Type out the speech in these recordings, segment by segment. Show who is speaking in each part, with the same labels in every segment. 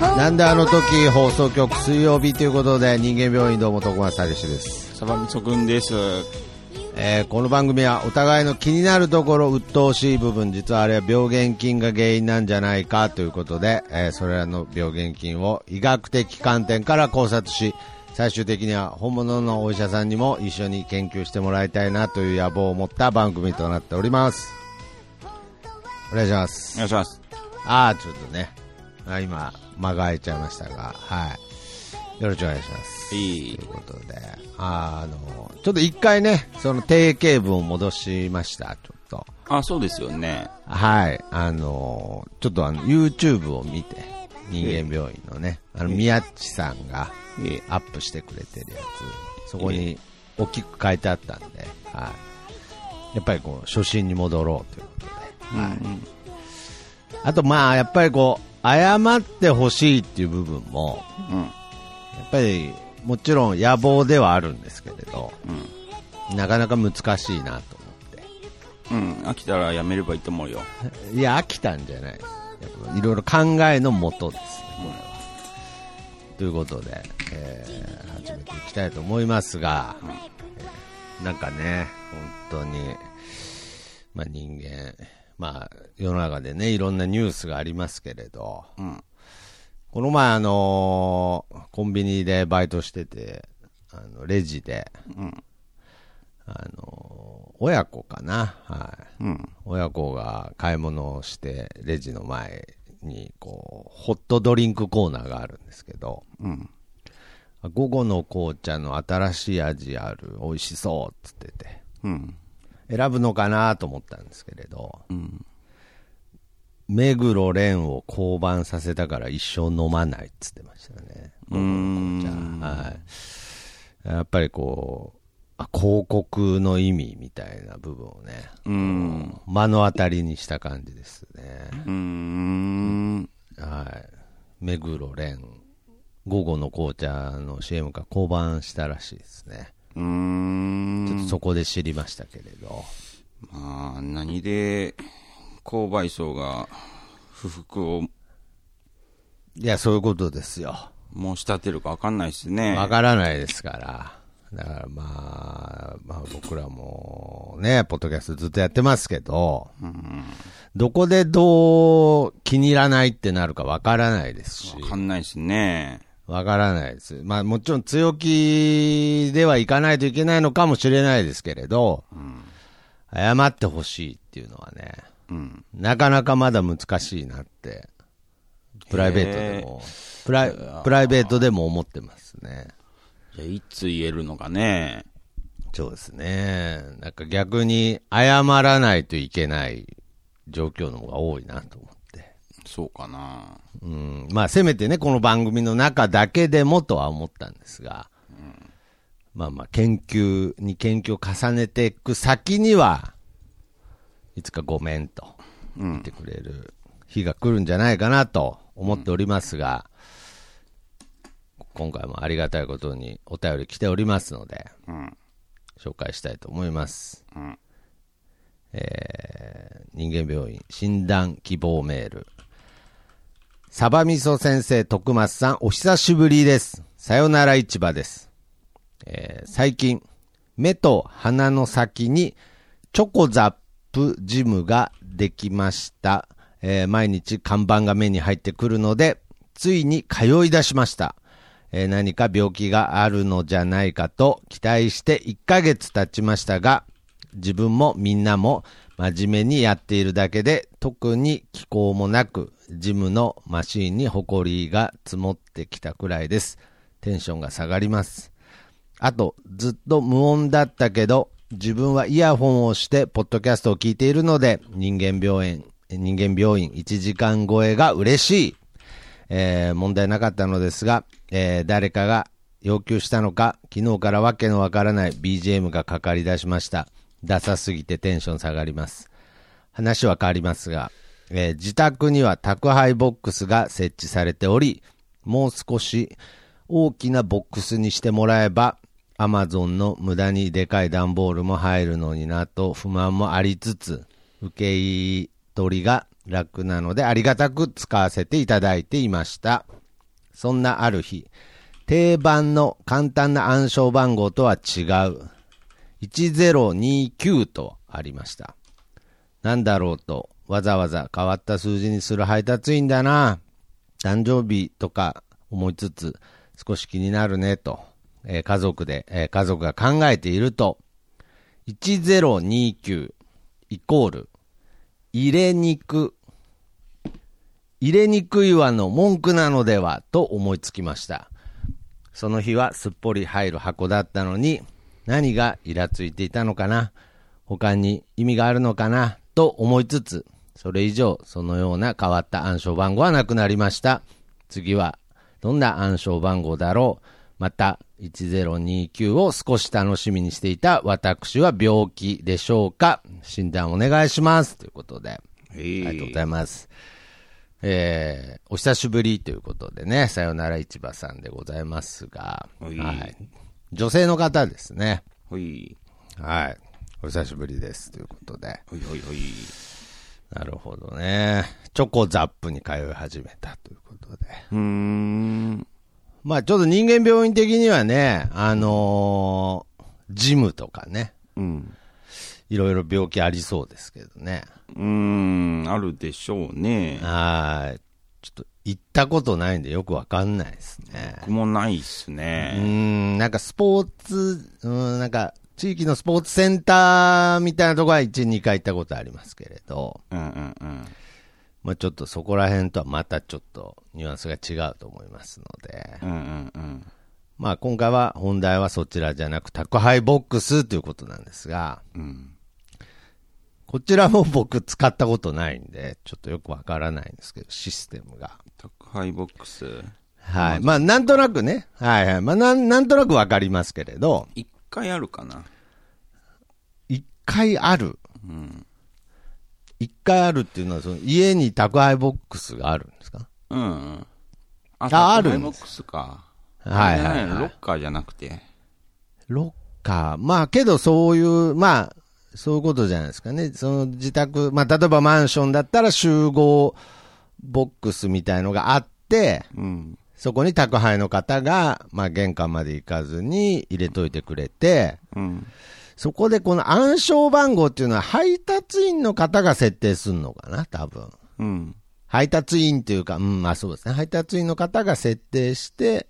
Speaker 1: なんであの時放送局水曜日ということで人間病院どうも徳松剛です、
Speaker 2: サバミソ君です。
Speaker 1: えーこの番組はお互いの気になるところ鬱陶しい部分実はあれは病原菌が原因なんじゃないかということで、えーそれらの病原菌を医学的観点から考察し最終的には本物のお医者さんにも一緒に研究してもらいたいなという野望を持った番組となっておりますお願いしま
Speaker 2: お
Speaker 1: す
Speaker 2: 願いします。
Speaker 1: ああ、ちょっとね。あ今、間が空いちゃいましたが、はい。よろしくお願いします。
Speaker 2: いい
Speaker 1: ということで、あーあの、ちょっと一回ね、その定型文を戻しました、ちょっと。
Speaker 2: あ、そうですよね。
Speaker 1: はい。あの、ちょっとあの、YouTube を見て、人間病院のね、あの、宮地さんが
Speaker 2: ええ
Speaker 1: アップしてくれてるやつ、そこに大きく書いてあったんで、はい。やっぱりこう、初心に戻ろうということで。あと、まあ、やっぱりこう、謝ってほしいっていう部分も、
Speaker 2: うん。
Speaker 1: やっぱり、もちろん野望ではあるんですけれど、なかなか難しいなと
Speaker 2: うん。飽きたらやめればいいと思うよ。
Speaker 1: 思って。いや、飽きたんじゃないです。やっぱいろいろ考えのもとですね、これは。ということで、えー始めていきたいと思いますが、えーなんかね、本当に、まあ人間、まあ世の中でね、いろんなニュースがありますけれど、
Speaker 2: うん。
Speaker 1: この前、あのーコンビニでバイトしてて、あのレジで、
Speaker 2: うん。
Speaker 1: あのー親子かな、はい
Speaker 2: うん。
Speaker 1: 親子が買い物をして、レジの前にこう、ホットドリンクコーナーがあるんですけど、
Speaker 2: うん。
Speaker 1: 午後の紅茶の新しい味ある、美味しそうっつってて、
Speaker 2: うん。
Speaker 1: 選ぶのかなと思ったんですけれど、
Speaker 2: うん。
Speaker 1: 目黒蓮を降板させたから一生飲まないっつってましたね。
Speaker 2: うーん。
Speaker 1: はい、やっぱりこうあ広告の意味みたいな部分をね
Speaker 2: うん。
Speaker 1: 目の当たりにした感じですね、
Speaker 2: うん。
Speaker 1: はい、目黒蓮午後の紅茶の CM が降板したらしいですね
Speaker 2: うん。
Speaker 1: ちょっとそこで知りましたけれど、
Speaker 2: まあ、何で、購買層が不服を
Speaker 1: いやそういうことですよ
Speaker 2: 申し立てるか分かんないですね。
Speaker 1: わからないですから。だからまあ、まあ僕らもね、ポッドキャストずっとやってますけど、どこでどう気に入らないってなるかわからないですし
Speaker 2: 分、かんないですね。
Speaker 1: わからないです。まあもちろん強気ではいかないといけないのかもしれないですけれど、謝ってほしいっていうのはね、
Speaker 2: うん。
Speaker 1: なかなかまだ難しいなって、プライベートでも、プライプライベートでも思ってますね。
Speaker 2: じゃあいつ言えるのかね。
Speaker 1: そうですね。なんか逆に謝らないといけない状況の方が多いなと思って。
Speaker 2: そうかな。
Speaker 1: うん。まあせめてね、この番組の中だけでもとは思ったんですが、まあまあ研究に研究を重ねていく先には、いつかごめんと言ってくれる日が来るんじゃないかなと思っておりますが、今回もありがたいことにお便り来ておりますので、
Speaker 2: うん。
Speaker 1: 紹介したいと思います、
Speaker 2: うん
Speaker 1: えー人間病院診断希望メールサバ味噌先生徳松さんお久しぶりですさよなら市場です、えー最近目と鼻の先にチョコザップジムができました、えー毎日看板が目に入ってくるのでついに通い出しましたえー何か病気があるのじゃないかと期待して1ヶ月経ちましたが、自分もみんなも真面目にやっているだけで、特に気候もなく、ジムのマシーンに埃が積もってきたくらいです。テンションが下がります。あと、ずっと無音だったけど、自分はイヤホンをして、ポッドキャストを聞いているので、人間病院、人間病院1時間超えが嬉しい。えー問題なかったのですが、えー誰かが要求したのか、昨日からわけのわからない BGM がかかり出しました。ダサすぎてテンション下がります。話は変わりますが、えー自宅には宅配ボックスが設置されており、もう少し大きなボックスにしてもらえば、アマゾンの無駄にでかい段ボールも入るのになと不満もありつつ、受け取りが楽なのでありがたく使わせていただいていました。そんなある日、定番の簡単な暗証番号とは違う、1029とありました。なんだろうと、わざわざ変わった数字にする配達員だな。誕生日とか思いつつ、少し気になるねと、えー家族で、えー家族が考えていると、1029イコール、入れ肉、入れにくいわの文句なのではと思いつきました。その日はすっぽり入る箱だったのに、何がイラついていたのかな他に意味があるのかなと思いつつ、それ以上そのような変わった暗証番号はなくなりました。次はどんな暗証番号だろうまた、1029を少し楽しみにしていた私は病気でしょうか診断お願いします。ということで、あ
Speaker 2: え
Speaker 1: りがとうござ
Speaker 2: い
Speaker 1: います。えーお久しぶりということでね、さよなら市場さんでございますが、
Speaker 2: はい
Speaker 1: はい、女性の方ですね。
Speaker 2: ほい。
Speaker 1: はい。お久しぶりです。ということで。
Speaker 2: ほいほいほい。
Speaker 1: なるほどね。チョコザップに通い始めたということで。
Speaker 2: うーん。
Speaker 1: まあちょっと人間病院的にはね、あのージムとかね、
Speaker 2: うん。
Speaker 1: いろいろ病気ありそうですけどね。
Speaker 2: うーん、あるでしょうね。
Speaker 1: はい。ちょっと行ったことないんでよくわかんないですね。
Speaker 2: 僕もないっす
Speaker 1: うー
Speaker 2: ね。
Speaker 1: ん、なんかスポーツ、うーん、なんか地域のスポーツセンターみたいなところは1、2回行ったことありますけれど、
Speaker 2: うんうんうん。
Speaker 1: まあ、ちょっとそこら辺とはまたちょっとニュアンスが違うと思いますので、
Speaker 2: うんうんうん。
Speaker 1: まあ今回は本題はそちらじゃなく宅配ボックスということなんですが、
Speaker 2: うん。
Speaker 1: こちらも僕使ったことないんで、ちょっとよくわからないんですけど、システムが。
Speaker 2: 宅配ボックス。
Speaker 1: はい。まあなんとなくね、はいはい。まあなんなんとなくわかりますけれど、
Speaker 2: 一回あるかな。
Speaker 1: 一回ある。一回あるっていうのは、その家に宅配ボックスがあるんですか
Speaker 2: うんうん。あ
Speaker 1: あ
Speaker 2: 宅
Speaker 1: ある
Speaker 2: 配
Speaker 1: ん
Speaker 2: ボ
Speaker 1: で
Speaker 2: ックスか。
Speaker 1: はい
Speaker 2: あ
Speaker 1: は
Speaker 2: れじ
Speaker 1: い、
Speaker 2: ゃなの
Speaker 1: は
Speaker 2: ロ
Speaker 1: い
Speaker 2: ッ。カーじゃなくて。
Speaker 1: ロッカー。まあけどそういう、まあ、そういうことじゃないですかね。その自宅、まあ例えばマンションだったら集合ボックスみたいのがあって、
Speaker 2: うん。
Speaker 1: そこに宅配の方が、まあ玄関まで行かずに入れといてくれて、
Speaker 2: うん。
Speaker 1: そこでこの暗証番号っていうのは配達員の方が設定するのかな、多分。
Speaker 2: うん。
Speaker 1: 配達員というか、うん、まあそうですね。配達員の方が設定して、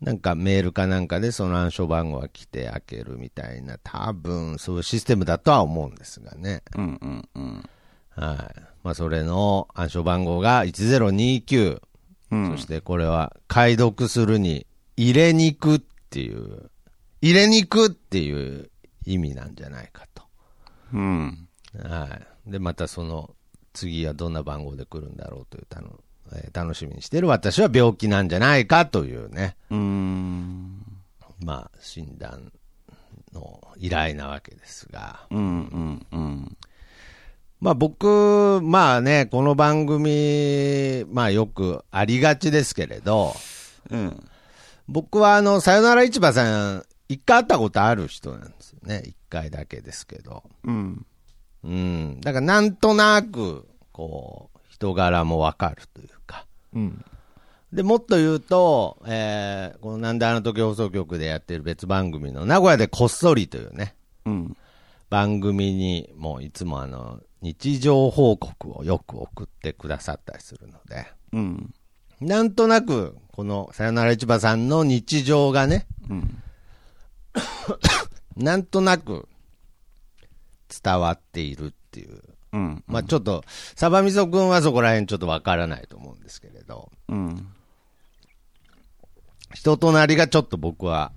Speaker 1: なんかメールかなんかでその暗証番号が来て開けるみたいな、多分そういうシステムだとは思うんですがね。
Speaker 2: うんうんうん。
Speaker 1: はい。まあそれの暗証番号が1029。
Speaker 2: うん
Speaker 1: そしてこれは解読するに、入れ肉っていう、入れ肉っていう意味なんじゃないかと。
Speaker 2: うん。
Speaker 1: はい。で、またその、次はどんな番号で来るんだろうというたの、えー楽しみにしてる私は病気なんじゃないかというね、
Speaker 2: うーん。
Speaker 1: まあ、診断の依頼なわけですが。
Speaker 2: うんうんうん。
Speaker 1: まあ僕、まあね、この番組、まあよくありがちですけれど、
Speaker 2: うん。
Speaker 1: 僕はあの、さよなら市場さん、一回会ったことある人なんですよね。一回だけですけど。
Speaker 2: うん。
Speaker 1: うん。だからなんとなく、こう、人柄もわかるというか。
Speaker 2: うん。
Speaker 1: で、もっと言うと、えーこのなんであの時放送局でやってる別番組の名古屋でこっそりというね、
Speaker 2: うん。
Speaker 1: 番組にもういつもあの、日常報告をよく送ってくださったりするので、
Speaker 2: うん。
Speaker 1: なんとなく、このさよなら市場さんの日常がね、
Speaker 2: うん。
Speaker 1: なんとなく伝わっているっていう。
Speaker 2: うん。
Speaker 1: まあちょっと、サバミソ君はそこら辺ちょっとわからないと思うんですけれど、
Speaker 2: うん。
Speaker 1: 人となりがちょっと僕は、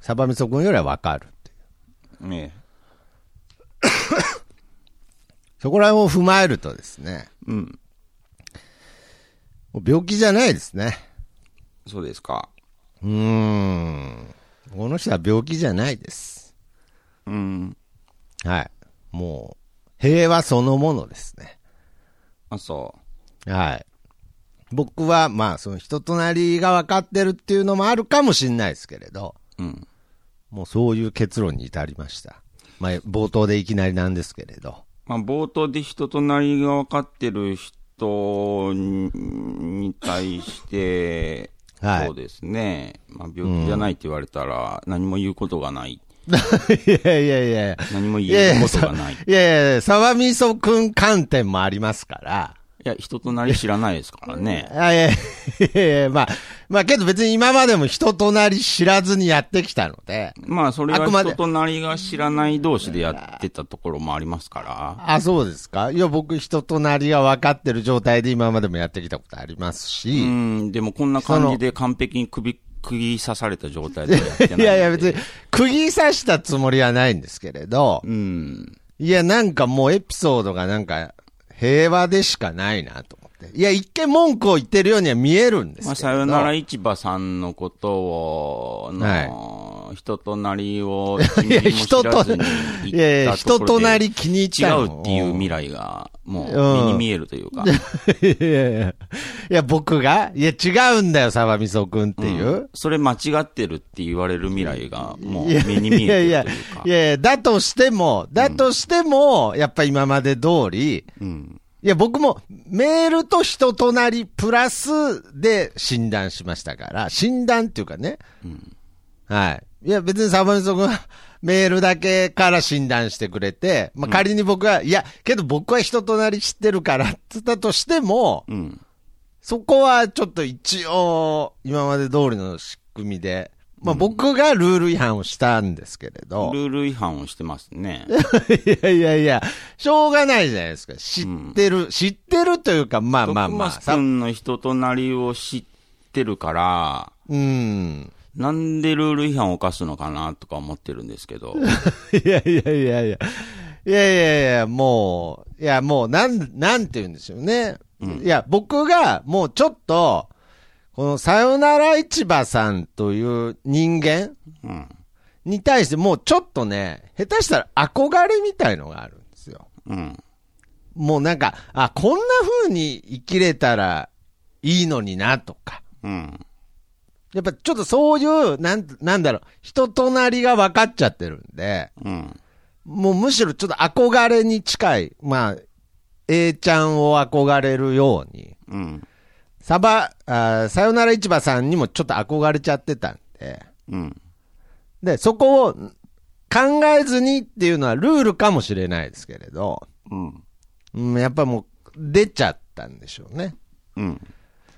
Speaker 1: サバミソ君よりはわかるっていう。
Speaker 2: ね
Speaker 1: そこら辺を踏まえるとですね、
Speaker 2: え。うん。
Speaker 1: もう病気じゃないですね。
Speaker 2: そうですか。
Speaker 1: うーん。この人は病気じゃないです。
Speaker 2: うん。
Speaker 1: はい。もう、平和そのものですね。
Speaker 2: あ、そ
Speaker 1: はい。僕は、まあ、その人となりが分かってるっていうのもあるかもしれないですけれど、
Speaker 2: う。うん。
Speaker 1: もうそういう結論に至りました。まあ、冒頭でいきなりなんですけれど。
Speaker 2: まあ、冒頭で人となりが分かってる人トにに対して、
Speaker 1: はい
Speaker 2: そうですね、まあ、病気じゃないって言われたら、何も言うことがない、
Speaker 1: いやいやいやいや。
Speaker 2: 何も
Speaker 1: いや
Speaker 2: 言
Speaker 1: いうや
Speaker 2: こと
Speaker 1: さ
Speaker 2: がない、い
Speaker 1: いやいや、沢味噌くん観点もありますから。
Speaker 2: や、人となり知らないですからね、
Speaker 1: あいやいやいやいや、まあ、まあけど別に今までも人となり知らずにやってきたので。
Speaker 2: まあ、それ
Speaker 1: あ
Speaker 2: は
Speaker 1: くまで
Speaker 2: 人となりが知らない同士でやってたところもありますから、
Speaker 1: あ、そうですかいや、僕人となりが分かってる状態で今までもやってきたことあります
Speaker 2: う
Speaker 1: し。
Speaker 2: ん、でもこんな感じで完璧に首、釘刺された状態でやってないん
Speaker 1: い
Speaker 2: で。
Speaker 1: やいや、別に、釘刺したつもりはないんですけれど、
Speaker 2: うん。
Speaker 1: いや、なんかもうエピソードがなんか、平和でしかないなと思って。いや、一見文句を言ってるようには見えるんですけど。
Speaker 2: まあ、さよなら市場さんのことを、の人となりを、
Speaker 1: いや、人と、
Speaker 2: い
Speaker 1: いやいや、人となり気に入っ
Speaker 2: 違
Speaker 1: たの
Speaker 2: うっていう未来が、もう、目に見えるというか。
Speaker 1: いやいやいや。いや、僕がいや、違うんだよ、サバミソ君っていう。
Speaker 2: うんそれ間違ってるって言われる未来が、もう、
Speaker 1: いや
Speaker 2: 目に見え
Speaker 1: い
Speaker 2: て
Speaker 1: や
Speaker 2: る
Speaker 1: いや
Speaker 2: というか。
Speaker 1: いやいや、だとしても、だとしても、やっぱ今まで通り、
Speaker 2: うん。
Speaker 1: いや、僕もメールと人となりプラスで診断しましたから、診断っていうかね、はい。いや、別にサバミソ君はメールだけから診断してくれて、まあ、仮に僕は、いや、けど僕は人となり知ってるからって言ったとしても、
Speaker 2: うん。
Speaker 1: そこはちょっと一応、今まで通りの仕組みで、まあ、僕がルール違反をしたんですけれど、
Speaker 2: ルール違反をしてますね。
Speaker 1: いやいやいや、しょうがないじゃないですか。知ってる、知ってるというか、 まあまあまあ。
Speaker 2: 徳松君の人となりを知ってるから、
Speaker 1: うん。
Speaker 2: なんでルール違反を犯すのかなとか思ってるんです けど。
Speaker 1: いやいやいやいや。いやいやいや、もう、いやもう、なん、なんて言うんでしょうね。いや、僕がもうちょっと、このさよなら市場さんという人間
Speaker 2: うん。
Speaker 1: に対してもうちょっとね、下手したら憧れみたいのがあるんですよ。
Speaker 2: うん。
Speaker 1: もうなんか、あ、こんな風に生きれたらいいのになとか。
Speaker 2: うん。
Speaker 1: やっぱちょっとそういう、なん、なんだろう、人となりが分かっちゃってるんで、
Speaker 2: うん。
Speaker 1: もうむしろちょっと憧れに近い、まあ、A ちゃんを憧れるように、
Speaker 2: うん。
Speaker 1: サバ、あーさよなら市場さんにもちょっと憧れちゃってたんで、
Speaker 2: うん。
Speaker 1: で、そこを考えずにっていうのはルールかもしれないですけれど、
Speaker 2: うん。
Speaker 1: うん、やっぱもう出ちゃったんでしょうね。
Speaker 2: うん。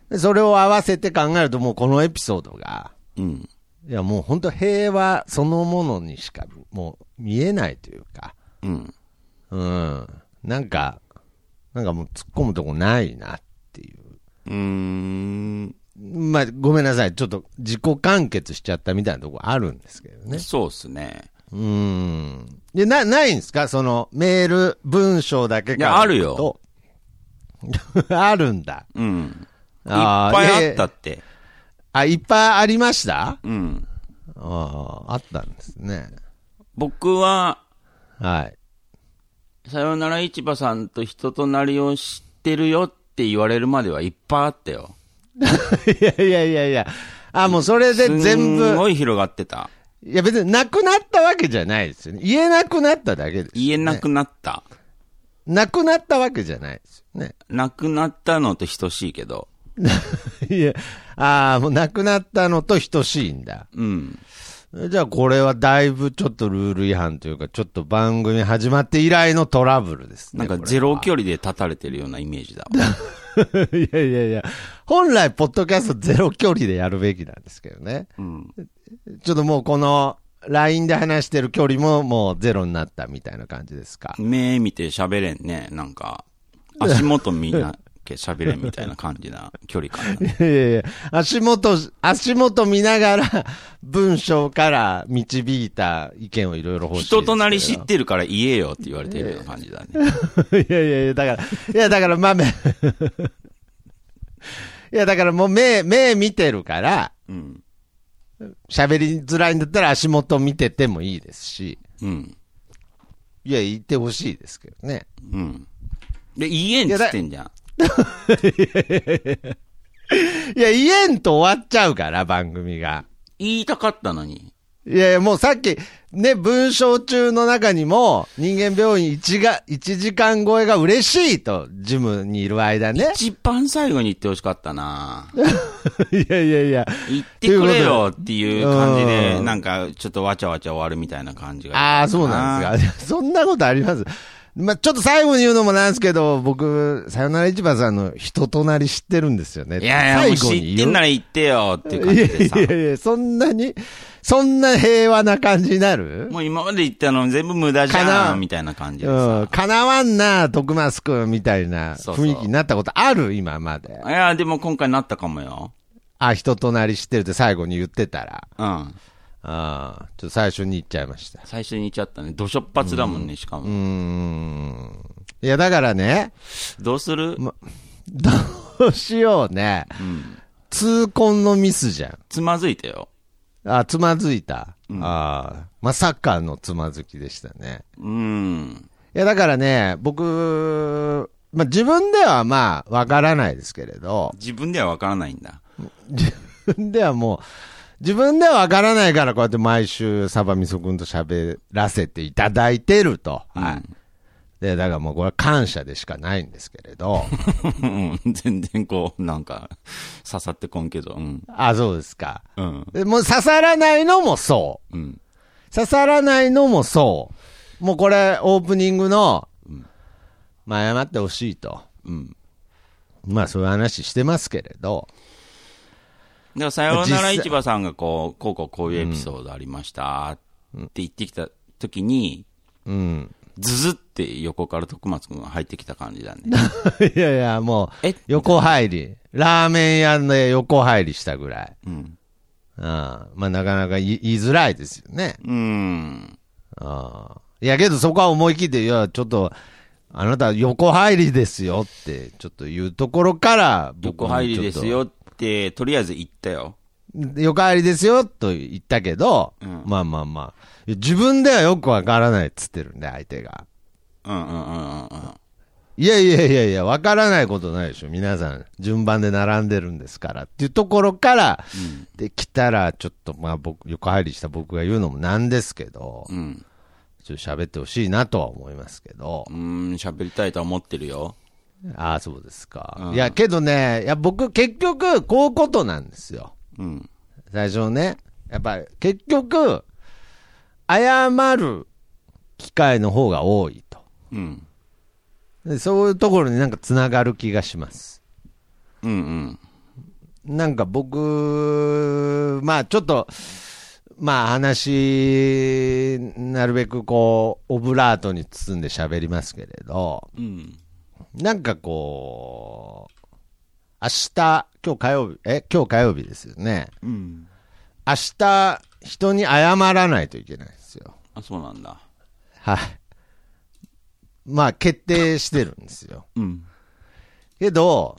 Speaker 1: でそれを合わせて考えるともうこのエピソードが、
Speaker 2: うん。
Speaker 1: いや、もう本当平和そのものにしか、もう見えないというか、
Speaker 2: うん。
Speaker 1: うん。なんか、なんかもう突っ込むとこないなっていう
Speaker 2: ーん。
Speaker 1: う。まあ、ごめんなさい。ちょっと自己完結しちゃったみたいなとこあるんですけどね。
Speaker 2: そうっすね。
Speaker 1: うん。で、な、ないんですかその、メール、文章だけ
Speaker 2: いやあるよ。
Speaker 1: あるんだ。
Speaker 2: うん。いっ
Speaker 1: あー
Speaker 2: ぱいあっ
Speaker 1: いや
Speaker 2: た
Speaker 1: いや
Speaker 2: って。
Speaker 1: あ、いっぱいありました
Speaker 2: うん。
Speaker 1: ああ、あったんですね。
Speaker 2: 僕は、
Speaker 1: はい。
Speaker 2: さよなら市場さんと人となりを知ってるよって言われるまではいっぱいあったよ。
Speaker 1: いやいやいやいや。あ、もうそれです全部
Speaker 2: ん。ごい広がってた。
Speaker 1: いや別になくなったわけじゃないですよね。言えなくなっただけです。
Speaker 2: 言えなくなった。
Speaker 1: なくなったわけじゃないですよね。
Speaker 2: なくなったのと等しいけど。
Speaker 1: いや、ああ、もうなくなったのと等しいんだ。
Speaker 2: うん。
Speaker 1: じゃあこれはだいぶちょっとルール違反というか、ちょっと番組始まって以来のトラブルです
Speaker 2: な
Speaker 1: ね。
Speaker 2: んか
Speaker 1: これ
Speaker 2: ゼロ距離で立たれてるようなイメージだわ。
Speaker 1: いやいやいや、本来ポッドキャストゼロ距離でやるべきなんですけどね。
Speaker 2: うん。
Speaker 1: ちょっともうこの LINE で話してる距離ももうゼロになったみたいな感じですか。
Speaker 2: 目見て喋れんね。なんか、足元見なきゃ喋れんみたいな感じな距離感だ ね。
Speaker 1: いやいやいや足元、足元見ながら文章から導いた意見をいろいろ 欲しいですけど。
Speaker 2: 人となり知ってるから言えよって言われてるような感じだね。
Speaker 1: いやいやいや、だから、いやだからまあ、め いやだからもう目、目見てるから、
Speaker 2: うん。
Speaker 1: 喋りづらいんだったら足元見ててもいいですし、
Speaker 2: うん。
Speaker 1: いや、言ってほしいですけどね。
Speaker 2: うん。で、言えんっつってんじゃん。
Speaker 1: いや、言えんと終わっちゃうから、番組が。
Speaker 2: 言いたかったのに。
Speaker 1: いやいや、もうさっき、ね、文章中の中にも、人間病院1が、1時間超えが嬉しいと、ジムにいる間ね。
Speaker 2: 一番最後に言ってほしかったな
Speaker 1: いやいやいや。
Speaker 2: 言ってくれ
Speaker 1: という
Speaker 2: よ
Speaker 1: ことで
Speaker 2: っていう感じ
Speaker 1: う
Speaker 2: で、
Speaker 1: ん
Speaker 2: なんかちょっとわちゃわちゃ終わるみたいな感じが。
Speaker 1: ああ、そうなんですか。そんなことあります。まあ、ちょっと最後に言うのもなんですけど、僕、さよなら市場さんの人となり知ってるんですよね。
Speaker 2: いやいや、もう
Speaker 1: 最後
Speaker 2: 知
Speaker 1: に
Speaker 2: って
Speaker 1: 言うん
Speaker 2: なら言ってよっていう感じでさ
Speaker 1: い。やいやいや、そんなに、そんな平和な感じになる
Speaker 2: もう今まで言ったの全部無駄じ
Speaker 1: か
Speaker 2: ゃ
Speaker 1: なん
Speaker 2: みたいな感じで
Speaker 1: うん。
Speaker 2: さ。
Speaker 1: かなわんな、徳松くんみたいな
Speaker 2: そうそう
Speaker 1: 雰囲気になったことある今まで。
Speaker 2: いや、でも今回なったかもよ。
Speaker 1: あ、人となり知ってるって最後に言ってたら。
Speaker 2: うん。
Speaker 1: ああ、ちょっと最初に言っちゃいました。
Speaker 2: 最初に言っちゃったね。どしょっぱつだもんね、しか
Speaker 1: うー
Speaker 2: も。
Speaker 1: ん。いや、だからね、
Speaker 2: どうする
Speaker 1: どうしようね。痛恨のミスじゃん。
Speaker 2: つまずいたよ。
Speaker 1: あ、つまずいた。ああ、まさかのつまずきでしたね。
Speaker 2: うん。
Speaker 1: いや、だからね、僕、まあ、自分ではまあ、わからないですけれど、
Speaker 2: 自分ではわからないんだ。
Speaker 1: 自分ではもう、自分ではわからないから、こうやって毎週、サバミソ君と喋らせていただいてると。
Speaker 2: はい。
Speaker 1: で、だからもうこれは感謝でしかないんですけれど。
Speaker 2: うん 全然こう、なんか、刺さってこんけど、うん。
Speaker 1: あ、そうですか。
Speaker 2: うん。
Speaker 1: でもう刺さらないのもそう。
Speaker 2: うん。
Speaker 1: 刺さらないのもそう。もうこれ、オープニングの、まあ、謝ってほしいと。
Speaker 2: うん。
Speaker 1: まあ、そういう話してますけれど。
Speaker 2: でも、さようなら市場さんがこう、こうこうこういうエピソードありましたって言ってきた時に、
Speaker 1: うん。
Speaker 2: ズズって横から徳松くんが入ってきた感じだ ね。
Speaker 1: いやいや、もう
Speaker 2: え、
Speaker 1: 横入り。ラーメン屋で横入りしたぐらい。
Speaker 2: うん。
Speaker 1: うん。まあ、なかなか言い言いづらいですよね。
Speaker 2: うん。
Speaker 1: あいや、けどそこは思い切って、いや、ちょっと、あなた横入りですよって、ちょっと言うところから、僕もちょっと
Speaker 2: 横入りです。よって、とりあえず言ったよ。
Speaker 1: 横入りですよと言ったけど、
Speaker 2: うん
Speaker 1: まあまあまあ、いや自分ではよくわからないっつってるんで、相手が。
Speaker 2: うんうんうんうんうん。
Speaker 1: いやいやいやいや、わからないことないでしょ。皆さん、順番で並んでるんですからっていうところから、できたら、ちょっと、まあ僕、横入りした僕が言うのもなんですけど、
Speaker 2: うん。
Speaker 1: ちょっと喋ってほしいなとは思いますけど。
Speaker 2: うん、喋りたいとは思ってるよ。
Speaker 1: ああ、そうですか。
Speaker 2: うん
Speaker 1: いや、けどね、いや、僕、結局、こういうことなんですよ。
Speaker 2: うん。
Speaker 1: 最初ね。やっぱり、結局、謝る機会の方が多いと。
Speaker 2: うん。
Speaker 1: でそういうところになんか繋がる気がします。
Speaker 2: うんうん。
Speaker 1: なんか僕、まあちょっと、まあ話、なるべくこう、オブラートに包んで喋りますけれど、
Speaker 2: うん。
Speaker 1: なんかこう、明日、今日火曜日、え、今日火曜日ですよね。
Speaker 2: うん。
Speaker 1: 明日、人に謝らないといけないんですよ。
Speaker 2: あ、そうなんだ。
Speaker 1: はい。まあ、決定してるんですよ。
Speaker 2: うん。
Speaker 1: けど、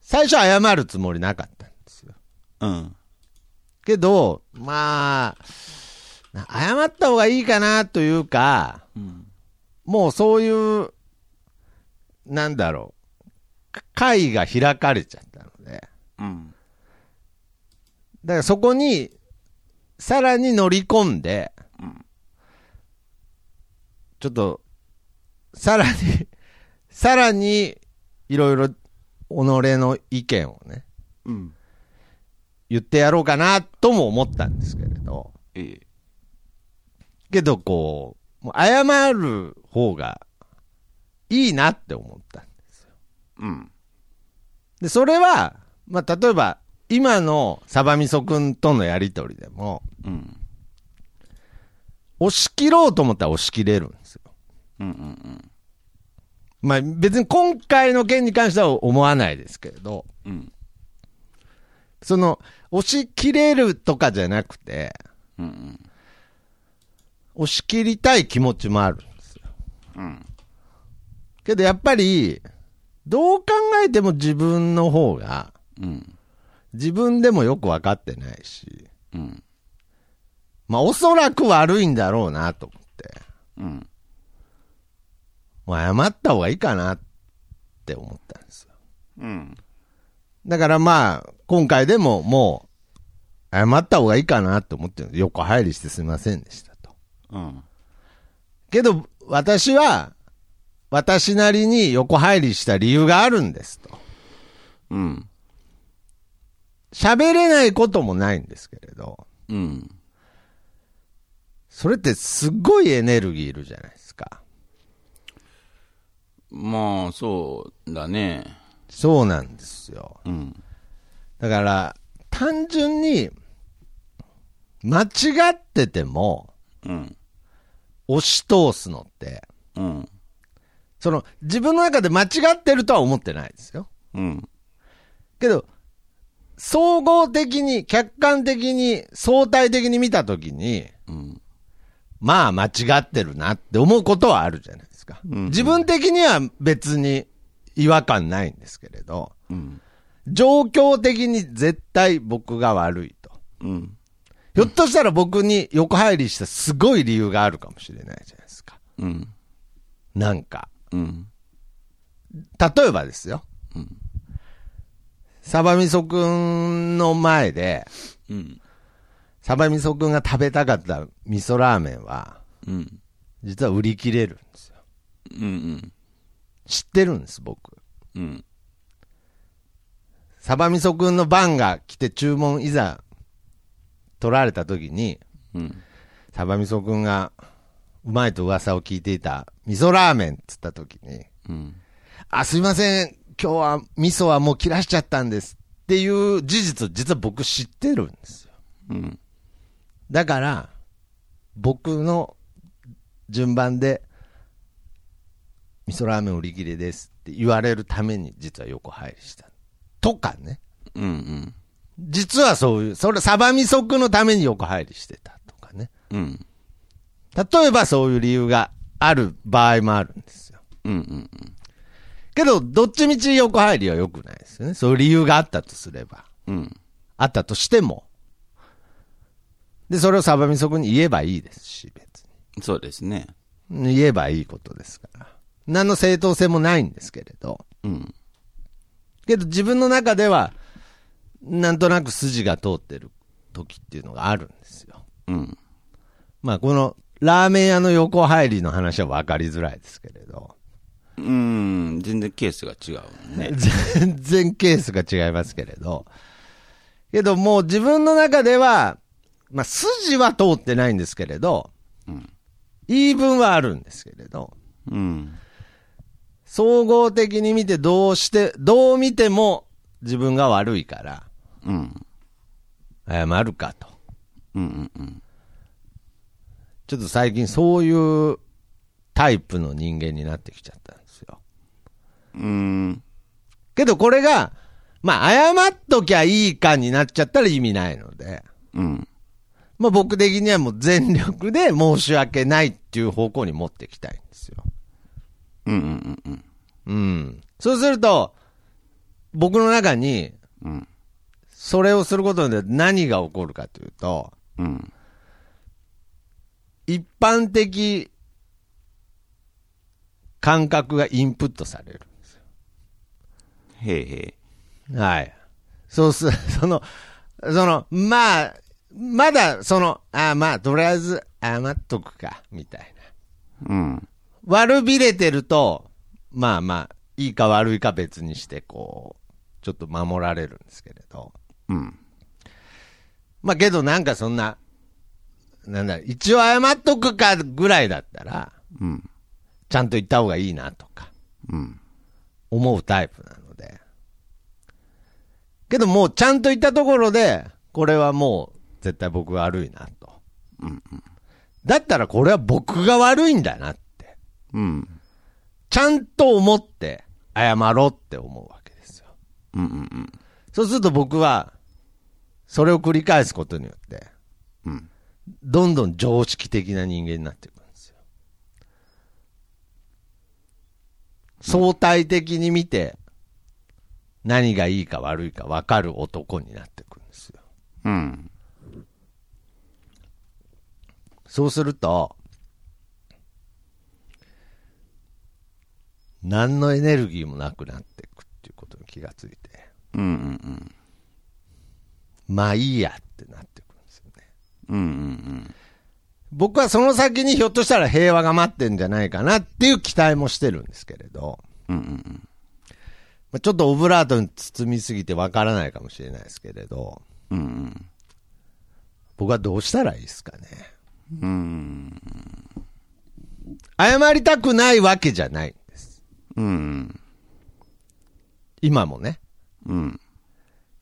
Speaker 1: 最初謝るつもりなかったんですよ。
Speaker 2: うん。
Speaker 1: けど、まあ、な謝った方がいいかなというか、
Speaker 2: うん。
Speaker 1: もうそういう、なんだろう、会が開かれちゃったので、
Speaker 2: うん。
Speaker 1: だからそこに、さらに乗り込んで、
Speaker 2: うん
Speaker 1: ちょっと、さらに、 さらに、いろいろ、己の意見をね、
Speaker 2: うん。
Speaker 1: 言ってやろうかなとも思ったんですけれど、
Speaker 2: ええ。
Speaker 1: けどこう、もう謝る方がいいなって思った。
Speaker 2: うん。
Speaker 1: で、それは、まあ、例えば、今のサバミソ君とのやりとりでも、
Speaker 2: うん。
Speaker 1: 押し切ろうと思ったら押し切れるんですよ。
Speaker 2: うんうんうん。
Speaker 1: まあ、別に今回の件に関しては思わないですけれど、
Speaker 2: うん。
Speaker 1: その、押し切れるとかじゃなくて、
Speaker 2: うんうん。
Speaker 1: 押し切りたい気持ちもあるんですよ。
Speaker 2: うん。
Speaker 1: けどやっぱり、どう考えても自分の方が、
Speaker 2: うん。
Speaker 1: 自分でもよく分かってないし、
Speaker 2: うん。
Speaker 1: まあおそらく悪いんだろうなと思って、
Speaker 2: うん。
Speaker 1: もう謝った方がいいかなって思ったんですよ。
Speaker 2: うん。
Speaker 1: だからまあ、今回でもも謝った方がいいかなと思ってる横入りしてすみませんでしたと。
Speaker 2: うん。
Speaker 1: けど、私は、私なりに横入りした理由があるんですと。
Speaker 2: うん。
Speaker 1: 喋れないこともないんですけれど、
Speaker 2: うん。
Speaker 1: それってすごいエネルギーいるじゃないですか。
Speaker 2: まあ、そうだね。
Speaker 1: そうなんですよ。
Speaker 2: うん。
Speaker 1: だから、単純に、間違ってても、
Speaker 2: うん。
Speaker 1: 押し通すのって、
Speaker 2: うん。
Speaker 1: その、自分の中で間違ってるとは思ってないですよ。
Speaker 2: うん。
Speaker 1: けど、総合的に、客観的に、相対的に見たときに、
Speaker 2: うん。
Speaker 1: まあ間違ってるなって思うことはあるじゃないですか。
Speaker 2: うん
Speaker 1: 自分的には別に違和感ないんですけれど、
Speaker 2: うん。
Speaker 1: 状況的に絶対僕が悪いと。
Speaker 2: うん。
Speaker 1: ひょっとしたら僕に横入りしたすごい理由があるかもしれないじゃないですか。
Speaker 2: うん。
Speaker 1: なんか。
Speaker 2: うん。
Speaker 1: 例えばですよ。
Speaker 2: うん
Speaker 1: サバミソくんの前で、
Speaker 2: うん。
Speaker 1: サバミソくんが食べたかった味噌ラーメンは、
Speaker 2: うん。
Speaker 1: 実は売り切れるんですよ。
Speaker 2: うん。
Speaker 1: 知ってるんです、僕。
Speaker 2: うん。
Speaker 1: サバミソくんの番が来て注文いざ取られた時に、
Speaker 2: うん。
Speaker 1: サバミソくんがうまいと噂を聞いていた味噌ラーメンっつった時に、
Speaker 2: うん。
Speaker 1: あ、すいません、今日は味噌はもう切らしちゃったんですっていう事実を実は僕知ってるんですよ。
Speaker 2: うん。
Speaker 1: だから、僕の順番で、味噌ラーメン売り切れですって言われるために実は横入りした。とかね。
Speaker 2: うん。
Speaker 1: 実はそういう、それ、サバ味噌くんのために横入りしてたとかね。
Speaker 2: うん。
Speaker 1: 例えばそういう理由がある場合もあるんですよ。
Speaker 2: うん。
Speaker 1: けど、どっちみち横入りは良くないですよね。そういう理由があったとすれば。
Speaker 2: うん。
Speaker 1: あったとしても。で、それをサバ味噌くんに言えばいいですし、別
Speaker 2: そうですね。
Speaker 1: に。言えばいいことですから。何の正当性もないんですけれど。
Speaker 2: うん。
Speaker 1: けど自分の中では、なんとなく筋が通ってる時っていうのがあるんですよ。
Speaker 2: うん。
Speaker 1: まあ、このラーメン屋の横入りの話は分かりづらいですけれど、
Speaker 2: うん。全然ケースが違うね。
Speaker 1: 全然ケースが違いますけれど、けどもう自分の中では、まあ、筋は通ってないんですけれど、
Speaker 2: うん。
Speaker 1: 言い分はあるんですけれど、
Speaker 2: うん。
Speaker 1: 総合的に見てどうして、どう見ても自分が悪いから、
Speaker 2: うん。
Speaker 1: 謝るかと。
Speaker 2: うん。うん。
Speaker 1: ちょっと最近そういうタイプの人間になってきちゃったんですよ。
Speaker 2: うん。
Speaker 1: けどこれが、まあ、謝っときゃいいかになっちゃったら意味ないので、
Speaker 2: うん。
Speaker 1: まあ、僕的にはもう全力で申し訳ないっていう方向に持っていきたいんですよ。
Speaker 2: うん。うん。うん。
Speaker 1: うん。そうすると、僕の中に、
Speaker 2: うん。
Speaker 1: それをすることで何が起こるかというと、
Speaker 2: うん。
Speaker 1: 一般的感覚がインプットされる。
Speaker 2: へえへ
Speaker 1: はい。そうす、 その、その、まあ、まだ、その、あまあ、とりあえず謝っとくか、みたいな。
Speaker 2: うん。
Speaker 1: 悪びれてると、まあまあ、いいか悪いか別にして、こう、ちょっと守られるんですけれど。
Speaker 2: うん。
Speaker 1: まあけどなんかそんな、なんだ、一応謝っとくかぐらいだったら、
Speaker 2: うん。
Speaker 1: ちゃんと言った方がいいなとか、
Speaker 2: うん。
Speaker 1: 思うタイプなので。けどもうちゃんと言ったところで、これはもう絶対僕が悪いなと。
Speaker 2: うん。
Speaker 1: だったらこれは僕が悪いんだなって。
Speaker 2: うん。
Speaker 1: ちゃんと思って謝ろうって思うわけですよ。
Speaker 2: うん。うん。
Speaker 1: そうすると僕は、それを繰り返すことによって、
Speaker 2: うん。
Speaker 1: どんどん常識的な人間になっていくんですよ。相対的に見て、何がいいか悪いか分かる男になっていくんですよ。
Speaker 2: うん。
Speaker 1: そうすると、何のエネルギーもなくなっていくっていうことに気がついて、
Speaker 2: うん。うん。
Speaker 1: まあいいやってなってくるんですよね。
Speaker 2: うんうんうん。
Speaker 1: 僕はその先にひょっとしたら平和が待ってんじゃないかなっていう期待もしてるんですけれど、
Speaker 2: うんうんうん。
Speaker 1: まあ、ちょっとオブラートに包みすぎてわからないかもしれないですけれど、
Speaker 2: うんうん。
Speaker 1: 僕はどうしたらいいですかね。
Speaker 2: うん
Speaker 1: 謝りたくないわけじゃないんです。
Speaker 2: うん。うん
Speaker 1: 今もね。
Speaker 2: うん。うん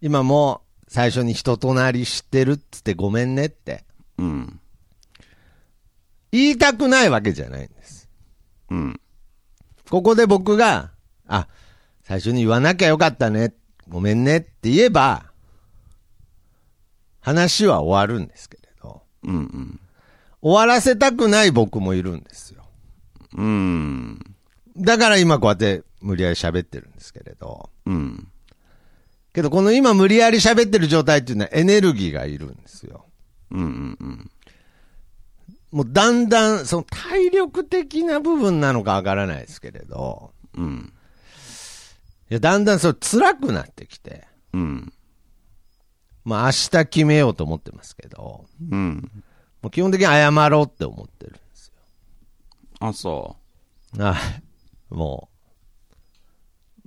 Speaker 1: 今も最初に人となり知ってるっつってごめんねって。
Speaker 2: うん。
Speaker 1: 言いたくないわけじゃないんです。
Speaker 2: うん。
Speaker 1: ここで僕が、あ、最初に言わなきゃよかったね、ごめんねって言えば、話は終わるんですけれど、
Speaker 2: うんうん。
Speaker 1: 終わらせたくない僕もいるんですよ。
Speaker 2: うん。
Speaker 1: だから今こうやって無理やり喋ってるんですけれど、
Speaker 2: うん。
Speaker 1: けどこの今無理やり喋ってる状態っていうのはエネルギーがいるんですよ。
Speaker 2: うんうんうん。
Speaker 1: もうだんだん、その体力的な部分なのかわからないですけれど、
Speaker 2: うん。
Speaker 1: いや、だんだんそれ辛くなってきて、
Speaker 2: うん。
Speaker 1: まあ明日決めようと思ってますけど、
Speaker 2: うん。
Speaker 1: もう基本的に謝ろうって思ってるんです
Speaker 2: あ、そ
Speaker 1: よ。 はい。も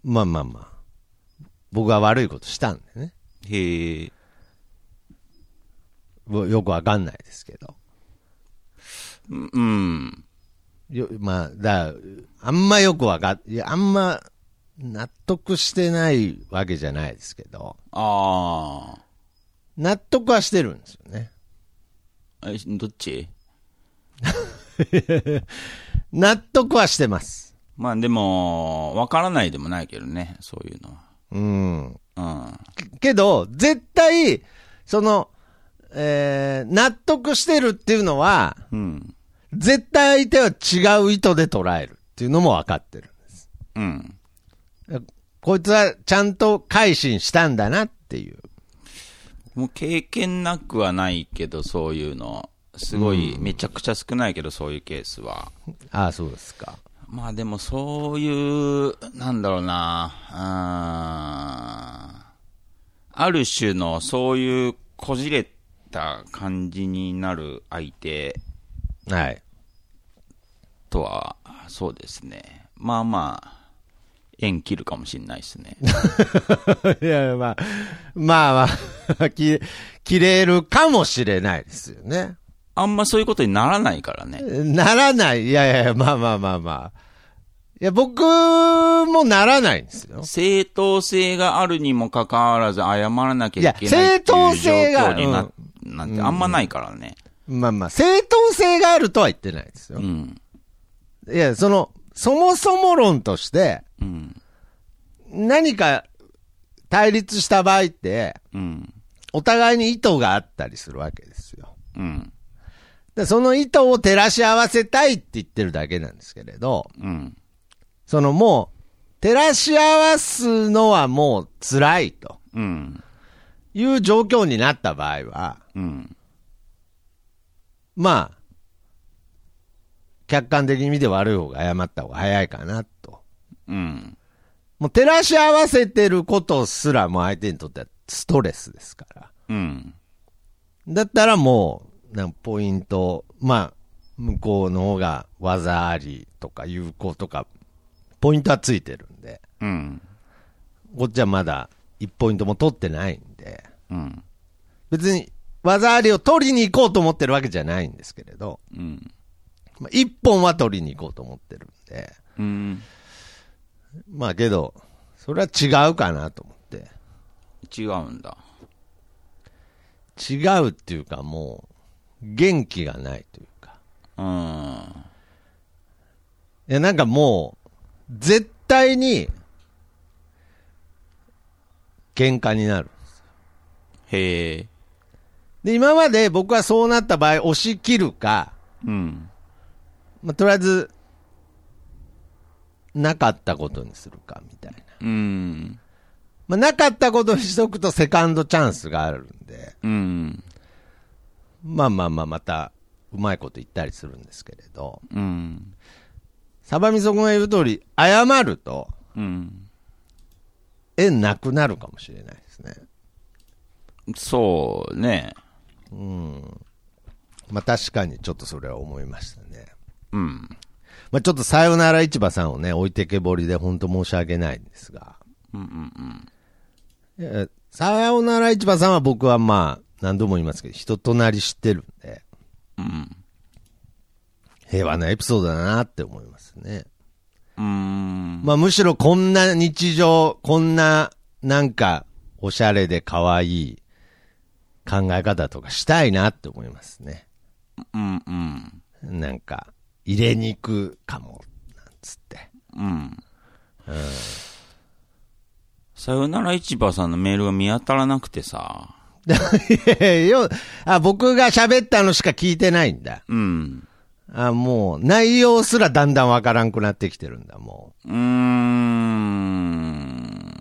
Speaker 1: う、まあまあまあ。僕は悪いことしたんでね。
Speaker 2: う。へえ。
Speaker 1: ぼよくわかんないですけど。
Speaker 2: うん。
Speaker 1: よまあ、だあんまよくわかいや、あんま納得してないわけじゃないですけど、
Speaker 2: あ
Speaker 1: 納得はしてるんですよね。
Speaker 2: あ。え、どっち
Speaker 1: 納得はしてます。
Speaker 2: まあでも、わからないでもないけどね、そういうの
Speaker 1: うん。
Speaker 2: は。
Speaker 1: けど、絶対、その、えー、納得してるっていうのは、
Speaker 2: うん。うん。
Speaker 1: 絶対相手は違う意図で捉えるっていうのも分かってるんです。
Speaker 2: うん。
Speaker 1: こいつはちゃんと改心したんだなっていう。
Speaker 2: もう経験なくはないけど、そういうの。すごい、めちゃくちゃ少ないけど、そういうケースは。
Speaker 1: ああ、そうですか。
Speaker 2: まあでも、そういう、なんだろうな、うんある種の、そういうこじれた感じになる相手
Speaker 1: はい。
Speaker 2: とは、そうですね。まあまあ、縁切るかもしれないです ね。
Speaker 1: いや、まあ、まあまあ、 き、切れるかもしれないですよね。
Speaker 2: あんまそういうことにならないからね。
Speaker 1: ならない。いやいやいや、まあまあまあまあ。いや、僕もならないんですよ。
Speaker 2: 正当性があるにもかかわらず謝らなきゃいけ
Speaker 1: いや
Speaker 2: ないっていう状
Speaker 1: 正当性が
Speaker 2: 況にな,、なんてあんまないからね。
Speaker 1: まあまあ、正当性があるとは言ってないですよ
Speaker 2: う。ん。
Speaker 1: いや、その、そもそも論として、
Speaker 2: うん。
Speaker 1: 何か対立した場合って、
Speaker 2: うん。
Speaker 1: お互いに意図があったりするわけですよ。
Speaker 2: うん。
Speaker 1: でその意図を照らし合わせたいって言ってるだけなんですけれど、
Speaker 2: うん。
Speaker 1: そのもう、照らし合わすのはもう辛いと
Speaker 2: うん。
Speaker 1: いう状況になった場合は、
Speaker 2: うん。
Speaker 1: まあ、客観的に見て悪い方が謝った方が早いかなと。
Speaker 2: うん。
Speaker 1: もう照らし合わせてることすらもう相手にとってはストレスですから。
Speaker 2: うん。
Speaker 1: だったらもう、なんかポイント、まあ、向こうの方が技ありとか有効とか、ポイントはついてるんで、
Speaker 2: うん。
Speaker 1: こっちはまだ1ポイントも取ってないんで、
Speaker 2: うん。
Speaker 1: 別に技ありを取りに行こうと思ってるわけじゃないんですけれど、
Speaker 2: うん。
Speaker 1: まあ、1本は取りに行こうと思ってるんで、
Speaker 2: うん。
Speaker 1: まあけど、それは違うかなと思って。
Speaker 2: 違うんだ。
Speaker 1: 違うっていうかもう、元気がないというか。
Speaker 2: うん。
Speaker 1: いや、なんかもう、絶対に、喧嘩になる。
Speaker 2: へえ。
Speaker 1: で、今まで僕はそうなった場合、押し切るか、
Speaker 2: うん。
Speaker 1: まあ、とりあえず、なかったことにするか、みたいな。
Speaker 2: うん。
Speaker 1: まあ、なかったことにしとくと、セカンドチャンスがあるんで、
Speaker 2: うん。
Speaker 1: まあまあまあ、また、うまいこと言ったりするんですけれど、
Speaker 2: うん。
Speaker 1: サバミソ君が言う通り、謝ると、
Speaker 2: うん。
Speaker 1: 縁なくなるかもしれないですね。
Speaker 2: そうね。
Speaker 1: まあ確かにちょっとそれは思いましたね。
Speaker 2: うん。
Speaker 1: まあちょっとさよなら市場さんをね、置いてけぼりで本当申し訳ないんですが。うんうんうん。さよなら市場さんは僕はまあ何度も言いますけど、人となり知ってるんで、
Speaker 2: うん。
Speaker 1: 平和なエピソードだなって思いますね。
Speaker 2: うーん。
Speaker 1: まあむしろこんな日常、こんななんかおしゃれで可愛い考え方とかしたいなって思いますね。
Speaker 2: うんうん。
Speaker 1: なんか入れに行くかも、なんつって。
Speaker 2: うん。さよなら市場さんのメールが見当たらなくてさ。
Speaker 1: いやいやよあ僕が喋ったのしか聞いてないんだ。
Speaker 2: うん。
Speaker 1: あもう、内容すらだんだんわからんくなってきてるんだ、も
Speaker 2: うーん。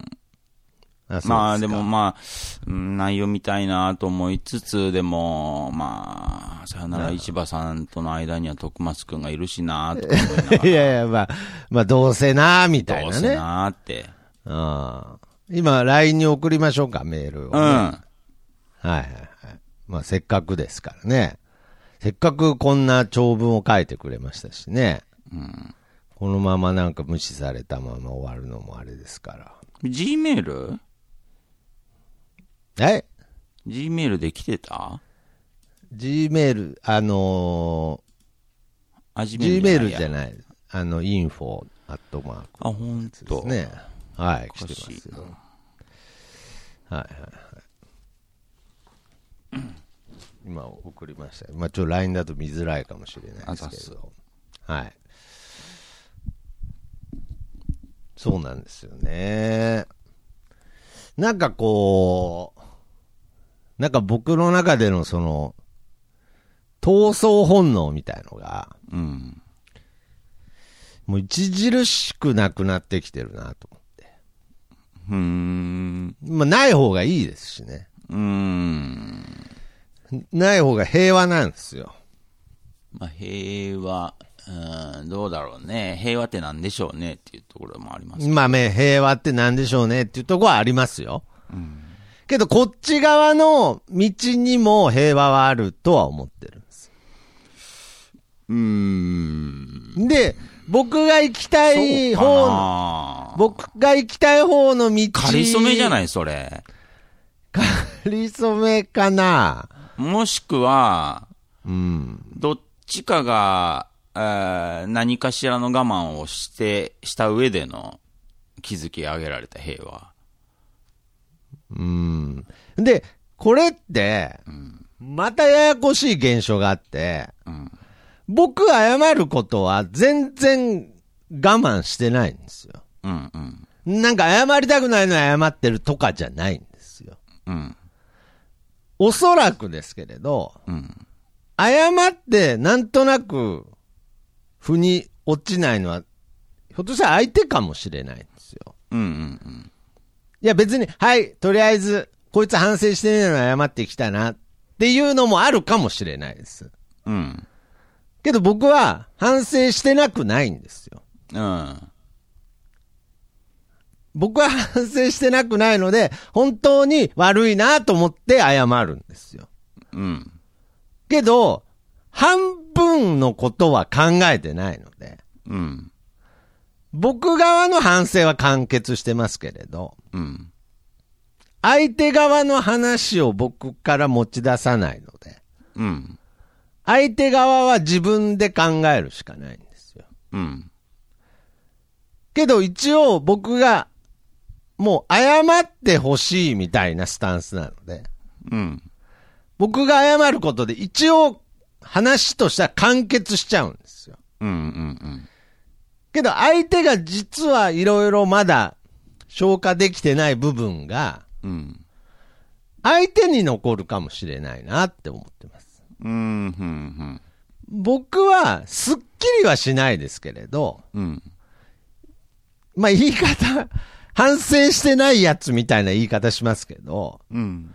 Speaker 1: う。あそうすか
Speaker 2: まあでもまあ、うん内容見たいなと思いつつ、でも、まあ、さよなら市場さんとの間には徳松くんがいるしなとか思いな が
Speaker 1: いやいや、まあ、まあ、どうせな、みた
Speaker 2: ら、
Speaker 1: い
Speaker 2: どう
Speaker 1: な
Speaker 2: せ
Speaker 1: ね。
Speaker 2: なって。
Speaker 1: あ今、LINE に送りましょうか、メールを、
Speaker 2: うん。は
Speaker 1: はいはいはい。まあ、せっかくですからね。せっかくこんな長文を書いてくれましたしね。このままなんか無視されたまま終わるのもあれですか
Speaker 2: G メール
Speaker 1: ら。え
Speaker 2: ?G メールで来てた
Speaker 1: G メール、あの
Speaker 2: あ、G
Speaker 1: ー、G メールじゃ
Speaker 2: いや。
Speaker 1: ない、あの、インフォアットマーク
Speaker 2: あ、ほん
Speaker 1: で
Speaker 2: と。
Speaker 1: すね。はい、来
Speaker 2: お
Speaker 1: て
Speaker 2: か
Speaker 1: ま
Speaker 2: しい
Speaker 1: すよ。
Speaker 2: な
Speaker 1: はいはいはい。今送りました。まあちょっと LINE だと見づらいかもしれないですけど。はい。そうなんですよね。なんかこう、なんか僕の中でのその、闘争本能みたいのが、
Speaker 2: うん。
Speaker 1: もう著しくなくなってきてるなと思って。
Speaker 2: うーん。
Speaker 1: まあ、ない方がいいですしね。
Speaker 2: うーん。
Speaker 1: ない方が平和なんですよ。
Speaker 2: まあ、平和、うん、どうだろうね。平和ってなんでしょうねっていうところもあります。
Speaker 1: まあね、平和って何でしょうねっていうとこはありますよ。けど、こっち側の道にも平和はあるとは思ってるんです。
Speaker 2: うーん。
Speaker 1: で、僕が行きたい
Speaker 2: そうか
Speaker 1: 方、
Speaker 2: な
Speaker 1: 僕が行きたい方の道。
Speaker 2: かりそめじゃないい、それ。
Speaker 1: かりそめかな
Speaker 2: もしくは、
Speaker 1: うん。
Speaker 2: どっちかが、えー何かしらの我慢をして、した上での築き上げられた平和。
Speaker 1: うん。で、これって、またややこしい現象があって、
Speaker 2: うん。
Speaker 1: 僕謝ることは全然我慢してないんですよ。
Speaker 2: うん、うん、
Speaker 1: なんか謝りたくないのに謝ってるとかじゃないんですよ。
Speaker 2: うん、
Speaker 1: おそらくですけれど、
Speaker 2: うん。
Speaker 1: 謝ってなんとなく腑に落ちないのは、ひょっとしたら相手かもしれないんですよ。
Speaker 2: うん、うん、
Speaker 1: いや別に、はい、とりあえず、こいつ反省してねえのに謝ってきたなっていうのもあるかもしれないです。
Speaker 2: うん。うん。
Speaker 1: けど僕は反省してなくないんですよ。
Speaker 2: うん。
Speaker 1: 僕は反省してなくないので、本当に悪いなと思って謝るんですよ。
Speaker 2: うん。
Speaker 1: けど、半分のことは考えてないので、
Speaker 2: うん。
Speaker 1: 僕側の反省は完結してますけれど、
Speaker 2: うん。
Speaker 1: 相手側の話を僕から持ち出さないので、
Speaker 2: うん。
Speaker 1: 相手側は自分で考えるしかないんですよ。
Speaker 2: うん。
Speaker 1: けど一応僕が、もう謝ってほしいみたいなスタンスなので、
Speaker 2: うん。
Speaker 1: 僕が謝ることで一応話としては完結しちゃうんですよ。
Speaker 2: うん。うん。
Speaker 1: けど相手が実はいろいろまだ消化できてない部分が
Speaker 2: うん。
Speaker 1: 相手に残るかもしれないなって思ってます。
Speaker 2: うん。うん。
Speaker 1: 僕はすっきりはしないですけれど、
Speaker 2: うん。
Speaker 1: まあ言い方、反省してないやつみたいな言い方しますけど、
Speaker 2: うん。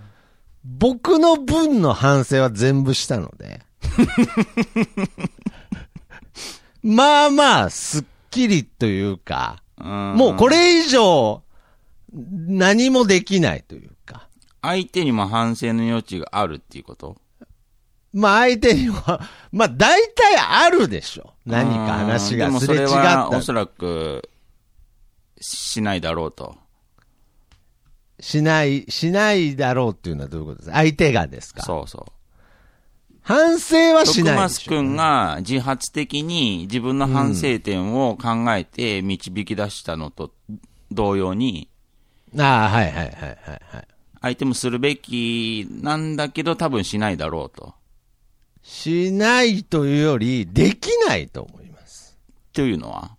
Speaker 1: 僕の分の反省は全部したので。 まあまあ、すっきりというか、
Speaker 2: も
Speaker 1: もうこれ以上、何もできないというか。
Speaker 2: 相手にも反省の余地があるっていうこと
Speaker 1: まあ相手には、まあ大体あるでしょ。何か話
Speaker 2: う
Speaker 1: が
Speaker 2: ん
Speaker 1: すれ違
Speaker 2: でも
Speaker 1: っ
Speaker 2: それ
Speaker 1: た
Speaker 2: はおそらく、しないだろうと。
Speaker 1: しない、しないだろうっていうのはどういうことですか相手がですか
Speaker 2: そうそう。
Speaker 1: 反省はし
Speaker 2: 徳
Speaker 1: ないで
Speaker 2: 松
Speaker 1: しょ。
Speaker 2: 君が自発的に自分の反省点を考えて導き出したのと同様に、
Speaker 1: ああ、はいはいはいはいはい。
Speaker 2: 相手もするべきなんだけど、多分しないだろうと。
Speaker 1: しないというより、できないと思います。
Speaker 2: というのは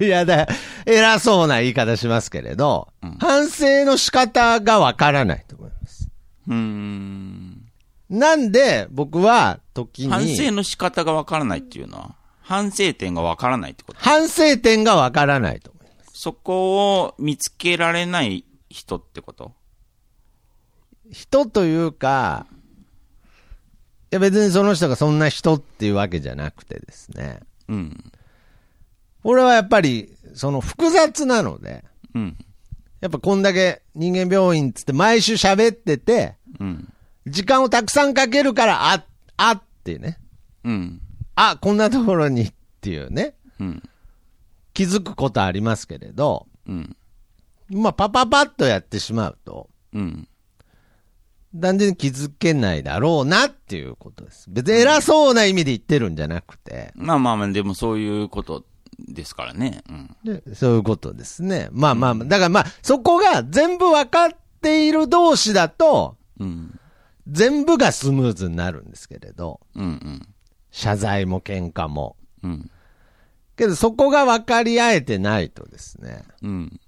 Speaker 2: い
Speaker 1: やだ、偉そうな言い方しますけれど、反省の仕方がわからないと思います。
Speaker 2: うーん。
Speaker 1: なんで、僕は、時に、
Speaker 2: 反省の仕方がわからないっていうのは反省点がわからないってこと。
Speaker 1: 反省点がわからないと思います。
Speaker 2: そこを見つけられない人ってこと
Speaker 1: 人というか、いや別にその人がそんな人っていうわけじゃなくてですね。
Speaker 2: うん。
Speaker 1: 俺はやっぱり、その複雑なので、
Speaker 2: うん。
Speaker 1: やっぱこんだけ人間病院っつって毎週喋ってて、
Speaker 2: うん。
Speaker 1: 時間をたくさんかけるから、あ、あってね。
Speaker 2: うん。
Speaker 1: あ、こんなところにっていうね。
Speaker 2: うん。
Speaker 1: 気づくことありますけれど、
Speaker 2: うん。
Speaker 1: まあパパパッとやってしまうと、
Speaker 2: うん。
Speaker 1: 断然気づけないだろうなっていうことです。別に偉そうな意味で言ってるんじゃなくて、
Speaker 2: まあまあまあ、でもそういうことですからね。うん。
Speaker 1: でそういうことですね。まあまあまあ、だからまあ、そこが全部分かっている同士だと、
Speaker 2: うん。
Speaker 1: 全部がスムーズになるんですけれど、
Speaker 2: うんうん。
Speaker 1: 謝罪も喧嘩も。
Speaker 2: うん。
Speaker 1: けどそこが分かり合えてないとですね、
Speaker 2: うん。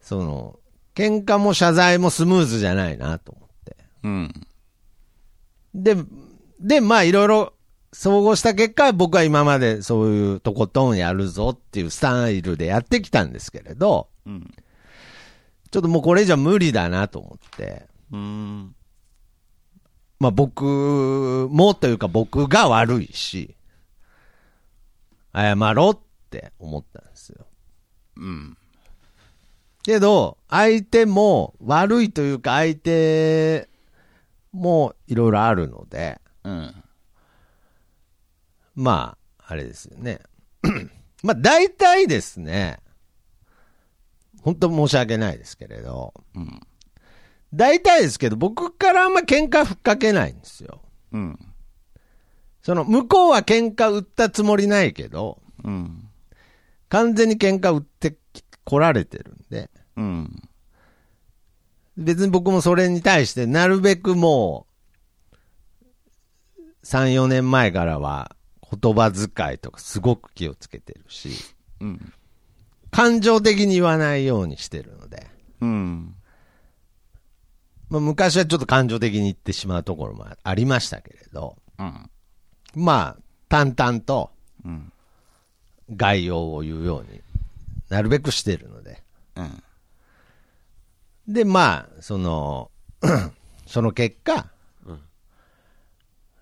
Speaker 1: その、喧嘩も謝罪もスムーズじゃないなと思って。
Speaker 2: うん。
Speaker 1: で、で、まあいろいろ総合した結果、僕は今までそういうとことんやるぞっていうスタイルでやってきたんですけれど、
Speaker 2: うん。
Speaker 1: ちょっともうこれじゃ無理だなと思って、
Speaker 2: うん。
Speaker 1: まあ僕もというか僕が悪いし、謝ろうって思ったんですよ。
Speaker 2: うん。
Speaker 1: けど、相手も悪いというか相手もいろいろあるので、
Speaker 2: うん。
Speaker 1: まあ、あれですよね。 まあ、大体ですね、本当申し訳ないですけれど、
Speaker 2: うん。
Speaker 1: 大体ですけど、僕からあんま喧嘩ふっかけないんですよ。
Speaker 2: うん。
Speaker 1: その、向こうは喧嘩売ったつもりないけど、
Speaker 2: うん。
Speaker 1: 完全に喧嘩売ってき来られてるんで、
Speaker 2: うん。
Speaker 1: 別に僕もそれに対して、なるべくもう、3、4年前からは、言葉遣いとかすごく気をつけてるし、
Speaker 2: うん。
Speaker 1: 感情的に言わないようにしてるので、
Speaker 2: うん。
Speaker 1: まあ、昔はちょっと感情的に言ってしまうところもありましたけれど、
Speaker 2: うん。
Speaker 1: まあ、淡々と
Speaker 2: うん。
Speaker 1: 概要を言うようになるべくしてるので。
Speaker 2: うん。
Speaker 1: で、まあ、その、 その結果、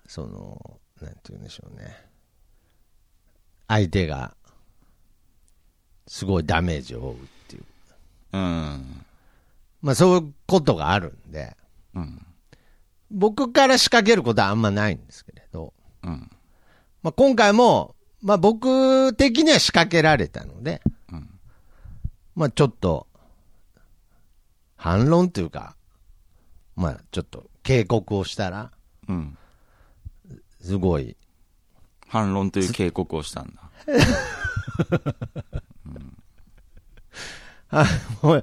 Speaker 1: その、なんて言うんでしょうね。相手が、すごいダメージを負うっていう。
Speaker 2: うん。
Speaker 1: まあ、そういうことがあるんで、
Speaker 2: うん。
Speaker 1: 僕から仕掛けることはあんまないんですけれど、
Speaker 2: うん。
Speaker 1: まあ、今回も、まあ、僕的には仕掛けられたので、
Speaker 2: うん
Speaker 1: まあ、ちょっと、反論というか、まあ、ちょっと警告をしたら、
Speaker 2: うん。
Speaker 1: すごい、
Speaker 2: 反論という警告をしたんだ。
Speaker 1: あもう、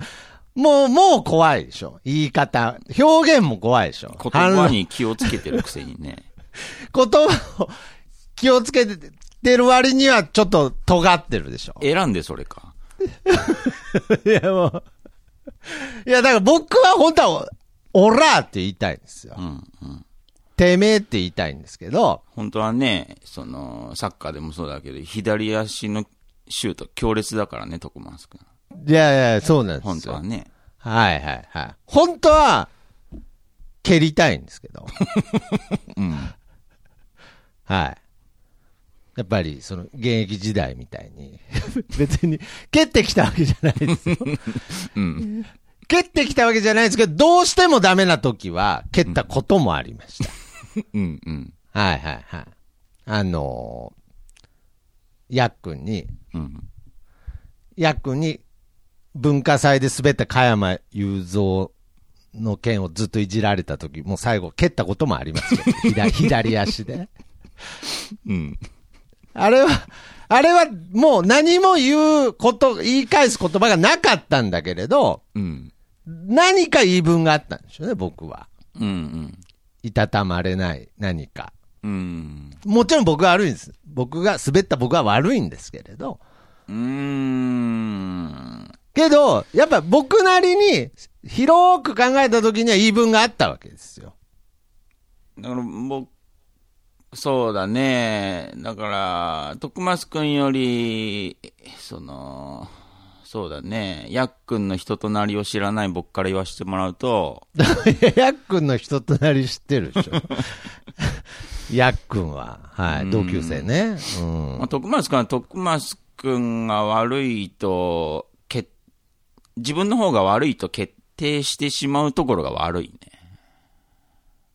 Speaker 1: もう、もう怖いでしょ。言い方、表現も怖いでしょ。
Speaker 2: 言
Speaker 1: 反
Speaker 2: 葉
Speaker 1: 論
Speaker 2: に気をつけてるくせにね。
Speaker 1: 言葉を気をつけてる割には、ちょっと尖ってるでしょ。
Speaker 2: 選んでそれか。
Speaker 1: いや、もう。いや、だから僕は本当は、オラーって言いたいんですよ。
Speaker 2: うん。うん。
Speaker 1: てめえって言いたいんですけど、
Speaker 2: 本当はね、その、サッカーでもそうだけど、左足のシュート強烈だからね、徳松君。
Speaker 1: いやいや、そうなんですよ。
Speaker 2: 本当はね。
Speaker 1: はいはいはい。本当は、蹴りたいんです けど。はい。やっぱり、その、現役時代 みたいに、別に、蹴ってきたわけじゃないですよ。
Speaker 2: うん。
Speaker 1: 蹴ってきたわけじゃないですけど、どうしてもダメな時は、蹴ったこともありました。
Speaker 2: うんうん。
Speaker 1: はいはいはい。あのー、ヤックンに、
Speaker 2: うん。
Speaker 1: ヤックンに文化祭で滑った加山雄三の件をずっといじられた時、もう最後蹴ったこともあり ますけど、左左足で。
Speaker 2: うん。
Speaker 1: あれは、あれはもう何も言うこと、言い返す言葉がなかったんだけれど、
Speaker 2: うん。
Speaker 1: 何か言い分があったんでしょうね、僕は。
Speaker 2: うんうん。
Speaker 1: いたたまれない何か。
Speaker 2: うん。
Speaker 1: もちろん僕が悪いんです。僕が、滑った僕は悪いんですけれど。
Speaker 2: うーん。
Speaker 1: けど、やっぱ僕なりに、広く考えた時には言い分があったわけですよ。
Speaker 2: だから僕、そうだね。だから、徳松くんより、その、そうだね。やっくんの人となりを知らない僕から言わせてもらうと、
Speaker 1: いやヤックンの人となり知ってるでしょ。 ヤックンは、はい、同級生ね。うん
Speaker 2: ま。あ、徳松くんは徳松くんが悪いと、決自分の方が悪いと決定してしまうところが悪い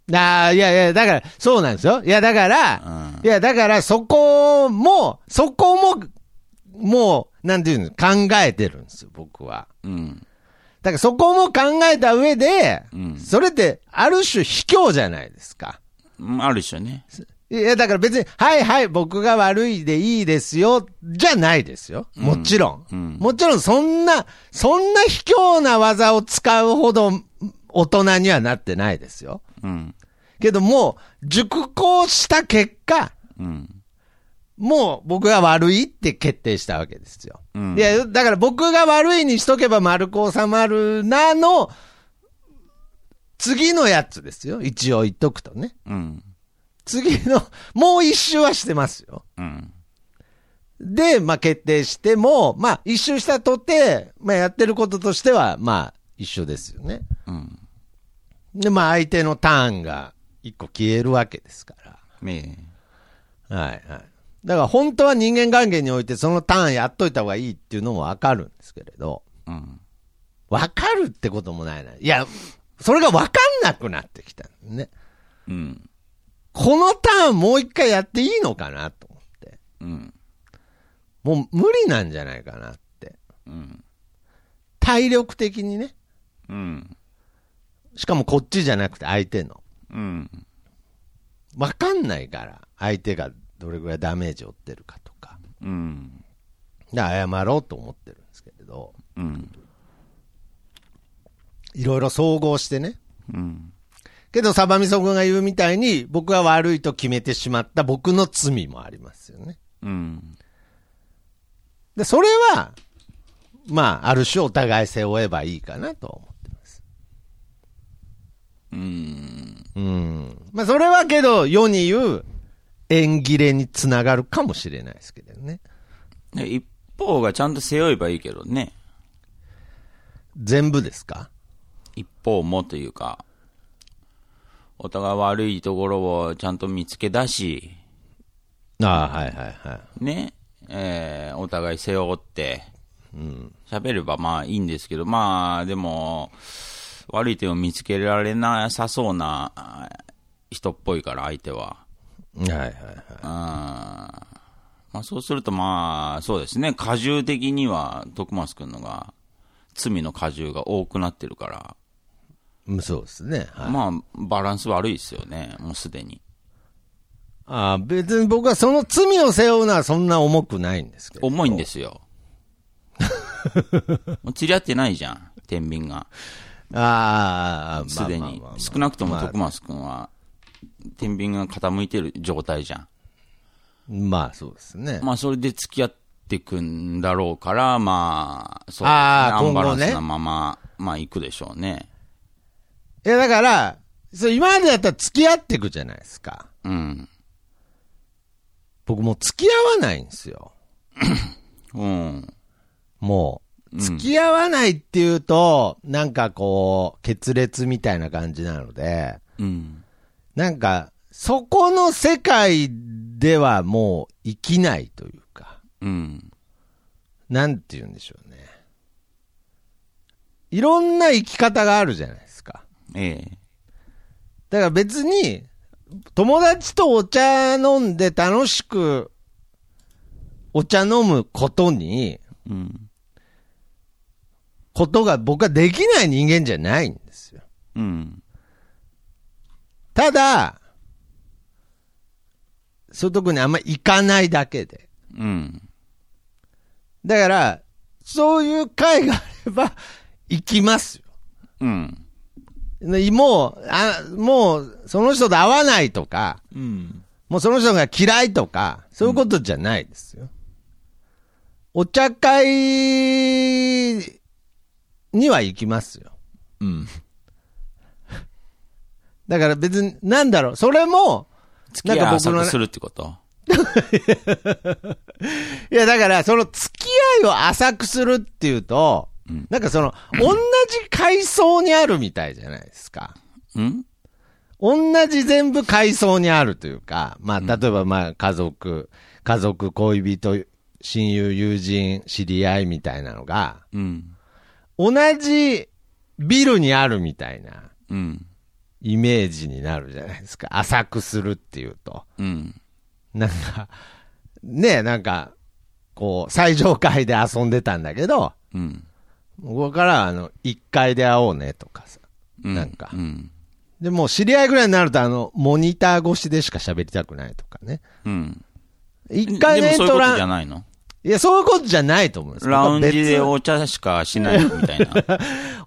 Speaker 2: ね。
Speaker 1: ああ、いやいや、だから、そうなんですよ。いや、だから、いや、だから、そこも、そこも、もう、なんていうの、考えてるんですよ、僕は。
Speaker 2: うん。
Speaker 1: だから、そこも考えた上で、
Speaker 2: うん
Speaker 1: それって、ある種、卑怯じゃないですか。
Speaker 2: うんあるでしょね。
Speaker 1: いや、だから別に、はいはい、僕が悪いでいいですよ、じゃないですよ。もちろん。
Speaker 2: うん
Speaker 1: もちろん、そんな、そんな卑怯な技を使うほど、大人にはなってないですよ。
Speaker 2: うん。
Speaker 1: けどもう、熟考した結果、
Speaker 2: うん。
Speaker 1: もう僕が悪いって決定したわけですよ。
Speaker 2: うん
Speaker 1: いや、だから僕が悪いにしとけば丸く収まるなの、次のやつですよ。一応言っとくとね。
Speaker 2: うん。
Speaker 1: 次の、もう一周はしてますよ。
Speaker 2: うん。
Speaker 1: で、まあ決定しても、まあ一周したとて、まあやってることとしては、まあ一緒ですよね。
Speaker 2: うん。
Speaker 1: で、まあ相手のターンが一個消えるわけですから。
Speaker 2: ね
Speaker 1: はいはい。だから本当は人間関係においてそのターンやっといた方がいいっていうのもわかるんですけれど、
Speaker 2: え。うん。
Speaker 1: わかるってこともないな。いや、それがわかんなくなってきたんだね。
Speaker 2: うん。
Speaker 1: このターンもう一回やっていいのかなと思って。
Speaker 2: うん。
Speaker 1: もう無理なんじゃないかなって。
Speaker 2: うん。
Speaker 1: 体力的にね。
Speaker 2: うん。
Speaker 1: しかもこっちじゃなくて相手の。
Speaker 2: うん。
Speaker 1: わかんないから。相手がどれぐらいダメージを負ってるかとか。
Speaker 2: うん。
Speaker 1: で、謝ろうと思ってるんですけれど。
Speaker 2: うん。
Speaker 1: いろいろ総合してね。
Speaker 2: うん。
Speaker 1: けど、サバミソ君が言うみたいに、僕は悪いと決めてしまった僕の罪もありますよね。
Speaker 2: うん。
Speaker 1: で、それは、まあ、ある種お互い背負えばいいかなと思ってます。
Speaker 2: うん。
Speaker 1: うん。まあ、それはけど、世に言う、縁切れにつながるかもしれないですけどね。
Speaker 2: で一方がちゃんと背負えばいいけどね。
Speaker 1: 全部ですか
Speaker 2: 一方もというか、お互い悪いところをちゃんと見つけ出し、
Speaker 1: ああ、はいはいはい。
Speaker 2: ね、えーお互い背負って、喋、ればまあいいんですけど、まあでも、悪い点を見つけられなさそうなあー人っぽいから、相手は。
Speaker 1: はいはいはい。
Speaker 2: うんまあ、そうすると、まあ、そうですね、荷重的には、徳松君のが、罪の荷重が多くなってるから、
Speaker 1: うんそうですね。はい、
Speaker 2: まあ、バランス悪いですよね、もうすでに。
Speaker 1: ああ、別に僕はその罪を背負うのはそんな重くないんですけど。
Speaker 2: 重いんですよ。 もう釣り合ってないじゃん、天秤が。
Speaker 1: ああ、
Speaker 2: すで
Speaker 1: まあまあ
Speaker 2: に
Speaker 1: まあまあ。
Speaker 2: 少なくとも
Speaker 1: まあ
Speaker 2: 徳松君は、天秤が傾いてる状態じゃん。
Speaker 1: まあそうですね。
Speaker 2: まあ、それで付き合ってくんだろうから、まあ、そうですね
Speaker 1: あー
Speaker 2: アンバラ
Speaker 1: 今
Speaker 2: ン
Speaker 1: 後
Speaker 2: ス
Speaker 1: ね
Speaker 2: なまま、まあ、行くでしょうね。
Speaker 1: いやだから、そう今までだったら付き合っていくじゃないですか。
Speaker 2: うん。
Speaker 1: 僕もう付き合わないんですよ。
Speaker 2: うん。
Speaker 1: もう。付き合わないっていうと、なんかこう、決裂みたいな感じなので、
Speaker 2: うん。
Speaker 1: なんか、そこの世界ではもう生きないというか、
Speaker 2: うん。
Speaker 1: なんて言うんでしょうね。いろんな生き方があるじゃないですか。
Speaker 2: ええ。
Speaker 1: だから別に、友達とお茶飲んで楽しく、お茶飲むことに、
Speaker 2: うん。
Speaker 1: ことが僕はできない人間じゃないんですよ。
Speaker 2: うん。
Speaker 1: ただ、そういうとこにあんま行かないだけで。
Speaker 2: うん。
Speaker 1: だから、そういう会があれば、行きますよ。
Speaker 2: うん。
Speaker 1: ねもう、あもう、その人と会わないとか、
Speaker 2: うん。
Speaker 1: もうその人が嫌いとか、そういうことじゃないですよ。お茶会には行きますよ。
Speaker 2: うん。
Speaker 1: だから別に、なんだろう、それも、
Speaker 2: 付
Speaker 1: なん
Speaker 2: き合
Speaker 1: か
Speaker 2: い
Speaker 1: 僕の
Speaker 2: 浅
Speaker 1: ね
Speaker 2: くするってこと
Speaker 1: いやだから、その付き合いを浅くするっていうと、
Speaker 2: うん
Speaker 1: なんかその、同じ階層にあるみたいじゃないですか。
Speaker 2: うん
Speaker 1: 同じ全部階層にあるというか、まあ、例えば、まあ、家族、家族、恋人、親友、友人、知り合いみたいなのが、
Speaker 2: うん。
Speaker 1: 同じビルにあるみたいな
Speaker 2: うん。
Speaker 1: イメージになるじゃないですか。浅くするっていうと。
Speaker 2: うん。
Speaker 1: なんか、ねえ、なんか、こう、最上階で遊んでたんだけど、
Speaker 2: うん。
Speaker 1: ここからはあの、1階で会おうねとかさ。
Speaker 2: うん
Speaker 1: なんか
Speaker 2: うん。
Speaker 1: で、もう知り合いぐらいになると、あの、モニター越しでしか喋りたくないとかね。
Speaker 2: うん。
Speaker 1: 1階の
Speaker 2: で
Speaker 1: エ
Speaker 2: も
Speaker 1: ント
Speaker 2: そういうこと
Speaker 1: ラン
Speaker 2: じゃないの
Speaker 1: いや、そういうことじゃないと思うんです
Speaker 2: ラウンジで
Speaker 1: 僕は
Speaker 2: お茶しかしないみたいな。
Speaker 1: 別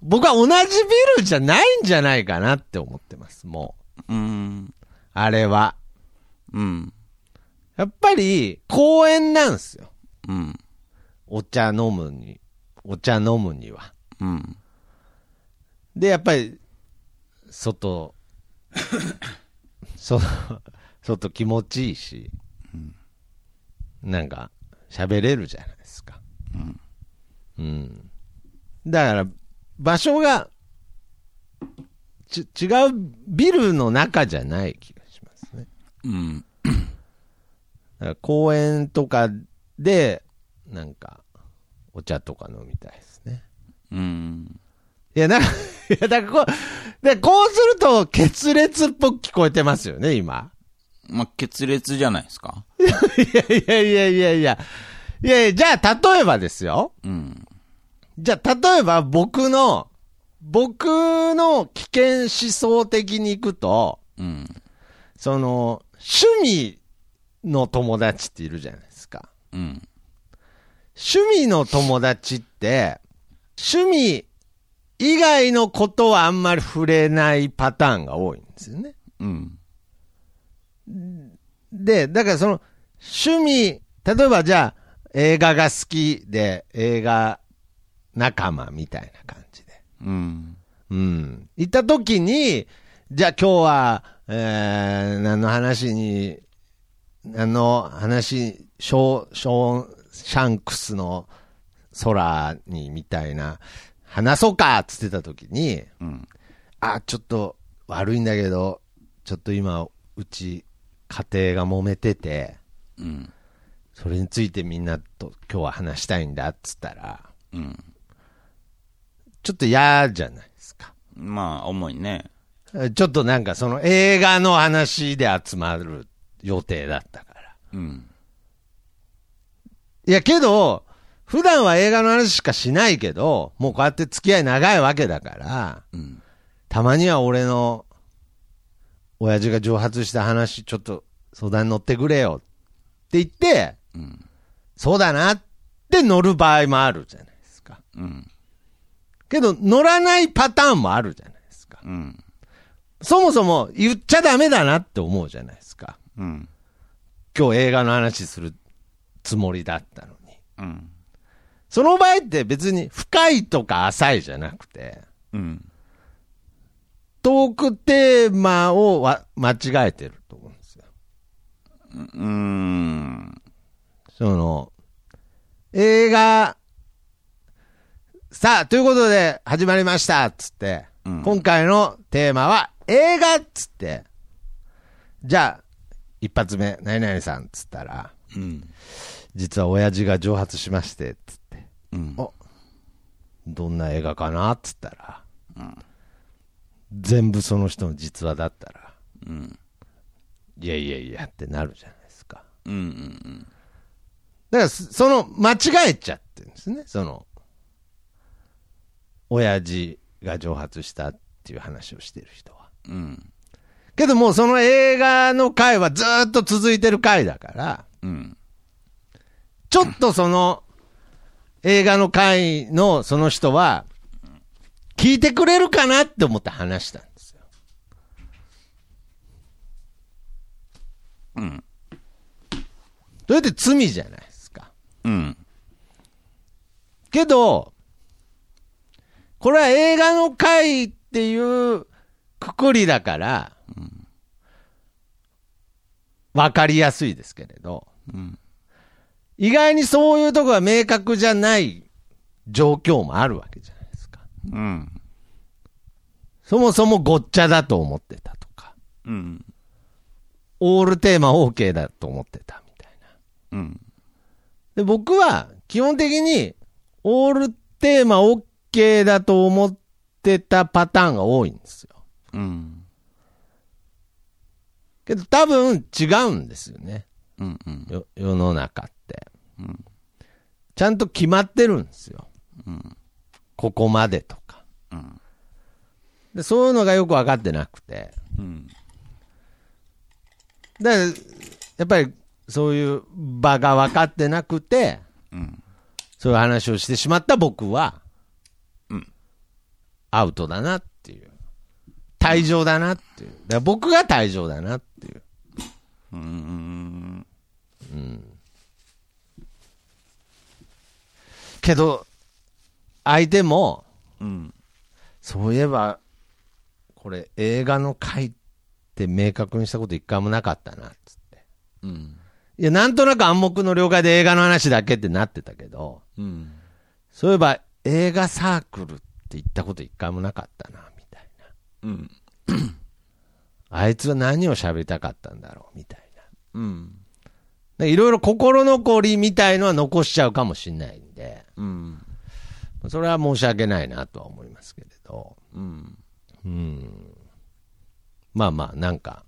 Speaker 1: 僕は同じビルじゃないんじゃないかなって思ってます、も う。
Speaker 2: うん。
Speaker 1: あれは。
Speaker 2: うん。
Speaker 1: やっぱり、公園なんですよ。
Speaker 2: うん。
Speaker 1: お茶飲むに、お茶飲むには。
Speaker 2: うん。
Speaker 1: で、やっぱり、外、 外、外気持ちいいし、なんか、喋れるじゃないですか。うん。だから、場所が、ち、違うビルの中じゃない気がしますね。
Speaker 2: うん。
Speaker 1: だから公園とかで、なんか、お茶とか飲みたいですね。
Speaker 2: うん。
Speaker 1: いや、なんか、い や、だからこう、で、こうすると、決裂っぽく聞こえてますよね、今。
Speaker 2: まあ、決裂じゃないですか。
Speaker 1: いやいやいやいやいや。いやいや、じゃあ、例えばですよ。
Speaker 2: うん。
Speaker 1: じゃあ、例えば僕の、僕の危険思想的に行くと、
Speaker 2: うん。
Speaker 1: その、趣味の友達っているじゃないですか。
Speaker 2: うん。
Speaker 1: 趣味の友達って、趣味以外のことはあんまり触れないパターンが多いんですよね。
Speaker 2: うん。
Speaker 1: で、だからその、趣味、例えばじゃあ、映画が好きで、映画仲間みたいな感じで。
Speaker 2: うん。
Speaker 1: うん。行った時に、じゃあ今日は、えー、何の話に、何の話、ショー、ショーン、シャンクスの空にみたいな、話そうかっつってた時に、
Speaker 2: うん。
Speaker 1: あ、ちょっと悪いんだけど、ちょっと今、うち、家庭が揉めてて、
Speaker 2: うん。
Speaker 1: それについてみんなと今日は話したいんだっつったら、
Speaker 2: うん。
Speaker 1: ちょっと嫌じゃないですか。
Speaker 2: まあ、重いね。
Speaker 1: ちょっとなんかその映画の話で集まる予定だったから。
Speaker 2: うん。
Speaker 1: いやけど、普段は映画の話しかしないけど、もうこうやって付き合い長いわけだから、
Speaker 2: うん。
Speaker 1: たまには俺の、親父が蒸発した話、ちょっと相談に乗ってくれよって言って、
Speaker 2: うん。
Speaker 1: そうだなって乗る場合もあるじゃないですか。
Speaker 2: うん。
Speaker 1: けど、乗らないパターンもあるじゃないですか。
Speaker 2: うん。
Speaker 1: そもそも言っちゃダメだなって思うじゃないですか。
Speaker 2: うん。
Speaker 1: 今日映画の話するつもりだったのに。
Speaker 2: うん。
Speaker 1: その場合って別に深いとか浅いじゃなくて、
Speaker 2: うん。
Speaker 1: トークテーマをわ間違えてると思うんですよ。
Speaker 2: うん。
Speaker 1: その、映画、さあ、ということで始まりましたっつって、
Speaker 2: うん
Speaker 1: 今回のテーマは映画っつって、じゃあ、一発目、何々さんっつったら、
Speaker 2: うん。
Speaker 1: 実は親父が蒸発しましてっつって、
Speaker 2: うん。
Speaker 1: おどんな映画かなっつったら、全部その人の実話だったら、
Speaker 2: うん。
Speaker 1: いやいやいやってなるじゃないですか。
Speaker 2: うんうん
Speaker 1: だからそ、その、間違えちゃってるんですね、その、親父が蒸発したっていう話をしてる人は。
Speaker 2: うん。うん。
Speaker 1: けどもうその映画の回はずーっと続いてる回だから、
Speaker 2: うん。
Speaker 1: ちょっとその、映画の回のその人は、聞いてくれるかなって思って話したんですよ。
Speaker 2: うん。
Speaker 1: それって罪じゃないですか。
Speaker 2: うん。
Speaker 1: けど、これは映画の回っていうくくりだから、わかりやすいですけれど、
Speaker 2: うん。
Speaker 1: 意外にそういうとこが明確じゃない状況もあるわけじゃないですか。
Speaker 2: うん。
Speaker 1: そもそもごっちゃだと思ってたとか、
Speaker 2: うん。
Speaker 1: オールテーマ OK だと思ってたみたいな。
Speaker 2: うん。
Speaker 1: で、僕は基本的にオールテーマ OK だと思ってたパターンが多いんですよ。
Speaker 2: うん。
Speaker 1: けど多分違うんですよね。
Speaker 2: うん。うん。
Speaker 1: よ世の中って、
Speaker 2: うん
Speaker 1: ちゃんと決まってるんですよ。
Speaker 2: うん
Speaker 1: ここまでとか。
Speaker 2: うん。
Speaker 1: で、そういうのがよく分かってなくて。
Speaker 2: うん。
Speaker 1: だから、やっぱりそういう場が分かってなくて、
Speaker 2: うん。
Speaker 1: そういう話をしてしまった僕は、
Speaker 2: うん
Speaker 1: アウトだなっていう。退場だなっていう。だから僕が退場だなっていう。
Speaker 2: うん。
Speaker 1: けど、相手も、
Speaker 2: うん。
Speaker 1: そういえば、これ映画の回って明確にしたこと一回もなかったな、つって。
Speaker 2: うん。
Speaker 1: いや、なんとなく暗黙の了解で映画の話だけってなってたけど、
Speaker 2: うん。
Speaker 1: そういえば映画サークルって言ったこと一回もなかったな、みたいな。
Speaker 2: うん。
Speaker 1: あいつは何を喋りたかったんだろう、みたいな。
Speaker 2: うん。
Speaker 1: でいろいろ心残りみたいのは残しちゃうかもしれないんで、
Speaker 2: うん。
Speaker 1: それは申し訳ないなとは思いますけれど、
Speaker 2: うん。
Speaker 1: まあまあ、なんか、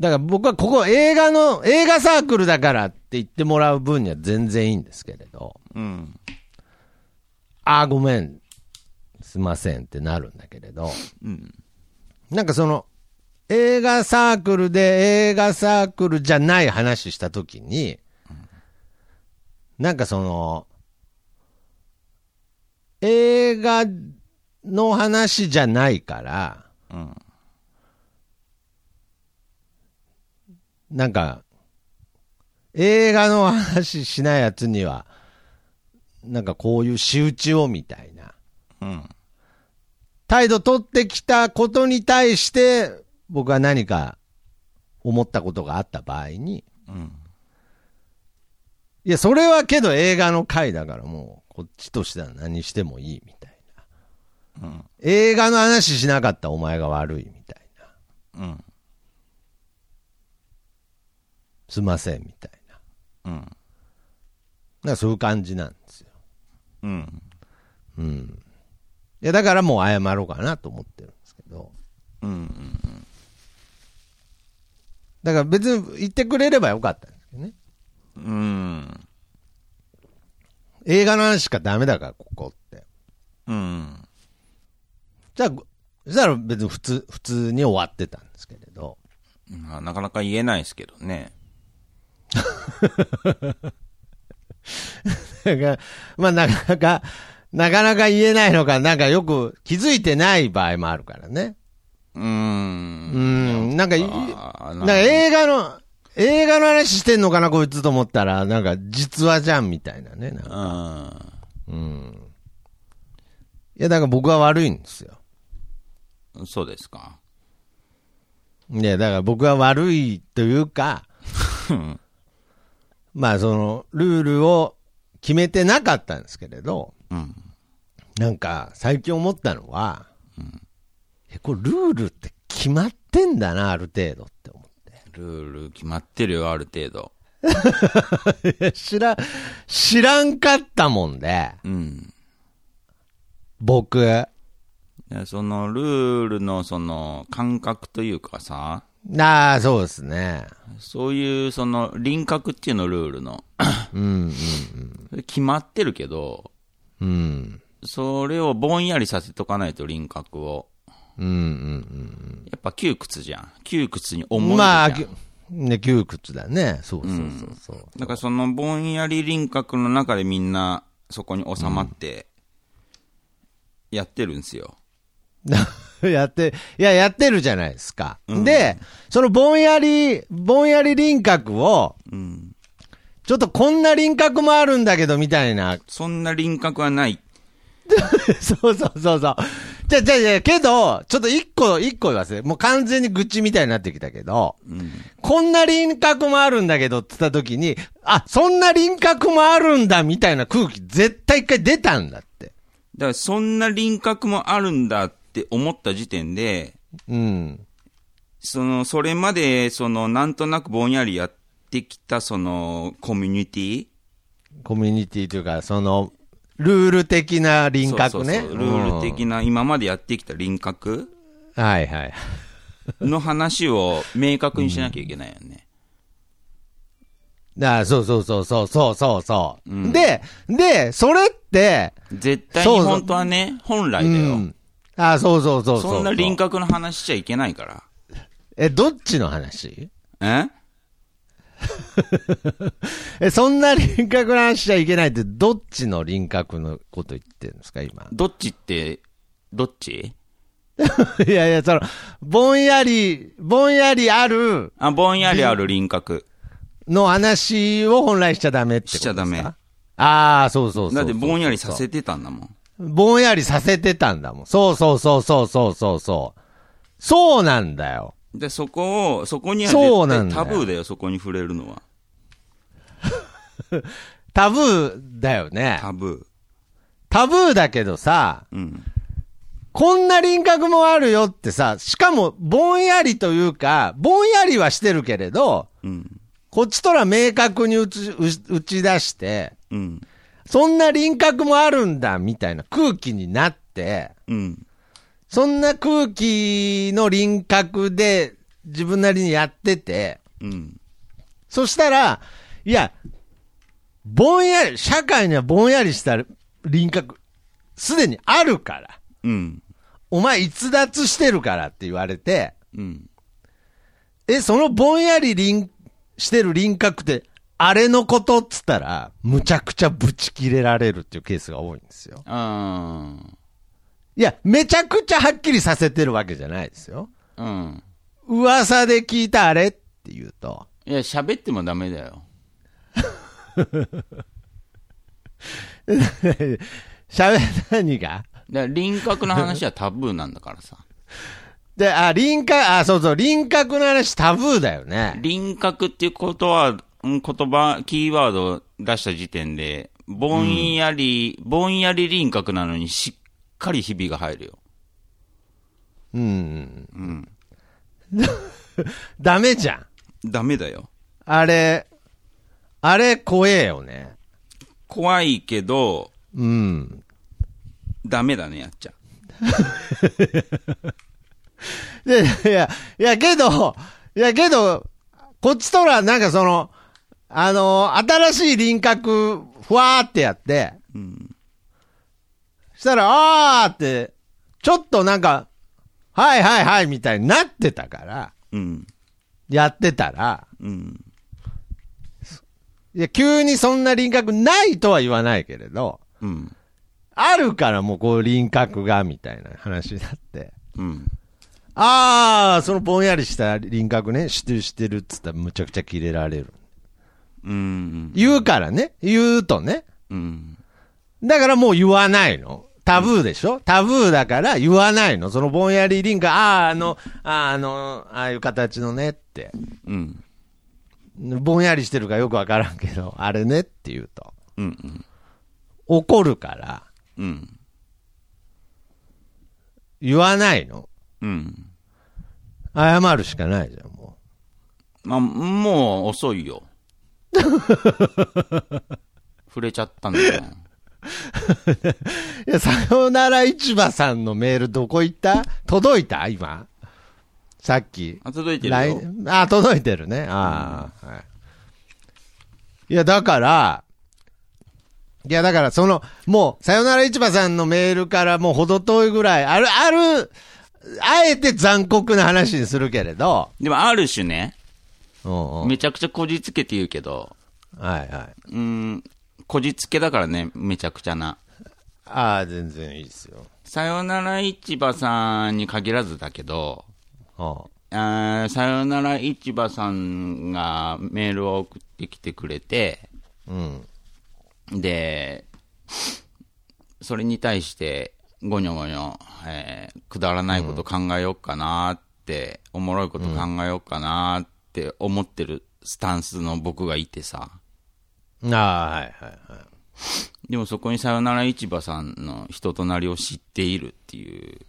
Speaker 1: だから僕はここ映画の、映画サークルだからって言ってもらう分には全然いいんですけれど、
Speaker 2: うん。
Speaker 1: ああ、ごめん、すいませんってなるんだけれど、
Speaker 2: うん。
Speaker 1: なんかその、映画サークルで映画サークルじゃない話したときに、なんかその、映画の話じゃないから、
Speaker 2: うん。
Speaker 1: なんか、映画の話しないやつには、なんかこういう仕打ちをみたいな、
Speaker 2: うん。
Speaker 1: 態度取ってきたことに対して、僕は何か思ったことがあった場合に、
Speaker 2: うん。
Speaker 1: いや、それはけど映画の回だからもう、こっちとしては何してもいいみたいな。
Speaker 2: うん。
Speaker 1: 映画の話しなかったお前が悪いみたいな。
Speaker 2: うん。
Speaker 1: すいませんみたいな。
Speaker 2: うん。
Speaker 1: なんかそういう感じなんですよ。
Speaker 2: うん。
Speaker 1: うん。いや、だからもう謝ろうかなと思ってるんですけど。
Speaker 2: うん。
Speaker 1: だから別に言ってくれればよかったんですけどね。
Speaker 2: うん。
Speaker 1: 映画の話しかダメだから、ここって。
Speaker 2: うん。
Speaker 1: じゃあ、そしたら別に普通、普通に終わってたんですけれど。
Speaker 2: まあ、なかなか言えないですけどね。
Speaker 1: だからまあなかなか、なかなか言えないのか、なんかよく気づいてない場合もあるからね。
Speaker 2: う。
Speaker 1: うんん、なんかい、なん
Speaker 2: ああ、
Speaker 1: か映画の、映画の話してんのかな、こいつと思ったら、なんか実話じゃんみたいなね。なんかうん。いや、だから僕は悪いんですよ。
Speaker 2: うん。そうですか。
Speaker 1: いや、だから僕は悪いというか、
Speaker 2: うん。
Speaker 1: まあその、ルールを決めてなかったんですけれど、
Speaker 2: うん。
Speaker 1: なんか最近思ったのは、え、これルールって決まってんだな、ある程度って思って。
Speaker 2: ルール決まってるよ、ある程度。
Speaker 1: 知ら、知らんかったもんで、
Speaker 2: うん。
Speaker 1: 僕。
Speaker 2: いやそのルールのその感覚というかさ、
Speaker 1: ああ、そうですね。
Speaker 2: そういうその輪郭っていうのルールの。
Speaker 1: うん、
Speaker 2: 決まってるけど、
Speaker 1: うん、うん。
Speaker 2: それをぼんやりさせとかないと輪郭を。
Speaker 1: うん、うん、
Speaker 2: やっぱ窮屈じゃん。窮屈に
Speaker 1: う
Speaker 2: 思え
Speaker 1: ん。
Speaker 2: るじゃん。
Speaker 1: まあ、きゅね、窮屈だね。そうそうそうそう。
Speaker 2: だからそのぼんやり輪郭の中でみんなそこに収まってやってるんですよ。
Speaker 1: やって、いや、やってるじゃないですか。で、そのぼんやり、ぼんやり輪郭を、
Speaker 2: うん。
Speaker 1: ちょっとこんな輪郭もあるんだけど、みたいな。
Speaker 2: そんな輪郭はない。
Speaker 1: そうそうそうそう。じゃ、じゃ、じゃ、けど、ちょっと一個、一個言わせ。もう完全に愚痴みたいになってきたけど、
Speaker 2: うん。
Speaker 1: こんな輪郭もあるんだけどって言った時に、あ、そんな輪郭もあるんだ、みたいな空気、絶対一回出たんだって。
Speaker 2: だからそんな輪郭もあるんだって思った時点で、
Speaker 1: うん。
Speaker 2: その、それまで、その、なんとなくぼんやりやってきた、その、コミュニティ
Speaker 1: コミュニティというか、その、ルール的な輪郭ね。
Speaker 2: そうそうそうルール的な、今までやってきた輪郭
Speaker 1: うん。はいはい。
Speaker 2: の話を明確にしなきゃいけないよね。
Speaker 1: あそうそうそうそうそうそうそう、で、で、それって、
Speaker 2: 絶対
Speaker 1: そう
Speaker 2: に
Speaker 1: そう
Speaker 2: 本当はね、本来だ
Speaker 1: う
Speaker 2: よ。
Speaker 1: ん。あそうそうそうそうう。
Speaker 2: そんな輪郭の話しちゃいけないか
Speaker 1: え、どっちの話
Speaker 2: ら。え
Speaker 1: え、そんな輪郭の話しちゃいけないって、どっちの輪郭のこと言ってるんですか、今。
Speaker 2: どっちって、どっち
Speaker 1: いやいや、その、ぼんやり、ぼんやりある
Speaker 2: あ、ぼんやりある輪郭。
Speaker 1: の話を本来しちゃダメってことですか
Speaker 2: しちゃダメ
Speaker 1: ああ、そうそうそうそう。
Speaker 2: だってぼんやりさせてたんだもん。
Speaker 1: ぼんやりさせてたんだもん。そうそうそうそうそうそうそう。そうなんだよ。
Speaker 2: で、そこを、そこには
Speaker 1: そう
Speaker 2: 絶
Speaker 1: なん
Speaker 2: 対
Speaker 1: だよ
Speaker 2: タブーだよ、そこに触れるのは。
Speaker 1: タブーだよね。
Speaker 2: タブ
Speaker 1: タブーだけどさ、
Speaker 2: ー。うん。
Speaker 1: こんな輪郭もあるよってさ、しかもぼんやりというか、ぼんやりはしてるけれど、
Speaker 2: うん。
Speaker 1: こっちとら明確に打ち打ち出して、
Speaker 2: うん。
Speaker 1: そんな輪郭もあるんだみたいな空気になって、
Speaker 2: うん。
Speaker 1: そんな空気の輪郭で自分なりにやってて、
Speaker 2: うん。
Speaker 1: そしたら、いや、ぼんやり、社会にはぼんやりした輪郭、すでにあるから。
Speaker 2: うん。
Speaker 1: お前逸脱してるからって言われて、
Speaker 2: うん。
Speaker 1: え、そのぼんやり輪、してる輪郭って、あれのことっつったら、むちゃくちゃブチ切れられるっていうケースが多いんですよ。
Speaker 2: あ
Speaker 1: いや、めちゃくちゃはっきりさせてるわけじゃないですよ。
Speaker 2: ーうん。
Speaker 1: 噂で聞いたあれって言うと、
Speaker 2: いや、喋ってもダメだよ。
Speaker 1: 喋何が
Speaker 2: だから輪郭の話はタブーなんだか らさ。
Speaker 1: で、あ、輪郭、あ、そうそう、輪郭の話タブーだよね。
Speaker 2: 輪郭っていうことは、うん言葉、キーワードを出した時点で、ぼんやり、ぼんやり輪郭なのにしっかりひびが入るよ。
Speaker 1: うん。
Speaker 2: うん。
Speaker 1: ダメじゃん。
Speaker 2: ダメだよ。
Speaker 1: あれ、あれ怖えよね。
Speaker 2: 怖いけど、
Speaker 1: うん。
Speaker 2: ダメだね、やっちゃ。
Speaker 1: で、いや、いやけど、いやけど、こっちとらなんかその、あの新しい輪郭、ふわーってやって、
Speaker 2: うん。
Speaker 1: したら、あーって、ちょっとなんか、はいはいはいみたいになってたから、
Speaker 2: うん。
Speaker 1: やってたら、
Speaker 2: うん。
Speaker 1: いや、急にそんな輪郭ないとは言わないけれど、
Speaker 2: うん。
Speaker 1: あるからもうこう輪郭が、みたいな話になって。
Speaker 2: うん。
Speaker 1: あー、そのぼんやりした輪郭ね、知ってる知ってるっつったらむちゃくちゃキレられる。
Speaker 2: うん。
Speaker 1: 言うからね。言うとね。
Speaker 2: うん。
Speaker 1: だからもう言わないの。タブーでしょタブーだから言わないの。そのぼんやりリンク、ああ、あの、あーあの、ああいう形のねって。
Speaker 2: うん。
Speaker 1: ぼんやりしてるかよくわからんけど、あれねって言うと。
Speaker 2: うん。
Speaker 1: 怒るから、
Speaker 2: うん。
Speaker 1: 言わないの。
Speaker 2: うん。
Speaker 1: 謝るしかないじゃん、も
Speaker 2: まあ、もう遅いよ。触れちゃったんだよ。
Speaker 1: いや、さよなら市場さんのメールどこ行った届いた今。さっき。
Speaker 2: あ、届いてる
Speaker 1: LINE
Speaker 2: よ。
Speaker 1: あ、届いてるね。ああ、はい。いや、だから、いや、だから、その、もう、さよなら市場さんのメールからもう程遠いぐらい、ある、ある、あえて残酷な話にするけれど、
Speaker 2: でも、ある種ね、
Speaker 1: うんうん。はい
Speaker 2: めちゃくちゃこじつけて言うけど、
Speaker 1: はい。
Speaker 2: うーん、こじつけだからね、めちゃくちゃな。
Speaker 1: ああ、全然いいですよ。
Speaker 2: さよなら市場さんに限らずだけど、
Speaker 1: うん
Speaker 2: あーさよなら市場さんがメールを送ってきてくれて、
Speaker 1: うん。
Speaker 2: で、それに対して、ごにょごにょ、えーくだらないこと考えようかなって、おもろいこと考えようかなって思ってるスタンスの僕がいてさ、
Speaker 1: ああ、はいはいはい。
Speaker 2: でもそこにさよなら市場さんの人となりを知っているっていう、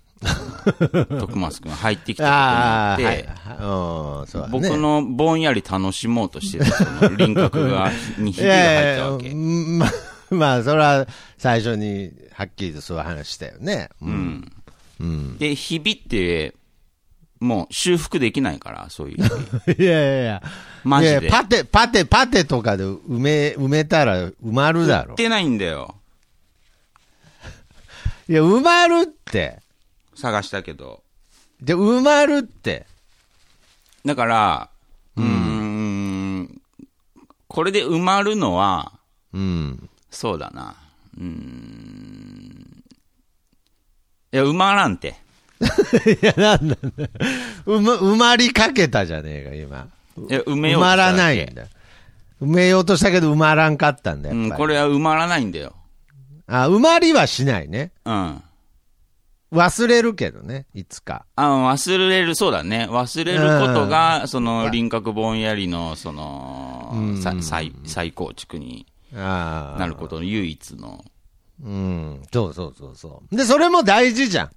Speaker 2: 徳松くんが入ってきたことによ
Speaker 1: あ
Speaker 2: っ
Speaker 1: あ、
Speaker 2: て、
Speaker 1: はいはい。うん、そうだね。
Speaker 2: 僕のぼんやり楽しもうとしてたその 輪郭が、にひびが入ったわ
Speaker 1: い
Speaker 2: け
Speaker 1: やいや。うんま あ、まあ、それは最初にはっきりとそういう話したよね。うん。
Speaker 2: で、ひびって、もう修復できないから、そう いう。
Speaker 1: いやいやいや。
Speaker 2: マジで
Speaker 1: いやいやパテ、パテ、パテとかで埋め、埋めたら埋まるだろ
Speaker 2: 売っ。てないんだよ。
Speaker 1: いや、埋まるって。
Speaker 2: 探したけど。
Speaker 1: で、埋まるって。
Speaker 2: だから、うーん、これで埋まるのは、
Speaker 1: うん。
Speaker 2: そうだな。うーん。いや、埋まらんて。
Speaker 1: いや、なんだね。埋ま、埋まりかけたじゃねえか、今。
Speaker 2: いや、埋め
Speaker 1: 埋
Speaker 2: ようと
Speaker 1: ま
Speaker 2: しただ
Speaker 1: ら
Speaker 2: け
Speaker 1: ないんだ。埋めようとしたけど埋まらんかったんだよ。
Speaker 2: う
Speaker 1: や
Speaker 2: ん、
Speaker 1: っぱり
Speaker 2: これは埋まらないんだよ。
Speaker 1: あ、埋まりはしないね。
Speaker 2: うん。あ
Speaker 1: 忘れるけどね、いつか。
Speaker 2: 忘れる、そうだね。忘れることが、その、輪郭ぼんやりの、その、さ再、再構築に
Speaker 1: ああ。
Speaker 2: なることの唯一の。
Speaker 1: うん、そうそうそうそう。で、それも大事じゃん。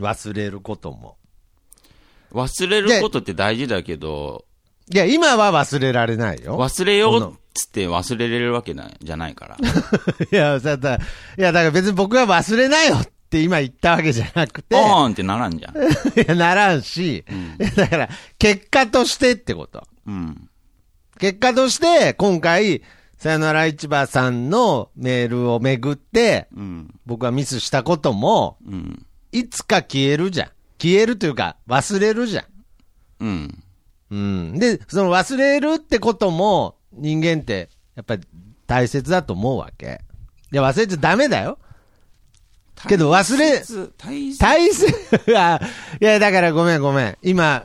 Speaker 1: 忘れることも。
Speaker 2: 忘れることって大事だけど、
Speaker 1: いや、今は忘れられないよ。
Speaker 2: 忘れようっつって忘れれるわけないじゃな いから。
Speaker 1: いや、だだいや、だから別に僕は忘れないよって今言ったわけじゃなくて、
Speaker 2: おーんってならんじゃん。
Speaker 1: いや、ならんし、いやだから、結果としてってこと。
Speaker 2: うん。
Speaker 1: 結果として、今回、さよなら市場さんのメールをめぐって、
Speaker 2: うん。
Speaker 1: 僕はミスしたことも、
Speaker 2: うん。
Speaker 1: いつか消えるじゃん。消えるというか、忘れるじゃん。
Speaker 2: うん。
Speaker 1: うん。で、その忘れるってことも、人間って、やっぱり大切だと思うわけ。いや、忘れちゃダメだよ。けど忘れ
Speaker 2: 大切大切。
Speaker 1: 大切、 あいや、だからごめんごめん。今、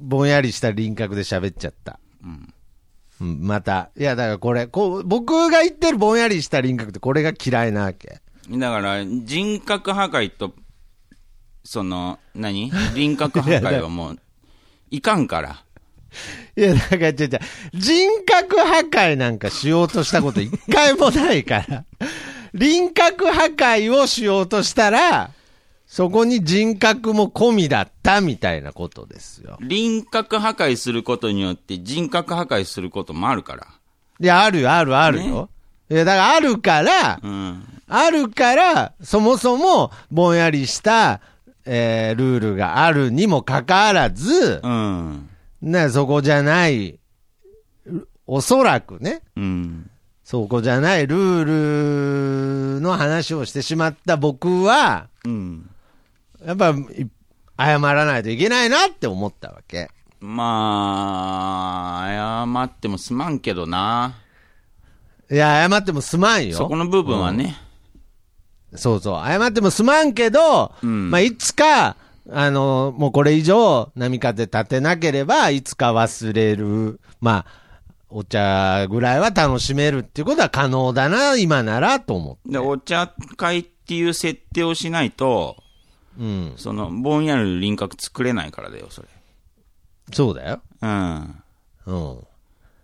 Speaker 1: ぼんやりした輪郭で喋っちゃった。うん。また。いや、だからこれ、こう、僕が言ってるぼんやりした輪郭ってこれが嫌いなわけ。
Speaker 2: だから、人格破壊と、その、 何輪郭破壊はもう、いかんから。
Speaker 1: いや、だから違う違う、人格破壊なんかしようとしたこと一回もないから。輪郭破壊をしようとしたら、そこに人格も込みだったみたいなことですよ。
Speaker 2: 輪郭破壊することによって人格破壊することもあるから。
Speaker 1: いや、あるよ、ある、あるよ。いや、だからあるから、
Speaker 2: うん。
Speaker 1: あるから、そもそもぼんやりした、えールールがあるにもかかわらず
Speaker 2: う、ん。
Speaker 1: ね、そこじゃない、おそらくね、
Speaker 2: うん。
Speaker 1: そこじゃないルールの話をしてしまった僕は、
Speaker 2: うん。
Speaker 1: やっぱ、い謝らないといけないなって思ったわけ。
Speaker 2: まあ、謝ってもすまんけどな。
Speaker 1: いや、謝ってもすまんよ。
Speaker 2: そこの部分はね。
Speaker 1: そうそう。謝ってもすまんけど、
Speaker 2: うん
Speaker 1: まあ、いつか、あの、もうこれ以上、波風立てなければ、いつか忘れる。まあ、お茶ぐらいは楽しめるっていうことは可能だな、今なら、と思
Speaker 2: で、お茶会っていう設定をしないと、
Speaker 1: う。うん。
Speaker 2: その、ぼんやり輪郭作れないからだよ、それ。
Speaker 1: そうだよ。
Speaker 2: うん。
Speaker 1: う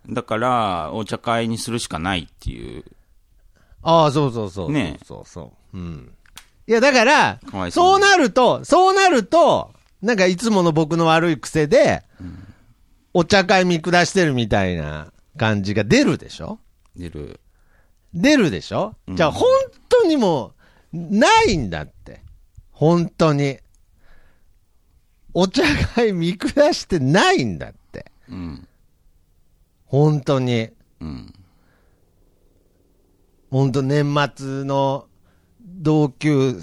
Speaker 1: ん。
Speaker 2: だから、お茶会にするしかないっていう。
Speaker 1: ああ、そうそうそう。
Speaker 2: ねえ
Speaker 1: そうそうそう。うん。いや、だから
Speaker 2: かわ、いそ
Speaker 1: そう
Speaker 2: う
Speaker 1: なると、そうなると、なんかいつもの僕の悪い癖で、お茶会見下してるみたいな感じが出るでしょ
Speaker 2: 出る。
Speaker 1: 出るでしょ、じゃあ本当にもう、ないんだって。本当に。お茶会見下してないんだって。
Speaker 2: うん。
Speaker 1: 本当に。
Speaker 2: うん。
Speaker 1: 本当年末の同級、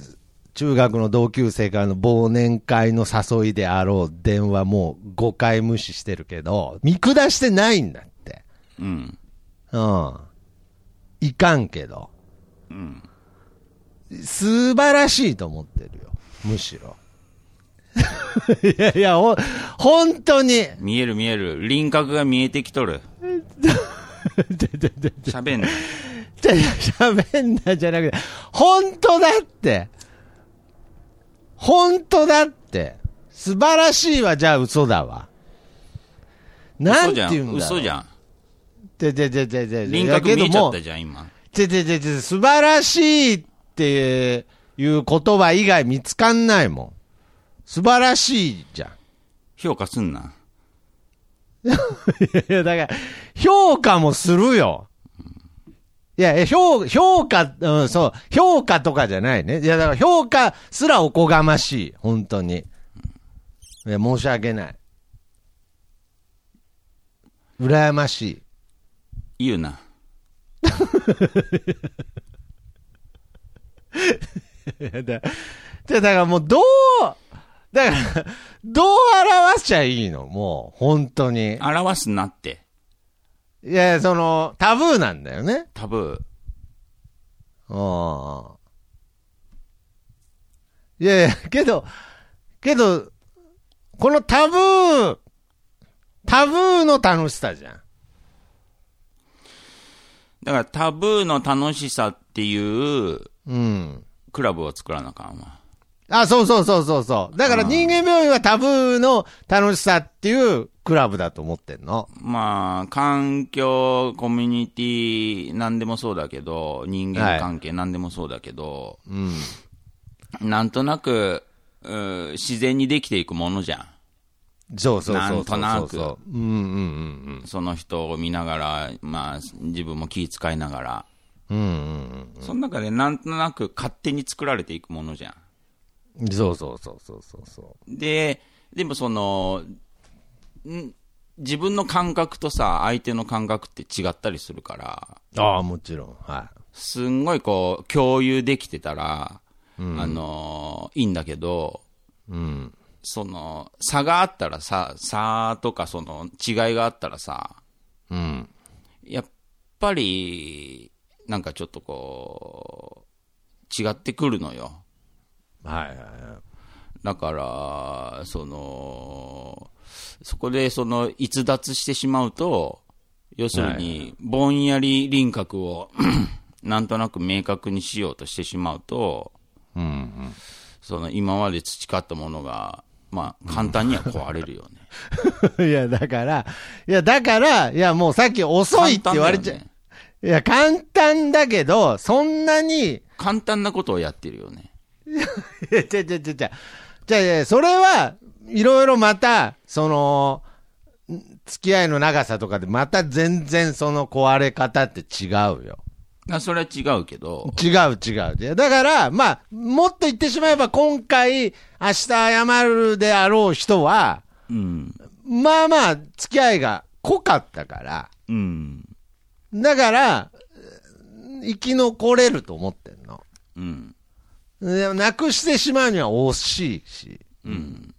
Speaker 1: 中学の同級生からの忘年会の誘いであろう電話もう5回無視してるけど、見下してないんだって。
Speaker 2: うん。
Speaker 1: うん。いかんけど。
Speaker 2: うん。
Speaker 1: 素晴らしいと思ってるよ。むしろ。 いやいや、ほ、本当に。
Speaker 2: 見える見える。輪郭が見えてき とる。喋んな。
Speaker 1: じゃ、喋んなじゃなくて、本当だって。本当だって。素晴らしいは、じゃあ嘘だわ。なん
Speaker 2: 嘘
Speaker 1: て
Speaker 2: じゃ
Speaker 1: 言うんだ
Speaker 2: ん。嘘じゃん。
Speaker 1: ででででで
Speaker 2: 輪郭見えちゃった
Speaker 1: じ
Speaker 2: じゃん、今。
Speaker 1: ゃん。ででで素晴らしいっていう言葉以外見つかんないもん。素晴らしいじゃん。
Speaker 2: 評価すんな。
Speaker 1: いや、だから、評価もするよ。いや、え評、評価、うん、そう、評価とかじゃないね。いや、だから評価すらおこがましい。本当に。いや、申し訳ない。羨ましい。
Speaker 2: 言うな。
Speaker 1: いやだじゃあだからもう、どう、だから、どう表しちゃいいのもう、本当に。
Speaker 2: 表すなって。
Speaker 1: いや、その、タブーなんだよね。
Speaker 2: タブ
Speaker 1: ああ。いやいや、けど、けど、このタブー、タブーの楽しさじゃん。
Speaker 2: ー。だからタブーの楽しさっていう
Speaker 1: うん。
Speaker 2: クラブを作らなあかんわ。
Speaker 1: あ、そうそうそうそうそう。だから人間病院はタブーの楽しさっていうクラブだと思ってんの。
Speaker 2: まあ、環境、コミュニティ、なんでもそうだけど、人間関係、なんでもそうだけど、
Speaker 1: うん。
Speaker 2: なんとなく、うー自然にできていくものじゃ
Speaker 1: そうそうそうそうそう。
Speaker 2: なんとなく
Speaker 1: うんうん
Speaker 2: ん。その人を見ながら、まあ、自分も気遣いながら。
Speaker 1: うんうん。うん
Speaker 2: その中でなんとなく勝手に作られていくものじゃ
Speaker 1: うん。そうそうそうそうそうそ
Speaker 2: ん。で、でもその、ん自分の感覚とさ、相手の感覚って違ったりするから、
Speaker 1: う。ああ、もちろん。は
Speaker 2: すんごいこう、共有できてたら、あのーいいんだけど、
Speaker 1: い。うん。
Speaker 2: その、差があったらさ、差とかその違いがあったらさ、
Speaker 1: うん。
Speaker 2: やっぱり、なんかちょっとこう、違ってくるのよ。
Speaker 1: はいはいは
Speaker 2: だから、その、そこでその逸脱してしまうと、要するに、ぼんやり輪郭を、 なんとなく明確にしようとしてしまうと、
Speaker 1: い。うんうん。
Speaker 2: その今まで培ったものが、まあ、簡単には壊れるよ ね。
Speaker 1: いや、だから、いや、だから、いや、もうさっき遅いって言われちゃう。
Speaker 2: 簡単だよね
Speaker 1: いや、簡単だけど、そんなに、
Speaker 2: 簡単なことをやってるよね。
Speaker 1: いやちゃちゃちゃちゃ、じゃあいやそれは、いろいろまた、その、ん付き合いの長さとかで、また全然その壊れ方って違うよ。
Speaker 2: あそれは違うけど、
Speaker 1: 違う違う。いやだから、まあ、もっと言ってしまえば、今回、明日謝るであろう人は、
Speaker 2: うん。
Speaker 1: まあまあ、付き合いが濃かったから、
Speaker 2: うん。
Speaker 1: だから、えー生き残れると思ってんの。
Speaker 2: うん。
Speaker 1: でもなくしてしまうには惜しいし。
Speaker 2: うん。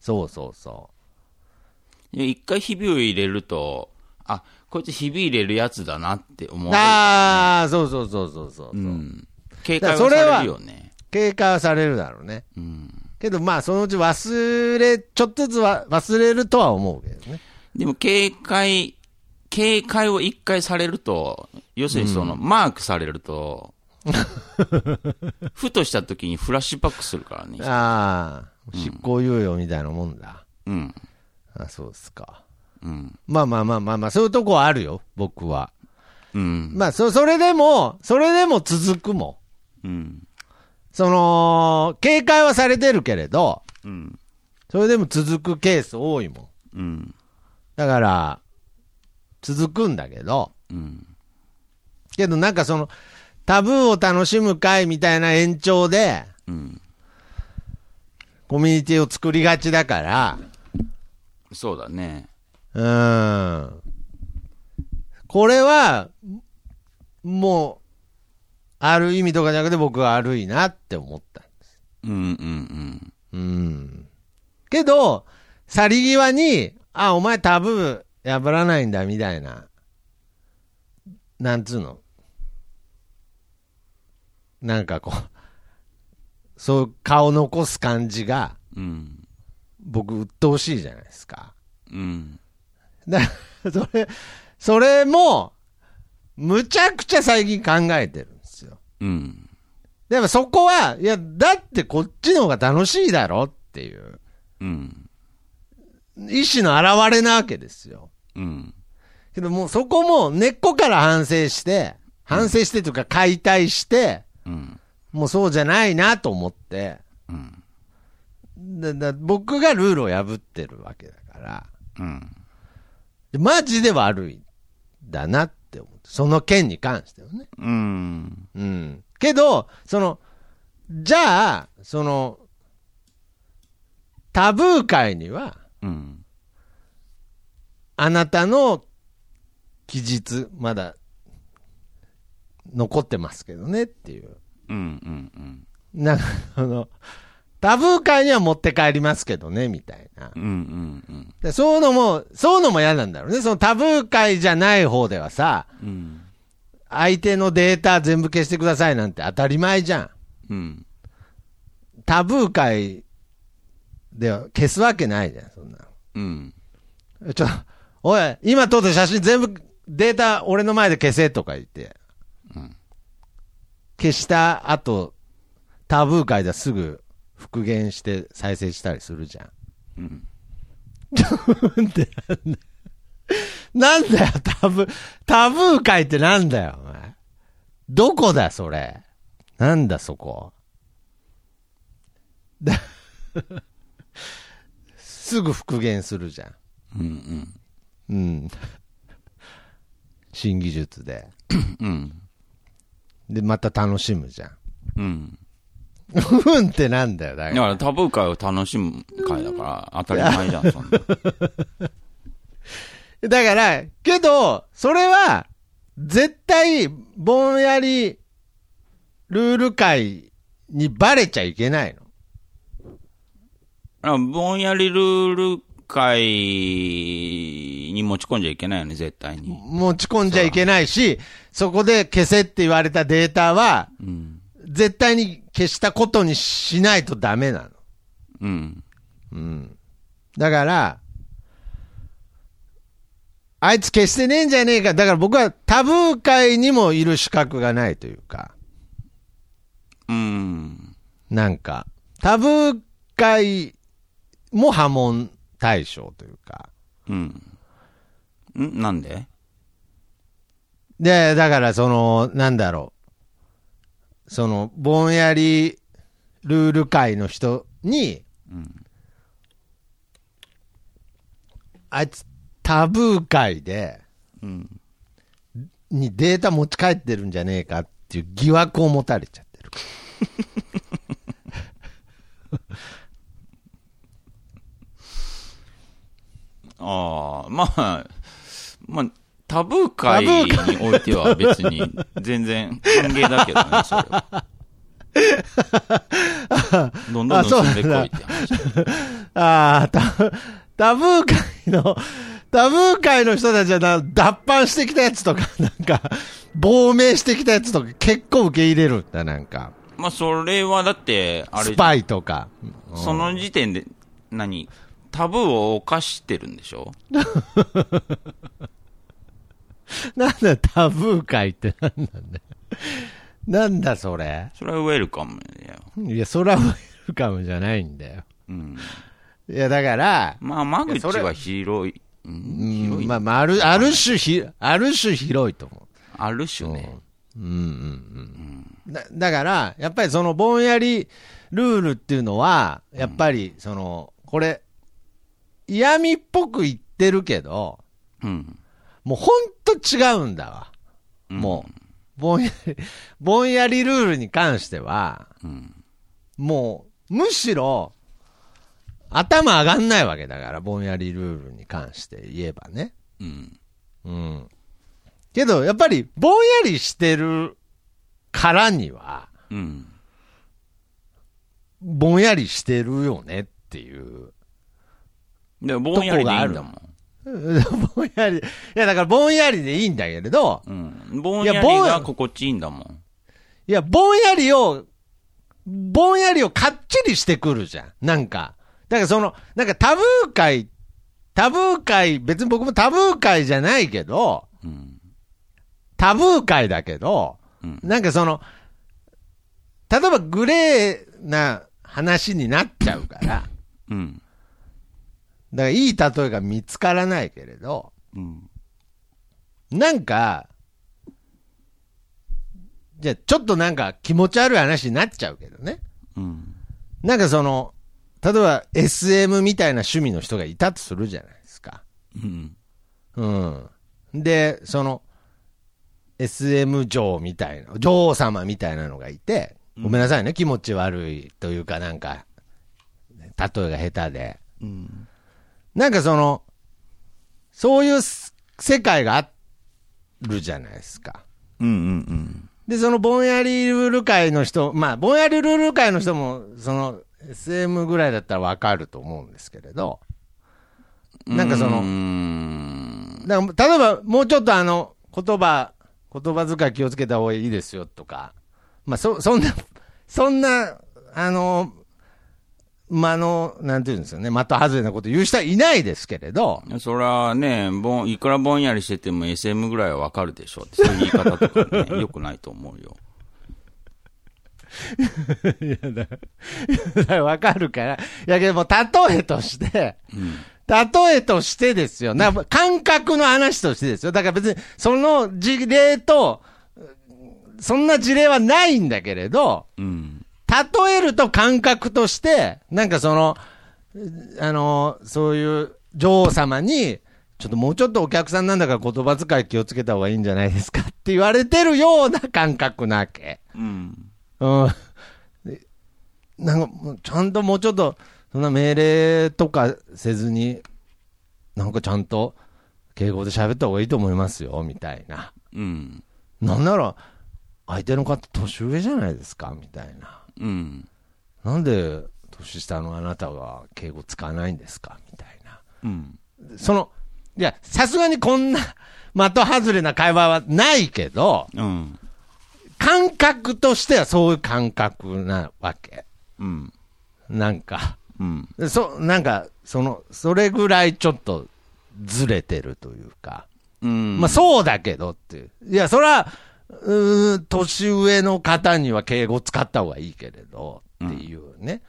Speaker 1: そうそうそ
Speaker 2: で一回ひびを入れると、あ、こいつひび入れるやつだなって思
Speaker 1: う。
Speaker 2: われる
Speaker 1: ああ、そうそうそうそうそう。
Speaker 2: うん、警
Speaker 1: だ
Speaker 2: 戒
Speaker 1: からそ
Speaker 2: はさ
Speaker 1: れは
Speaker 2: れるよね。
Speaker 1: 警戒はされるだろうね。
Speaker 2: うん、
Speaker 1: けどまあ、そのうち忘れ、ちょっとずつは忘れるとは思うけどね。
Speaker 2: でも警戒、警戒を一回されると、要するにその、マークされると、ふとした時にフラッシュバックするからね。
Speaker 1: ああ、執行猶予みたいなもんだ。
Speaker 2: うん。
Speaker 1: あそうですか。
Speaker 2: うん。
Speaker 1: まあまあまあまあまあ、そういうとこはあるよ、僕は。
Speaker 2: うん。
Speaker 1: まあ、そ、それでも、それでも続くもん。
Speaker 2: うん。
Speaker 1: その、警戒はされてるけれど、
Speaker 2: うん。
Speaker 1: それでも続くケース多いもん。
Speaker 2: うん。
Speaker 1: だから、続くんだけど、
Speaker 2: うん。
Speaker 1: けどなんかその、タブーを楽しむ会みたいな延長で、
Speaker 2: うん。
Speaker 1: コミュニティを作りがちだから、
Speaker 2: そうだね。
Speaker 1: うーん。これは、もう、ある意味とかじゃなくて僕は悪いなって思った。
Speaker 2: うんうんうん。
Speaker 1: うん。けど、去り際に、あ、お前タブー破らないんだみたいな。なんつうの。なんかこう、そう、顔残す感じが、
Speaker 2: うん。
Speaker 1: 僕、鬱陶しいじゃないですか。
Speaker 2: うん。
Speaker 1: だ それ、それも、むちゃくちゃ最近考えてるんですよ。
Speaker 2: うん。
Speaker 1: でもそこは、いや、だってこっちの方が楽しいだろっていう、
Speaker 2: うん。
Speaker 1: 意思の表れなわけですよ。
Speaker 2: うん。
Speaker 1: けどもうそこも根っこから反省して、反省してというか解体して、
Speaker 2: うん。
Speaker 1: もうそうじゃないなと思って、
Speaker 2: うん。
Speaker 1: だだ僕がルールを破ってるわけだから、
Speaker 2: うん。
Speaker 1: でマジで悪いんだなって思って、その件に関してはね。
Speaker 2: うん。
Speaker 1: うん。けど、その、じゃあ、その、タブー界には、
Speaker 2: うん。
Speaker 1: あなたの記述、まだ、残ってますけどねっていう。
Speaker 2: うん。うん。
Speaker 1: なんか、あの、タブー界には持って帰りますけどね、みたいな
Speaker 2: うん。。うん。
Speaker 1: でそういうのも、そういうのも嫌なんだろうね。そのタブー界じゃない方ではさ、
Speaker 2: うん。
Speaker 1: 相手のデータ全部消してくださいなんて当たり前じゃん。
Speaker 2: うん。
Speaker 1: タブー界では消すわけないじゃん、そんな
Speaker 2: うん。
Speaker 1: の。ちょ、おい、今撮った写真全部データ俺の前で消せとか言って。
Speaker 2: うん
Speaker 1: 消した後、タブー界ではすぐ復元して再生したりするじゃん。
Speaker 2: うん。
Speaker 1: なんだよ、タブー、タブー界ってなんだよ、お前。どこだ、それ。なんだ、そこ。 だすぐ復元するじゃん。
Speaker 2: うん。
Speaker 1: うん。新技術で。
Speaker 2: うん。
Speaker 1: で、また楽しむじゃん。
Speaker 2: うん。
Speaker 1: うんってなんだよ、だ
Speaker 2: だ
Speaker 1: か
Speaker 2: からタブー会を楽しむ会だから、当たり前じゃん、そんな。
Speaker 1: ら。だから、けど、それは、絶対、ぼんやり、ルール界にバレちゃいけないの。
Speaker 2: あぼんやりルール会に持ち込んじゃいけないよね、絶対に。
Speaker 1: 持ち込んじゃいけないし、そこで消せって言われたデータは、
Speaker 2: うん。
Speaker 1: 絶対に消したことにしないとダメなの。
Speaker 2: うん。
Speaker 1: うん。だから、あいつ消してねえんじゃねえか。だから僕はタブー界にもいる資格がないというか、
Speaker 2: うん。
Speaker 1: なんか、タブー界も波紋対象というか。
Speaker 2: うん。んなんで
Speaker 1: で、だからその、なんだろう。その、ぼんやりルール界の人に、
Speaker 2: うん。
Speaker 1: あいつタブー界で、
Speaker 2: うん。
Speaker 1: にデータ持ち帰ってるんじゃねえかっていう疑惑を持たれちゃってる。
Speaker 2: ああ、まあ、まあ、タブー会においては別に全然歓迎だけどね、それは。どんどん進んでこいって話。
Speaker 1: ああ、タタブー界の、タブー界の人たちはな脱藩してきたやつとか、なんか、亡命してきたやつとか結構受け入れるんだ、なんか。
Speaker 2: まあ、それはだって、あれ
Speaker 1: ス、パイとか。
Speaker 2: その時点で、何タブーを犯してるんでしょ
Speaker 1: なんだ、タブー界ってなんなんだよなんだそれ。
Speaker 2: それはウェルカムだよ。
Speaker 1: いや、そらウェルカムじゃないんだよ。
Speaker 2: うん。
Speaker 1: いや、だから、
Speaker 2: まあ、間
Speaker 1: いやそ
Speaker 2: 口
Speaker 1: れ
Speaker 2: は広い。うん
Speaker 1: うん
Speaker 2: 広い。
Speaker 1: まあまあ、ある、ある種ひ、ある種広いと思う。
Speaker 2: ある種ね。
Speaker 1: うんうんうん。だだから、やっぱりそのぼんやりルールっていうのは、やっぱりその、これ、嫌味っぽく言ってるけど、
Speaker 2: うん。
Speaker 1: もうほんと違うんだわ。もう、ぼんやり、 ぼんやりルールに関しては、
Speaker 2: うん。
Speaker 1: もう、むしろ、頭上がんないわけだから、ぼんやりルールに関して言えばね。
Speaker 2: うん。
Speaker 1: うん。けど、やっぱり、ぼんやりしてるからには、
Speaker 2: うん。
Speaker 1: ぼんやりしてるよねっていう。
Speaker 2: で、ぼんやりでいいんだもん。
Speaker 1: うんぼんやり、いや、だからぼんやりでいいんだけれど、
Speaker 2: うん。ぼんやりが心地いいんだもん。
Speaker 1: いや、ぼんやりを、ぼんやりをかっちりしてくるじゃん。なんか。だからその、なんかタブー界、タブー界、別に僕もタブー界じゃないけど、
Speaker 2: うん。
Speaker 1: タブー界だけど、
Speaker 2: うん。
Speaker 1: なんかその、例えばグレーな話になっちゃうから、だか
Speaker 2: うん。
Speaker 1: らいい例えが見つからないけれど、
Speaker 2: うん。
Speaker 1: なんか、じゃあちょっとなんか気持ち悪い話になっちゃうけどね。
Speaker 2: うん。
Speaker 1: なんかその、例えば SM みたいな趣味の人がいたとするじゃないですか。
Speaker 2: うん。
Speaker 1: うん。で、その、SM 女王みたいな、女王様みたいなのがいて、ごめんなさいね、気持ち悪いというかなんか、例えが下手で。
Speaker 2: うん。
Speaker 1: なんかその、そういうす世界があるじゃないですか。
Speaker 2: うん。うん。
Speaker 1: で、そのぼんやりルール界の人、まあ、ぼんやりルール界の人も、その、SM ぐらいだったらわかると思うんですけれど、なんかその
Speaker 2: うーん。
Speaker 1: だから例えば、もうちょっとあの、言葉、言葉遣い気をつけた方がいいですよとか、まあ、そ、そんな、そんな、あの、まあの、なんていうんですよね、的外れなこと言う人はいないですけれど、
Speaker 2: そりゃね、ぼん、いくらぼんやりしてても SM ぐらいはわかるでしょうって、そういう言い方とかね、良くないと思うよ。
Speaker 1: わかるから。いやけどもう例えとして、例えとしてですよ。な感覚の話としてですよ。だから別に、その事例と、そんな事例はないんだけれど、
Speaker 2: うん。
Speaker 1: 例えると感覚として、なんかその、あの、そういう女王様に、ちょっともうちょっとお客さんなんだから言葉遣い気をつけた方がいいんじゃないですかって言われてるような感覚なわけ。
Speaker 2: うん。
Speaker 1: うん。でなんかもう、ちゃんともうちょっと、そんな命令とかせずに、なんかちゃんと敬語で喋った方がいいと思いますよ、みたいな。
Speaker 2: うん。
Speaker 1: なんなら、相手の方年上じゃないですか、みたいな。
Speaker 2: うん。
Speaker 1: なんで年下のあなたが敬語使わないんですか、みたいな。
Speaker 2: うん。
Speaker 1: その、いや、さすがにこんな的外れな会話はないけど、
Speaker 2: うん。
Speaker 1: 感覚としてはそういう感覚なわけ。
Speaker 2: うん。
Speaker 1: なんか。
Speaker 2: うん。
Speaker 1: そ、なんか、その、それぐらいちょっとずれてるというか、
Speaker 2: うん。
Speaker 1: まあそうだけどっていう。いや、それは、うーん、年上の方には敬語使った方がいいけれど、っていうね。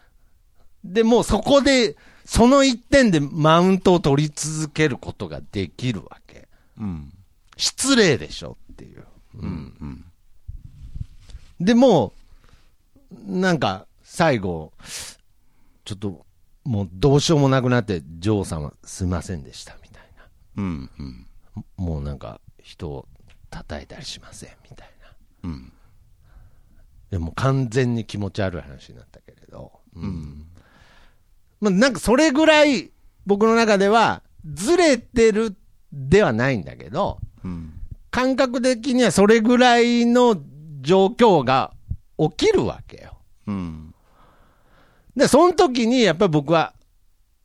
Speaker 1: で、もうそこで、その一点でマウントを取り続けることができるわけ。
Speaker 2: うん。
Speaker 1: 失礼でしょっていう。
Speaker 2: うん。
Speaker 1: でもう、なんか、最後、ちょっと、もうどうしようもなくなって、女王様すいませんでした、みたい
Speaker 2: うん。うん。
Speaker 1: な。もうなんか、人を叩いたりしません、みたいな。
Speaker 2: うん。
Speaker 1: でもう完全に気持ち悪い話になったけれど。うん。まあ、なんかそれぐらい、僕の中では、ずれてるではないんだけど、
Speaker 2: うん。
Speaker 1: 感覚的にはそれぐらいの状況が起きるわけよ。
Speaker 2: うん。
Speaker 1: で、その時にやっぱり僕は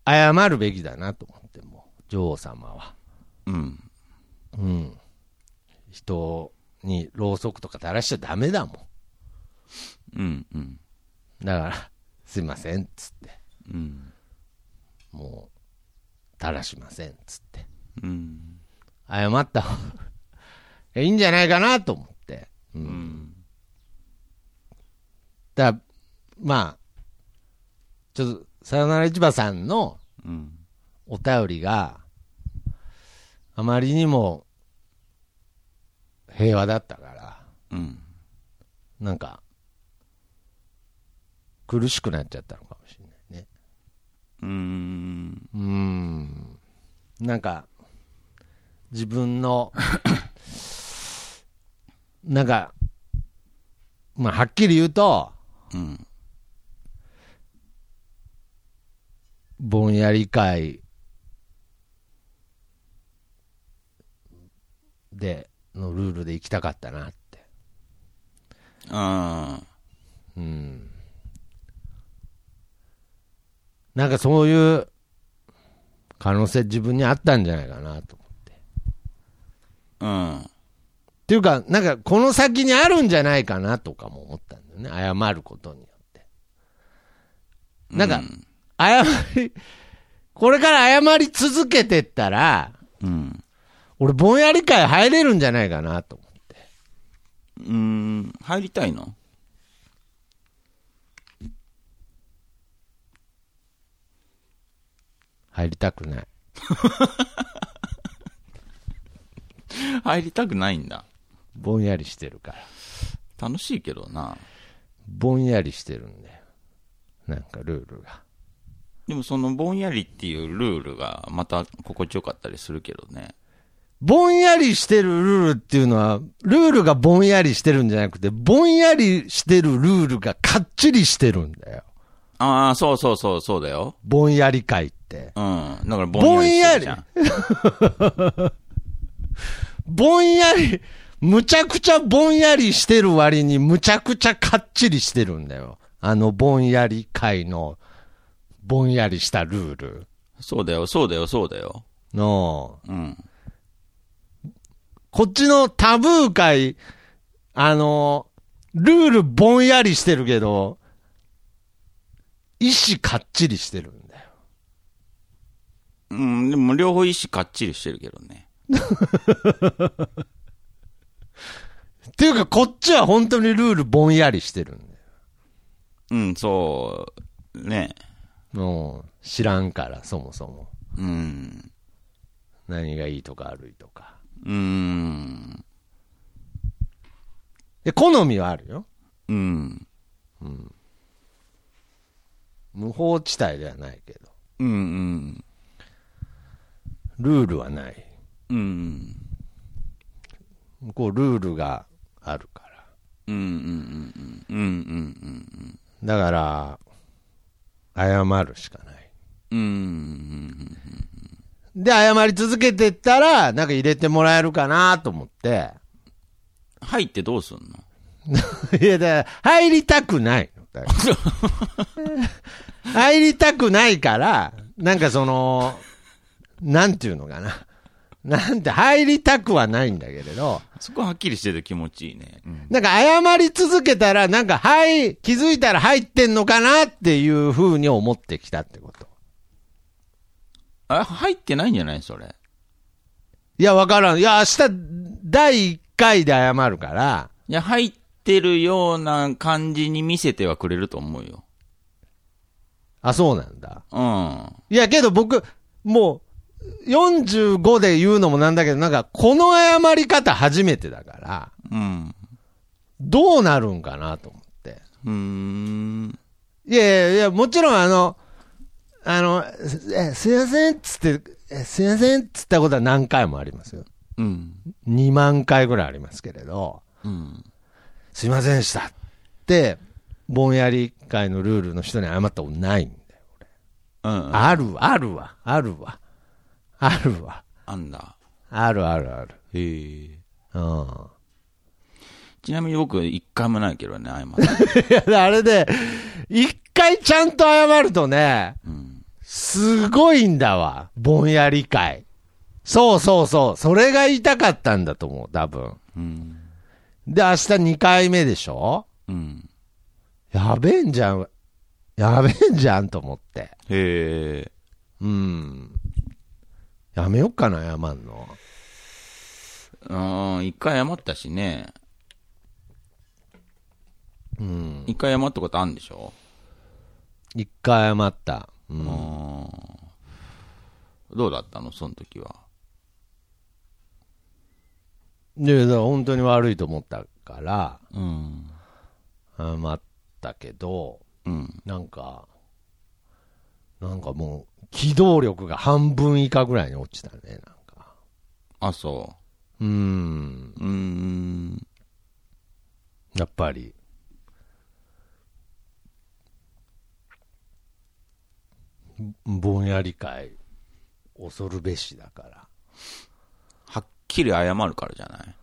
Speaker 1: 謝るべきだなと思って、もう女王様は。
Speaker 2: うん。
Speaker 1: うん。人にろうそくとか垂らしちゃダメだも
Speaker 2: うん。うん。
Speaker 1: ん。だから、すいません、つって。
Speaker 2: うん。
Speaker 1: もう、垂らしません、つって。
Speaker 2: うん。
Speaker 1: 謝った方がいいんじゃないかなと思って。うん。だからまあ、ちょっと、さよなら市場さんの、
Speaker 2: うん。
Speaker 1: お便りがあまりにも平和だったから
Speaker 2: うん。
Speaker 1: なんか苦しくなっちゃったのかもしれないね
Speaker 2: うん。
Speaker 1: うーんなんか自分の、 なんか、まあ、はっきり言うと、
Speaker 2: うん。
Speaker 1: ぼんやり会でのルールで行きたかったなって。
Speaker 2: ああ。
Speaker 1: うん。なんかそういう可能性自分にあったんじゃないかなと。
Speaker 2: うん。
Speaker 1: っていうか、なんかこの先にあるんじゃないかなとかも思ったんだよね。謝ることによって。なんか、謝り、これから謝り続けてったら、
Speaker 2: うん。
Speaker 1: 俺ぼんやり会入れるんじゃないかなと思って。
Speaker 2: うん。入りたいの
Speaker 1: 入りたくない。
Speaker 2: 入りたくないんだ。
Speaker 1: ぼんやりしてるから。
Speaker 2: 楽しいけどな。
Speaker 1: ぼんやりしてるんだよ。なんかルールが。
Speaker 2: でもそのぼんやりっていうルールがまた心地よかったりするけどね。
Speaker 1: ぼんやりしてるルールっていうのは、ルールがぼんやりしてるんじゃなくて、ぼんやりしてるルールがかっちりしてるんだよ。
Speaker 2: ああ、そうそうそう、そうだよ。
Speaker 1: ぼんやり会って。
Speaker 2: うん。だからぼんやりしてるじゃん。
Speaker 1: ぼんやり、むちゃくちゃぼんやりしてる割に、むちゃくちゃかっちりしてるんだよ。あのぼんやり会の、ぼんやりしたルール
Speaker 2: そうだよ、そうだよ、そうだよ。
Speaker 1: の、
Speaker 2: うん。
Speaker 1: こっちのタブー界、あの、ルールぼんやりしてるけど、意思かっちりしてるんだよ。
Speaker 2: うん、でも両方意思かっちりしてるけどね。
Speaker 1: っていうか、こっちは本当にルールぼんやりしてるんだよ。
Speaker 2: うん、そう、ね。
Speaker 1: もう、知らんから、そもそも。
Speaker 2: うん。
Speaker 1: 何がいいとか悪いとか。
Speaker 2: うん。
Speaker 1: で、好みはあるよ。
Speaker 2: うん。
Speaker 1: 無法地帯ではないけど。
Speaker 2: うん。うん。
Speaker 1: ルールはない。
Speaker 2: うん。
Speaker 1: 向こう、ルールがあるから。
Speaker 2: うん。うん。うん。うん。うん。
Speaker 1: だから、謝るしかない。
Speaker 2: うん。うん。
Speaker 1: で、謝り続けてったら、なんか入れてもらえるかなと思って。
Speaker 2: 入ってどうすんの
Speaker 1: いや、だから入りたくないの。だから入りたくないから、なんかその、なんていうのかな。なんて、入りたくはないんだけれど、
Speaker 2: そこはっきりしてて気持ちいいね。
Speaker 1: なんか謝り続けたら、なんか、はい、気づいたら入ってんのかなっていう風に思ってきたってこと。
Speaker 2: あ、入ってないんじゃないそれ。
Speaker 1: いや、わからん。いや、明日、第1回で謝るから、
Speaker 2: いや、入ってるような感じに見せてはくれると思うよ。
Speaker 1: あ、そうなんだ。
Speaker 2: うん。
Speaker 1: いや、けど僕、もう、45で言うのもなんだけど、なんか、この謝り方初めてだから、
Speaker 2: うん。
Speaker 1: どうなるんかなと思って。
Speaker 2: うーん。
Speaker 1: いやいやいや、もちろんあの、あの、えすいませんっつって、えすいませんっつったことは何回もありますよ。
Speaker 2: うん。
Speaker 1: 2万回ぐらいありますけれど、
Speaker 2: うん。
Speaker 1: すいませんでしたって、ぼんやり会のルールの人に謝ったことないんだよ。
Speaker 2: うん。
Speaker 1: あるわ、あるわ、あるわ、あるわ、
Speaker 2: あんだ。
Speaker 1: あるあるある。
Speaker 2: へえ。
Speaker 1: うん。
Speaker 2: ちなみに僕、一回もないけどね、あいま
Speaker 1: いや、あれで、一回ちゃんと謝るとね、
Speaker 2: うん。
Speaker 1: すごいんだわ。ぼんやり会。そうそうそう。それが言いたかったんだと思う、多分。
Speaker 2: うん。
Speaker 1: で、明日2回目でしょ
Speaker 2: うん。
Speaker 1: やべえんじゃん。やべえんじゃんと思って。
Speaker 2: へえ。
Speaker 1: うん。やめよっかな、謝んの。
Speaker 2: うん、一回謝ったしね。
Speaker 1: うん。
Speaker 2: 一回謝ったことあるんでしょ
Speaker 1: 一回謝った。う。
Speaker 2: うんん。どうだったのその時は。
Speaker 1: で、だから本当に悪いと思ったから、
Speaker 2: うん。
Speaker 1: 謝ったけど、
Speaker 2: うん。
Speaker 1: なんか、なんかもう、機動力が半分以下ぐらいに落ちたね、なんか。
Speaker 2: あ、そう
Speaker 1: ーん。
Speaker 2: う。うーん。
Speaker 1: やっぱり。ぼんやり会、恐るべしだから。
Speaker 2: はっきり謝るからじゃない。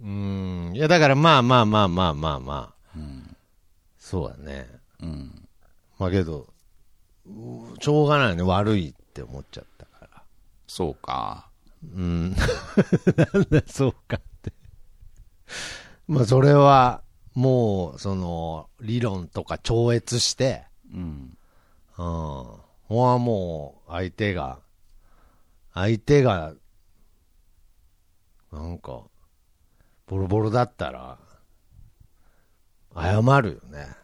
Speaker 1: うーん。いや、だからまあまあまあまあまあまあ。そうだね。
Speaker 2: うん。
Speaker 1: まあけど、うーしょうがないよね。悪いって思っちゃったから。
Speaker 2: そうか。
Speaker 1: うん。 なんだ、そうかって。まあそれは、もう、その、理論とか超越して、
Speaker 2: うん。
Speaker 1: うん。ここはもう、相手が、相手が、なんか、ボロボロだったら、謝るよね。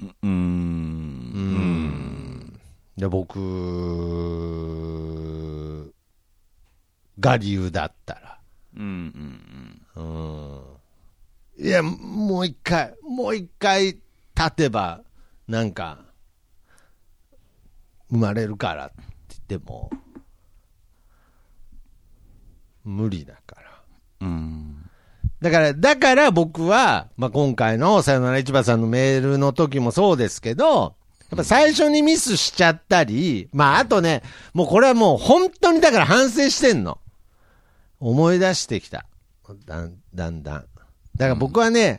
Speaker 2: うーん。
Speaker 1: で、僕が理由だったら。
Speaker 2: うん。う
Speaker 1: う
Speaker 2: ん。
Speaker 1: ん。いや、もう一回、もう一回立てば、なんか、生まれるからって言っても、無理だから。
Speaker 2: うん。
Speaker 1: だから、だから僕は、まあ、今回のさよなら市場さんのメールの時もそうですけど、やっぱ最初にミスしちゃったり、まあ、あとね、もうこれはもう本当にだから反省してんの。思い出してきた。だんだんだん。だから僕はね、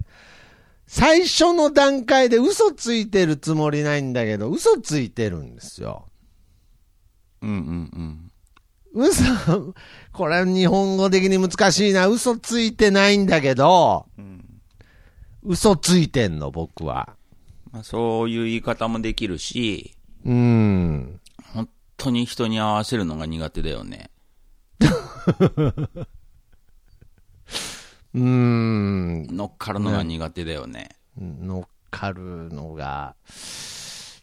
Speaker 1: 最初の段階で嘘ついてるつもりないんだけど、嘘ついてるんですよ。
Speaker 2: うん。うん。
Speaker 1: 嘘、これは日本語的に難しいな。嘘ついてないんだけど、
Speaker 2: うん。
Speaker 1: 嘘ついてんの、僕は。
Speaker 2: まあ、そういう言い方もできるし、
Speaker 1: うん。
Speaker 2: 本当に人に合わせるのが苦手だよね。
Speaker 1: うーん。
Speaker 2: 乗っかるのが苦手だよね。
Speaker 1: 乗っかるのが、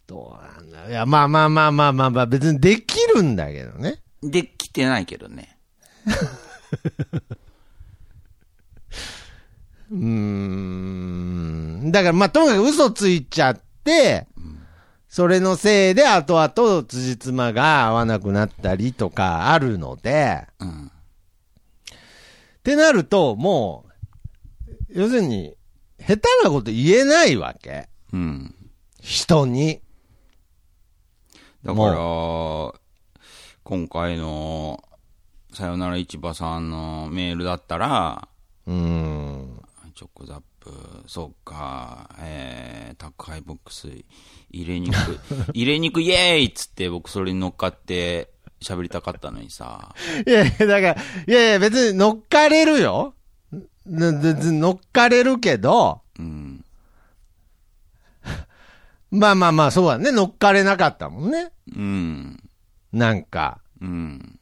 Speaker 1: どうなんだろう。いや、まあまあまあまあまあまあ、別にできるんだけどね。
Speaker 2: できてないけどね。
Speaker 1: うーん。だから、まあ、ともかく嘘ついちゃって、それのせいで後々辻褄が合わなくなったりとかあるので、
Speaker 2: うん。
Speaker 1: ってなると、もう、要するに、下手なこと言えないわけ。
Speaker 2: うん。
Speaker 1: 人に。
Speaker 2: だから、今回の、さよなら市場さんのメールだったら、
Speaker 1: うーん。
Speaker 2: チョコザップ、そうか、えー、宅配ボックス入れにく い、入れにくいイエーイっつって僕それに乗っかって喋りたかったのにさ、
Speaker 1: いやいや、だから、いやいや、別に乗っかれるよ。な別に乗っかれるけど、
Speaker 2: うん、
Speaker 1: まあまあまあ、そうだね。乗っかれなかったもんね。
Speaker 2: うん、
Speaker 1: なんか、
Speaker 2: うん。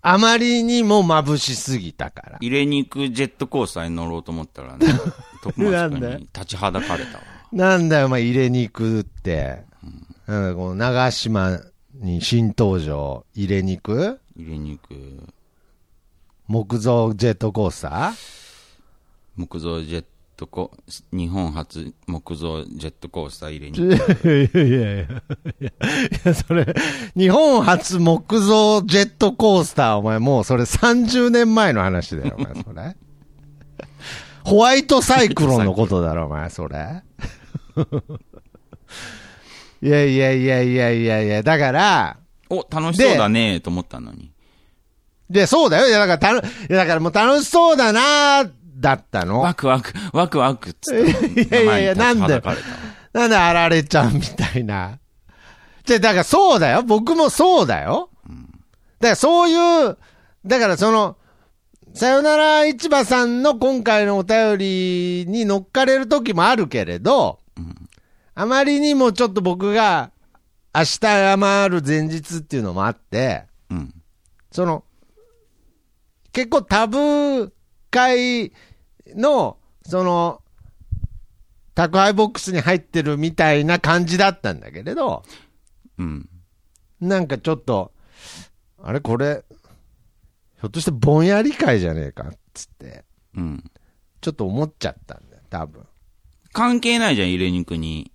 Speaker 1: あまりにも眩しすぎたから。
Speaker 2: 入れに行くジェットコースターに乗ろうと思っ たらね、徳松君に立ちはだかれたわ。
Speaker 1: なんだよ、お前入れに行くって。なんだ、この長島に新登場、入れに行く
Speaker 2: 入れに行く
Speaker 1: 木造ジェットコースター
Speaker 2: 木造ジェットコ日本初木造ジェットコースター入れに行く
Speaker 1: いやいやいや、いや、それ、日本初木造ジェットコースター、お前もうそれ30年前の話だよ、お前それ。ホワイトサイクロンのことだろ、お前それ。いやいやいやいやいやいや、だから、
Speaker 2: お、楽しそうだねと思ったのに。
Speaker 1: で、そうだよ、いやだからたの、いやだからもう楽しそうだな、だったの。
Speaker 2: ワクワク、ワクワクっつって。
Speaker 1: いやいやいや
Speaker 2: 名前に立ちはだかれ
Speaker 1: なんであられちゃうみたいな。じゃ、だからそうだよ。僕もそうだよ。だからそういう、だからその、さよなら市場さんの今回のお便りに乗っかれる時もあるけれど、あまりにもちょっと僕が明日謝る前日っていうのもあって、
Speaker 2: たうん。
Speaker 1: その、結構タブー界の、その、宅配ボックスに入ってるみたいな感じだったんだけれど、
Speaker 2: うん。
Speaker 1: なんかちょっと、あれこれ、ひょっとしてぼんやり会じゃねえかっつって、
Speaker 2: うん。
Speaker 1: ちょっと思っちゃったんだよ、多分。
Speaker 2: 関係ないじゃん、入れ肉に。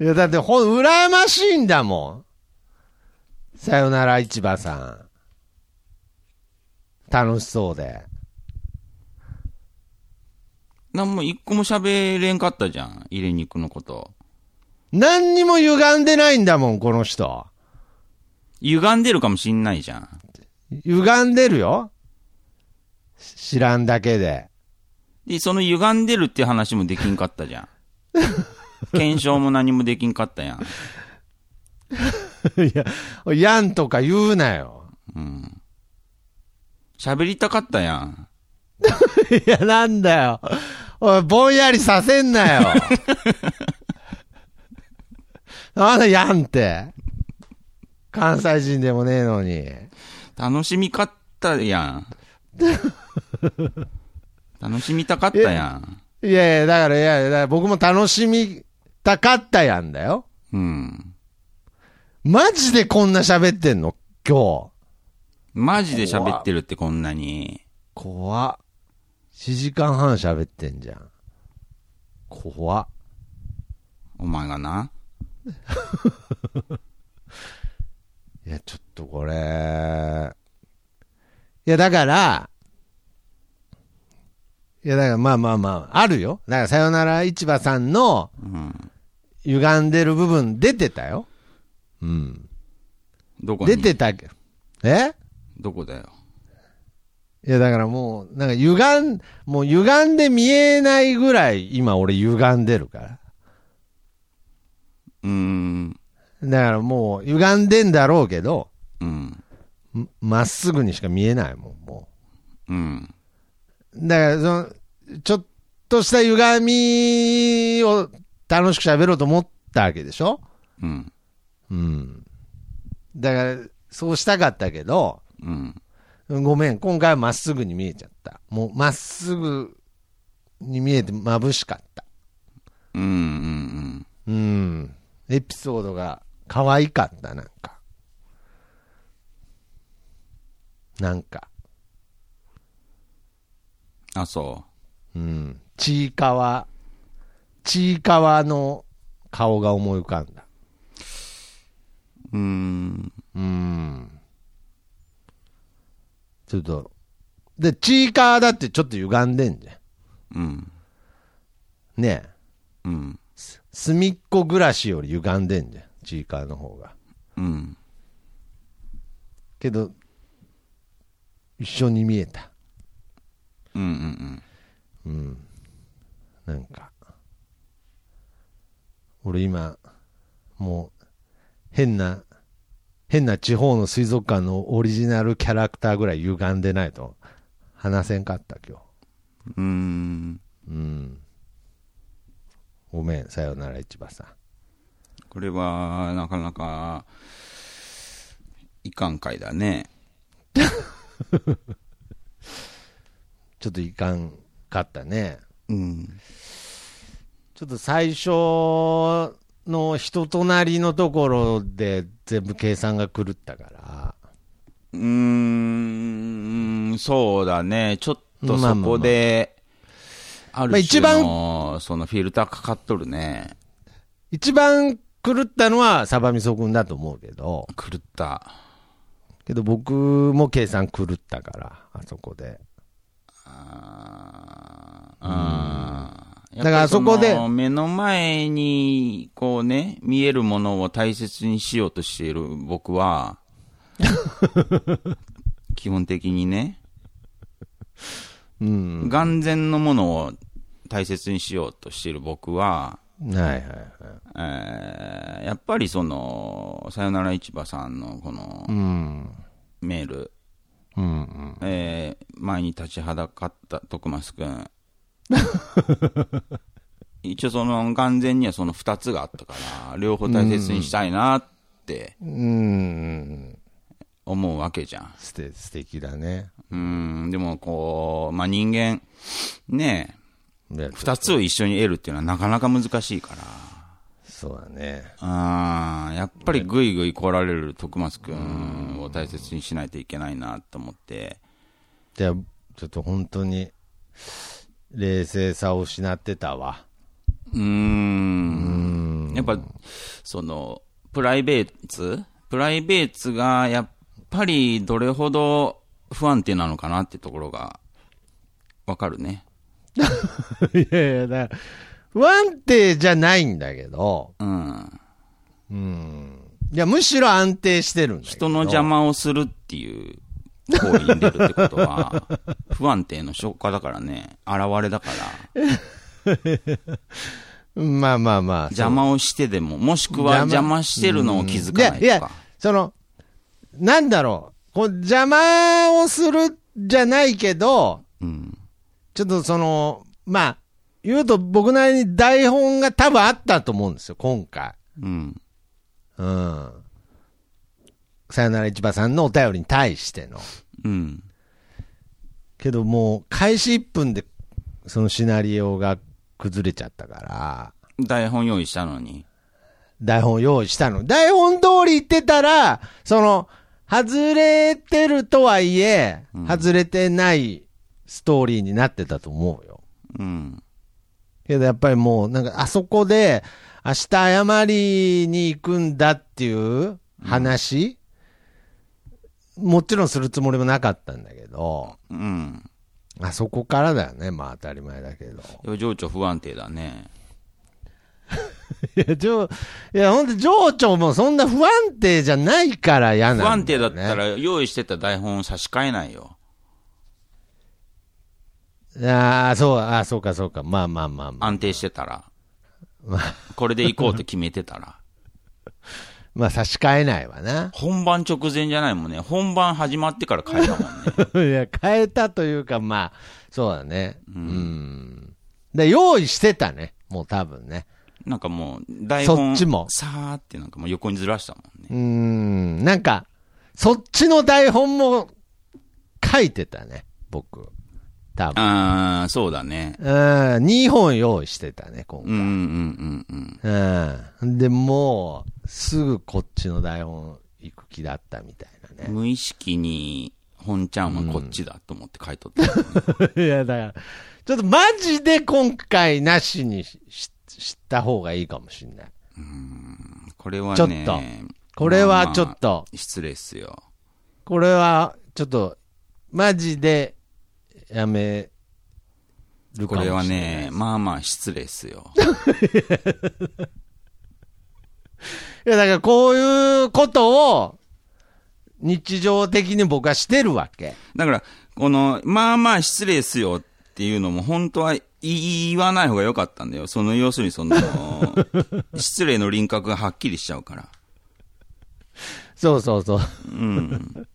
Speaker 1: いや、だってほん、羨ましいんだもん。さよなら市場さん。楽しそうで。
Speaker 2: なんも一個も喋れんかったじゃん。入れ肉のこと。
Speaker 1: 何にも歪んでないんだもん、この人。
Speaker 2: 歪んでるかもしんないじゃん。
Speaker 1: 歪んでるよ。知らんだけで。
Speaker 2: で、その歪んでるっていう話もできんかったじゃ ん。検証も何もできんかったやん。
Speaker 1: いや、やんとか言うなよ。
Speaker 2: うん。喋りたかったやん。
Speaker 1: いや、なんだよ。おい、ぼんやりさせんなよ。 なんだ、やんって。関西人でもねえのに。
Speaker 2: 楽しみかったや ん。楽しみたかったやん。
Speaker 1: いやいや、だから、いやいや、だから僕も楽しみたかったやんだよ。
Speaker 2: うん。
Speaker 1: マジでこんな喋ってんの今日。
Speaker 2: マジで喋ってるってこんなに。
Speaker 1: 怖っ。1時間半喋ってんじゃん。怖っ。
Speaker 2: お前がな。
Speaker 1: いや、ちょっとこれ、いや、だから、いや、だから、まあまあまあ、あるよ。だから、さよなら市場さんの、
Speaker 2: うん。
Speaker 1: 歪んでる部分出てたよ。うん。
Speaker 2: どこに
Speaker 1: 出てたけど、え
Speaker 2: どこだよ。
Speaker 1: いや、だからもう、なんか歪ん、もう歪んで見えないぐらい、今俺歪んでるから。
Speaker 2: うーん。
Speaker 1: だからもう、歪んでんだろうけど、
Speaker 2: うん。
Speaker 1: んまっすぐにしか見えないもん、も
Speaker 2: うん。
Speaker 1: う。だから、その、ちょっとした歪みを楽しく喋ろうと思ったわけでしょ
Speaker 2: うん。
Speaker 1: うん。だから、そうしたかったけど、
Speaker 2: うん。
Speaker 1: ごめん、今回はまっすぐに見えちゃった。もう、まっすぐに見えて眩しかった。
Speaker 2: うん。うん。
Speaker 1: うん。エピソードが可愛かった、なんか。なんか、
Speaker 2: あ、そ
Speaker 1: うん。ちいかわ、ちいかわの顔が思い浮かんだ。
Speaker 2: う。うーん。
Speaker 1: うん。ちょっと、で、ちいかわだってちょっと歪んでんじゃ
Speaker 2: うん。
Speaker 1: ん。ねえ。
Speaker 2: うん。
Speaker 1: 隅っこ暮らしより歪んでんじゃん。ちいかわの方が。
Speaker 2: うん。
Speaker 1: けど、一緒に見えた。
Speaker 2: うん。
Speaker 1: う
Speaker 2: うん。
Speaker 1: ん。なんか。俺今、もう、変な、変な地方の水族館のオリジナルキャラクターぐらい歪んでないと話せんかった今
Speaker 2: うーん。
Speaker 1: 日。うん。ごめん、さよなら市場さん。
Speaker 2: これは、なかなか、いかん回だね。
Speaker 1: ちょっといかんかったね。
Speaker 2: うん。
Speaker 1: ちょっと最初の人となりのところで全部計算が狂ったから。
Speaker 2: うーん、そうだね。ちょっとそこで、ある種の、そのフィルターかかっとるね。
Speaker 1: 一番狂ったのはサバミソ君だと思うけど、
Speaker 2: 狂った。
Speaker 1: けど僕も計算狂ったから、あそこで。
Speaker 2: あー
Speaker 1: だから
Speaker 2: やっぱりの
Speaker 1: あそこで
Speaker 2: 目の前に、こうね、見えるものを大切にしようとしている僕 は、基本的にね、
Speaker 1: うん。
Speaker 2: 眼前のものを大切にしようとしている僕は、
Speaker 1: はいはいはい。
Speaker 2: えーやっぱりその、さよなら市場さんのこの
Speaker 1: うん。
Speaker 2: メール、
Speaker 1: うんうん。
Speaker 2: えー前に立ちはだかった徳増くん。 一応その眼前にはその二つがあったから、両方大切にしたいなって
Speaker 1: うん。
Speaker 2: 思うわけじゃん。
Speaker 1: すて、素敵だね。
Speaker 2: うん、でもこう、まあ、人間、ね
Speaker 1: で
Speaker 2: え、二つを一緒に得るっていうのはなかなか難しいから。
Speaker 1: そうだね。
Speaker 2: あーやっぱりぐいぐい来られる徳増くんを大切にしないといけないなと思って。
Speaker 1: じゃあ、ちょっと本当に、冷静さを失ってたわ。
Speaker 2: うーん。やっぱ、その、プライベートプライベートが、やっぱり、どれほど不安定なのかなってところが、わかるね。
Speaker 1: いやいや、だから不安定じゃないんだけど、
Speaker 2: うん。
Speaker 1: いや、むしろ安定してるんだけど。
Speaker 2: 人の邪魔をするっていう行為に出るってこと は、不安定の証拠だからね、現れだから、
Speaker 1: まあまあまあ。
Speaker 2: 邪魔をしてでも、もしくは邪魔してるのを気づかない
Speaker 1: いやい
Speaker 2: と
Speaker 1: や
Speaker 2: か。、
Speaker 1: その、なんだろう。こう邪魔をするじゃないけど、
Speaker 2: うん。
Speaker 1: ちょっとその、まあ、言うと僕なりに台本が多分あったと思うんですよ、今回。
Speaker 2: うん。
Speaker 1: うん。さよなら市場さんのお便りに対しての。
Speaker 2: うん。
Speaker 1: けどもう、開始1分で、そのシナリオが崩れちゃったから、
Speaker 2: 台本用意したのに。
Speaker 1: 台本用意したの。台本通り言ってたら、その、外れてるとはいえ、外れてないストーリーになってたと思うよ。
Speaker 2: うん。
Speaker 1: けどやっぱりもう、なんかあそこで、明日謝りに行くんだっていう話、もちろんするつもりもなかったんだけど、
Speaker 2: うん。
Speaker 1: あそこからだよね。まあ当たり前だけ ど。
Speaker 2: 情緒不安定だね。
Speaker 1: いや、ちょいやほんと情緒もそんな不安定じゃないから嫌なんだ
Speaker 2: 不
Speaker 1: よ、ね。
Speaker 2: 安定だったら用意してた台本を差し替えないよ。
Speaker 1: ああ、そう、ああ、そうか、そうか。まあまあまあまあ。
Speaker 2: 安定してたら。これで行こうって決めてたら。。
Speaker 1: まあ差し替えないわな
Speaker 2: 本番直前じゃないもんね。本番始まってから変えたもんね。
Speaker 1: いや、変えたというか、まあ、そうだね。うん。で、用意してたね。もう多分ね。
Speaker 2: なんかもう、台本。
Speaker 1: そっちも
Speaker 2: さーってなんかもう横にずらしたもんね。
Speaker 1: うーん。なんか、そっちの台本も書いてたね。僕。多分。
Speaker 2: あー、そうだね。
Speaker 1: うん。2本用意してたね、今
Speaker 2: うん
Speaker 1: 回
Speaker 2: うんうんうん。
Speaker 1: うん。で、もう、すぐこっちの台本行く気だったみたいなね。
Speaker 2: 無意識に、本ちゃんはこっちだと思って書いとった。
Speaker 1: いや、だから、ちょっとマジで今回なしにししした方がいいかもしれない。
Speaker 2: これはね。
Speaker 1: ちょっとこれはちょっと、
Speaker 2: まあまあ失礼っすよ。
Speaker 1: これはちょっと、マジでやめるか
Speaker 2: こ
Speaker 1: もし
Speaker 2: れ
Speaker 1: れな。
Speaker 2: はいね、まあまあ失礼っすよ。
Speaker 1: いや、だからこういうことを日常的に僕はしてるわけ。
Speaker 2: だから、この、まあまあ失礼っすよっていうのも、本当は言わない方が良かったんだよ。その、要するに その、失礼の輪郭がはっきりしちゃうから。
Speaker 1: そうそうそう。
Speaker 2: うん。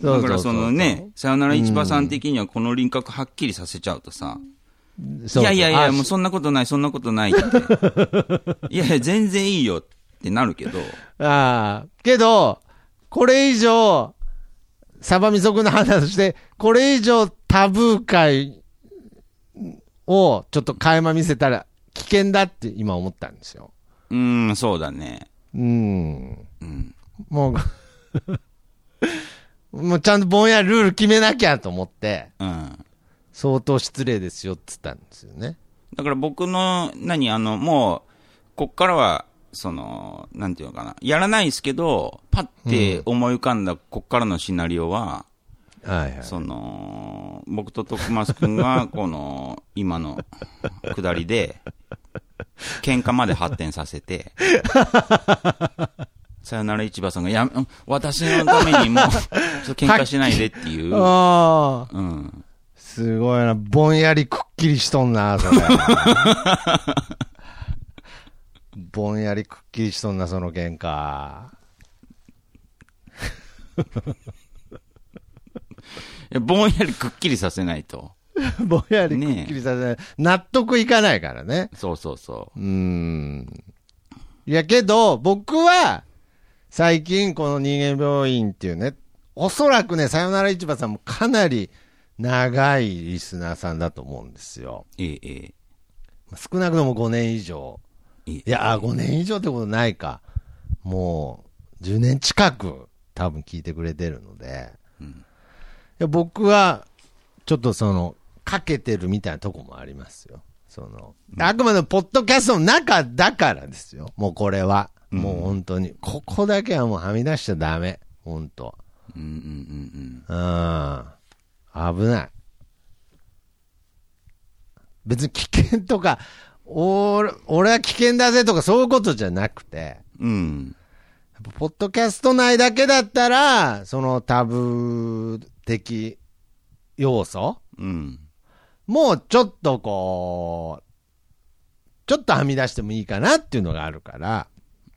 Speaker 1: そうそうそう
Speaker 2: だからそのね、さよなら市場さん的にはこの輪郭はっきりさせちゃうとさ、
Speaker 1: そうそう
Speaker 2: いやいやいや、
Speaker 1: あ
Speaker 2: もうそんなことない、そんなことないって。いやいや、全然いいよってなるけど、
Speaker 1: ああ、けど、これ以上、サバミソクの話として、これ以上タブー界をちょっと垣間見せたら危険だって今思ったんですよ。
Speaker 2: うーん、そうだね。
Speaker 1: うん。
Speaker 2: うん。
Speaker 1: もう、 もうちゃんとぼんやりルール決めなきゃと思って、
Speaker 2: うん。
Speaker 1: 相当失礼ですよって言ったんですよね。
Speaker 2: だから僕の、何、あの、もう、こっからは、その、なんていうのかな、やらないですけど、パって思い浮かんだ、こっからのシナリオは、
Speaker 1: はいはい。
Speaker 2: その、僕と徳松くんが、この、今の、下りで、喧嘩まで発展させて、さよなら市場さんが、やめ、私のためにもう、ちょっと喧嘩しないでって いう、
Speaker 1: ああ、
Speaker 2: うん。
Speaker 1: すごいな。ぼんやりくっきりしとんな、そ れ。ぼんやりくっきりしとんな、その喧嘩。
Speaker 2: いやぼんやりくっきりさせないと。
Speaker 1: ぼんやりくっきりさせない。納得いかないからね。
Speaker 2: そうそうそう
Speaker 1: う。ーん。いやけど、僕は、最近この人間病院っていうね、おそらくね、さよなら市場さんもかなり長いリスナーさんだと思うんですよ。
Speaker 2: ええ、ええ。
Speaker 1: 少なくとも5年以上。
Speaker 2: い
Speaker 1: いや、あ5年以上ってことないか。もう、10年近く、多分聞いてくれてるので、いや僕は、ちょっとその、かけてるみたいなとこもありますよ。その、あくまでポッドキャストの中だからですよ。もうこれは。もう本当に。ここだけはもうはみ出しちゃダメ。本当。
Speaker 2: うんうんうん
Speaker 1: うん。危ない。別に危険とか、俺俺は危険だぜとかそういうことじゃなくて、
Speaker 2: うん。うん。
Speaker 1: やっぱポッドキャスト内だけだったら、そのタブー的要素
Speaker 2: うん。
Speaker 1: もうちょっとこう、ちょっとはみ出してもいいかなっていうのがあるから、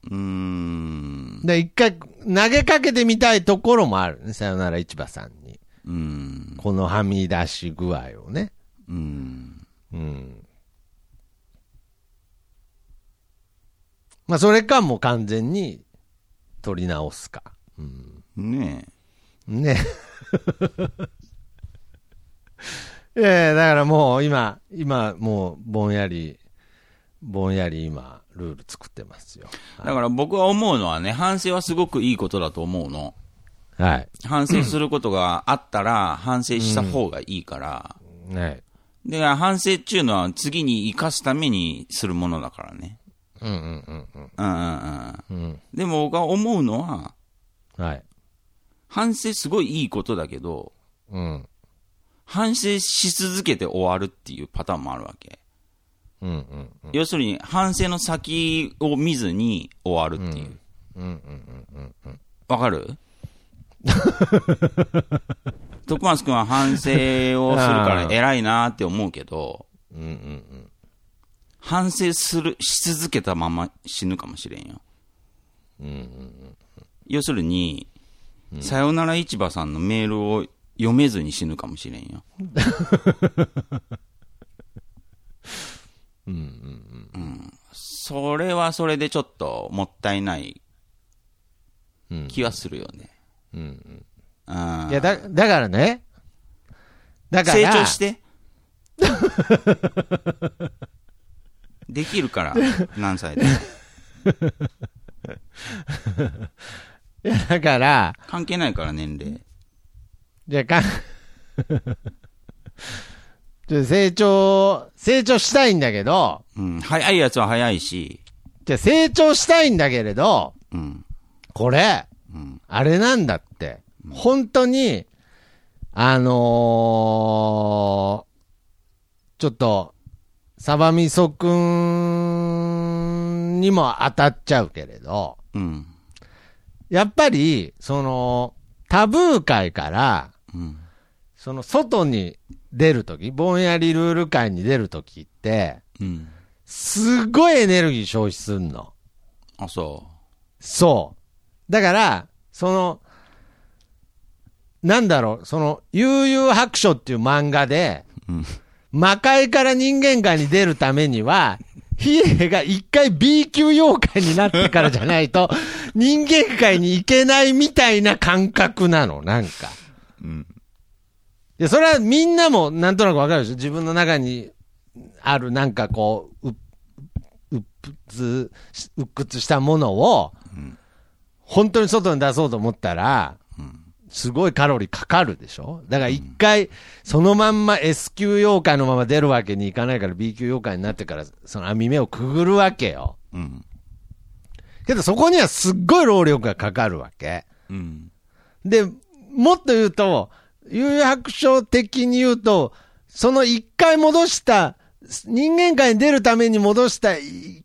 Speaker 2: うーん。
Speaker 1: で一回投げかけてみたいところもあるね、さよなら市場さんに。
Speaker 2: うん。
Speaker 1: このはみ出し具合をね。
Speaker 2: うん。
Speaker 1: うん。まあ、それかもう完全に取り直すか。うん。
Speaker 2: ね
Speaker 1: ね。 いやいや、だからもう今、今、もうぼんやり、ぼんやり今、ルール作ってますよ。
Speaker 2: え。だから僕は思うのはね、反省はすごくいいことだと思うの。
Speaker 1: はい。
Speaker 2: 反省することがあったら、反省した方がいいから。
Speaker 1: はい。
Speaker 2: で、反省っていうのは次に生かすためにするものだからね。
Speaker 1: うんうんうん
Speaker 2: うんうん
Speaker 1: うん。うん。
Speaker 2: うん。でも僕は思うのは、
Speaker 1: はい。
Speaker 2: 反省すごいいいことだけど、
Speaker 1: うん。
Speaker 2: 反省し続けて終わるっていうパターンもあるわけ。
Speaker 1: うんうんうん。
Speaker 2: 要するに、反省の先を見ずに終わるっていう。わかる徳松君は反省をするから偉いなって思うけど、
Speaker 1: うんうんうん。
Speaker 2: 反省する、し続けたまま死ぬかもしれんよ。要するに、さよなら市場さんのメールを読めずに死ぬかもしれんよ。うんそれはそれでちょっともったいない
Speaker 1: うん
Speaker 2: 気はするよね。うん
Speaker 1: いや、だ、だからね。だから。
Speaker 2: 成長 して。できるから、何歳でも。
Speaker 1: いや、だから、
Speaker 2: 関係ないから、年齢。
Speaker 1: じゃあかん、 じゃあ成長、成長したいんだけど、
Speaker 2: うん。早いやつは早いし。
Speaker 1: じゃあ成長したいんだけれど、
Speaker 2: うん。
Speaker 1: これ、
Speaker 2: うん。
Speaker 1: あれなんだって。本当に、あのーちょっと、サバミソくんにも当たっちゃうけれど、
Speaker 2: うん。
Speaker 1: やっぱり、その、タブー界から、
Speaker 2: うん。
Speaker 1: その外に出るとき、ぼんやりルール界に出るときって、
Speaker 2: うん。
Speaker 1: すごいエネルギー消費すんの。
Speaker 2: あ、そ
Speaker 1: そう。だから、その、なんだろう、その、悠々白書っていう漫画で、
Speaker 2: う。うん。
Speaker 1: 魔界から人間界に出るためには、ヒエが一回 B 級妖怪になってからじゃない と、人間界に行けないみたいな感覚なの、なんか。
Speaker 2: うん。
Speaker 1: で、それはみんなもなんとなくわかるでしょ自分の中にあるなんかこう、う、うっつ、うっくつしたものを、
Speaker 2: うん
Speaker 1: 本当に外に出そうと思ったら、
Speaker 2: うん。
Speaker 1: すごいカロリーかかるでしょだから一回、そのまんま S 級妖怪のまま出るわけにいかないから B 級妖怪になってから、その網目をくぐるわけよ。
Speaker 2: うん。
Speaker 1: けどそこにはすっごい労力がかかるわけ。
Speaker 2: うん。
Speaker 1: で、もっと言うと、有白書的に言うと、その一回戻した、人間界に出るために戻した、い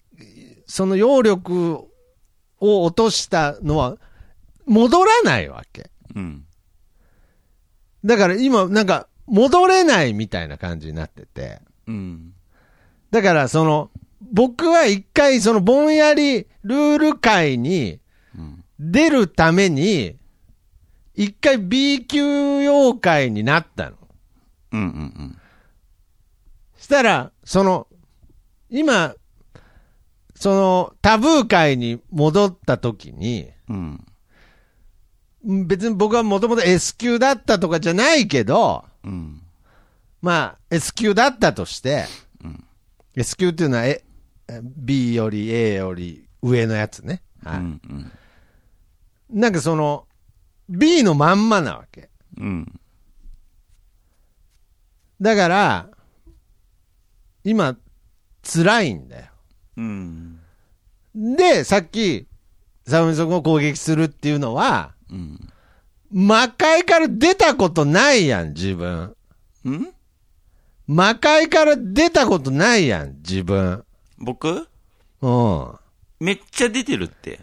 Speaker 1: その揚力を落としたのは、戻らないわけ。
Speaker 2: うん。
Speaker 1: だから今、なんか、戻れないみたいな感じになってて。
Speaker 2: うん。
Speaker 1: だから、その、僕は一回、その、ぼんやりルール界に
Speaker 2: うん。
Speaker 1: 出るために、一回 B 級妖怪になったの。
Speaker 2: うん。うん。
Speaker 1: したら、その、今、その、タブー界に戻った時に、
Speaker 2: うん。
Speaker 1: ん別に僕はもともと S 級だったとかじゃないけど、
Speaker 2: うん。
Speaker 1: まあ、S 級だったとして、
Speaker 2: うん。
Speaker 1: S 級っていうのは、え B より A より上のやつね。はい
Speaker 2: うん。
Speaker 1: なんかその、B のまんまなわけ。
Speaker 2: うん。
Speaker 1: だから、今、辛いんだよ。
Speaker 2: うん。
Speaker 1: で、さっき、サムソンを攻撃するっていうのは、
Speaker 2: うん。
Speaker 1: 魔界から出たことないやん、自分。
Speaker 2: うん
Speaker 1: 魔界から出たことないやん、自分。
Speaker 2: 僕
Speaker 1: うん。
Speaker 2: めっちゃ出てるって。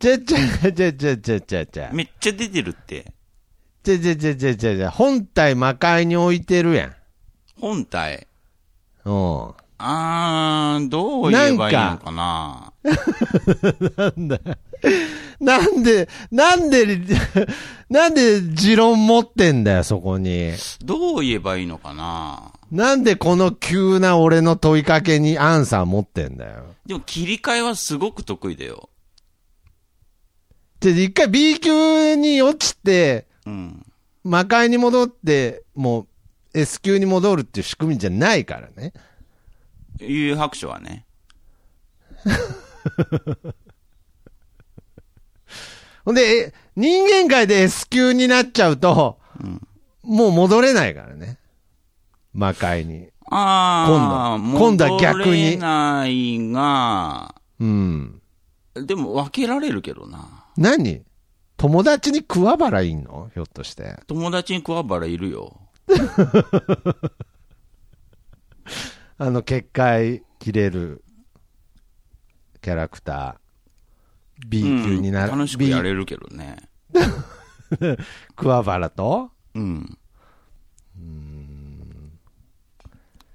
Speaker 1: ちゃちゃちゃちゃちゃちゃちゃ。
Speaker 2: めっちゃ出てるって。
Speaker 1: ちゃちゃちゃちゃちゃちゃ。本体魔界に置いてるやん。
Speaker 2: 本体。
Speaker 1: うん。
Speaker 2: あー、どう言えばいいのかな。
Speaker 1: なんで、なんで、 なんで持論持ってんだよ、そこに。
Speaker 2: どう言えばいいのかな。
Speaker 1: なんでこの急な俺の問いかけにアンサー持ってんだよ。
Speaker 2: でも切り替えはすごく得意だよ。
Speaker 1: で、一回 B 級に落ちて、
Speaker 2: うん。
Speaker 1: 魔界に戻って、もう S 級に戻るっていう仕組みじゃないからね。
Speaker 2: いう白書はね。
Speaker 1: ほんで、え人間界で S 級になっちゃうと、もう戻れないからね。魔界に。
Speaker 2: あー、
Speaker 1: 今度は今度は逆に
Speaker 2: 戻れないが、
Speaker 1: うん。
Speaker 2: でも分けられるけどな。
Speaker 1: 何友達に桑原いんのひょっとして。
Speaker 2: 友達に桑原いるよ。
Speaker 1: あの、結界切れるキャラクター。B 級にな
Speaker 2: うん
Speaker 1: る。
Speaker 2: 楽しくや
Speaker 1: B
Speaker 2: れるけどね。
Speaker 1: 桑原と
Speaker 2: うん。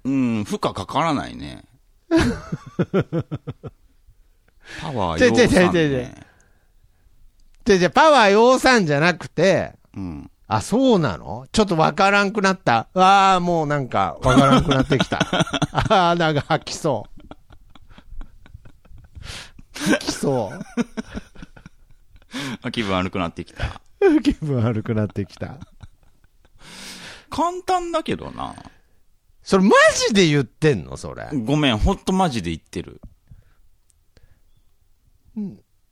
Speaker 2: うん、負荷かからな いね。パワー
Speaker 1: ちょ
Speaker 2: 要
Speaker 1: いちょい
Speaker 2: 素、
Speaker 1: ちょいちょい
Speaker 2: ね。
Speaker 1: で、じゃあパワー要さんじゃなくて、
Speaker 2: うん。
Speaker 1: あ、そうなのちょっとわからんくなった。ああ、もうなんか、わからんくなって きた。ああ、なんか吐きそう。吐きそ
Speaker 2: あ気分悪くなってきた。
Speaker 1: う。 気分悪くなってきた。
Speaker 2: 簡単だけどな。
Speaker 1: それマジで言ってんのそれ。
Speaker 2: ごめん、ほんとマジで言ってる。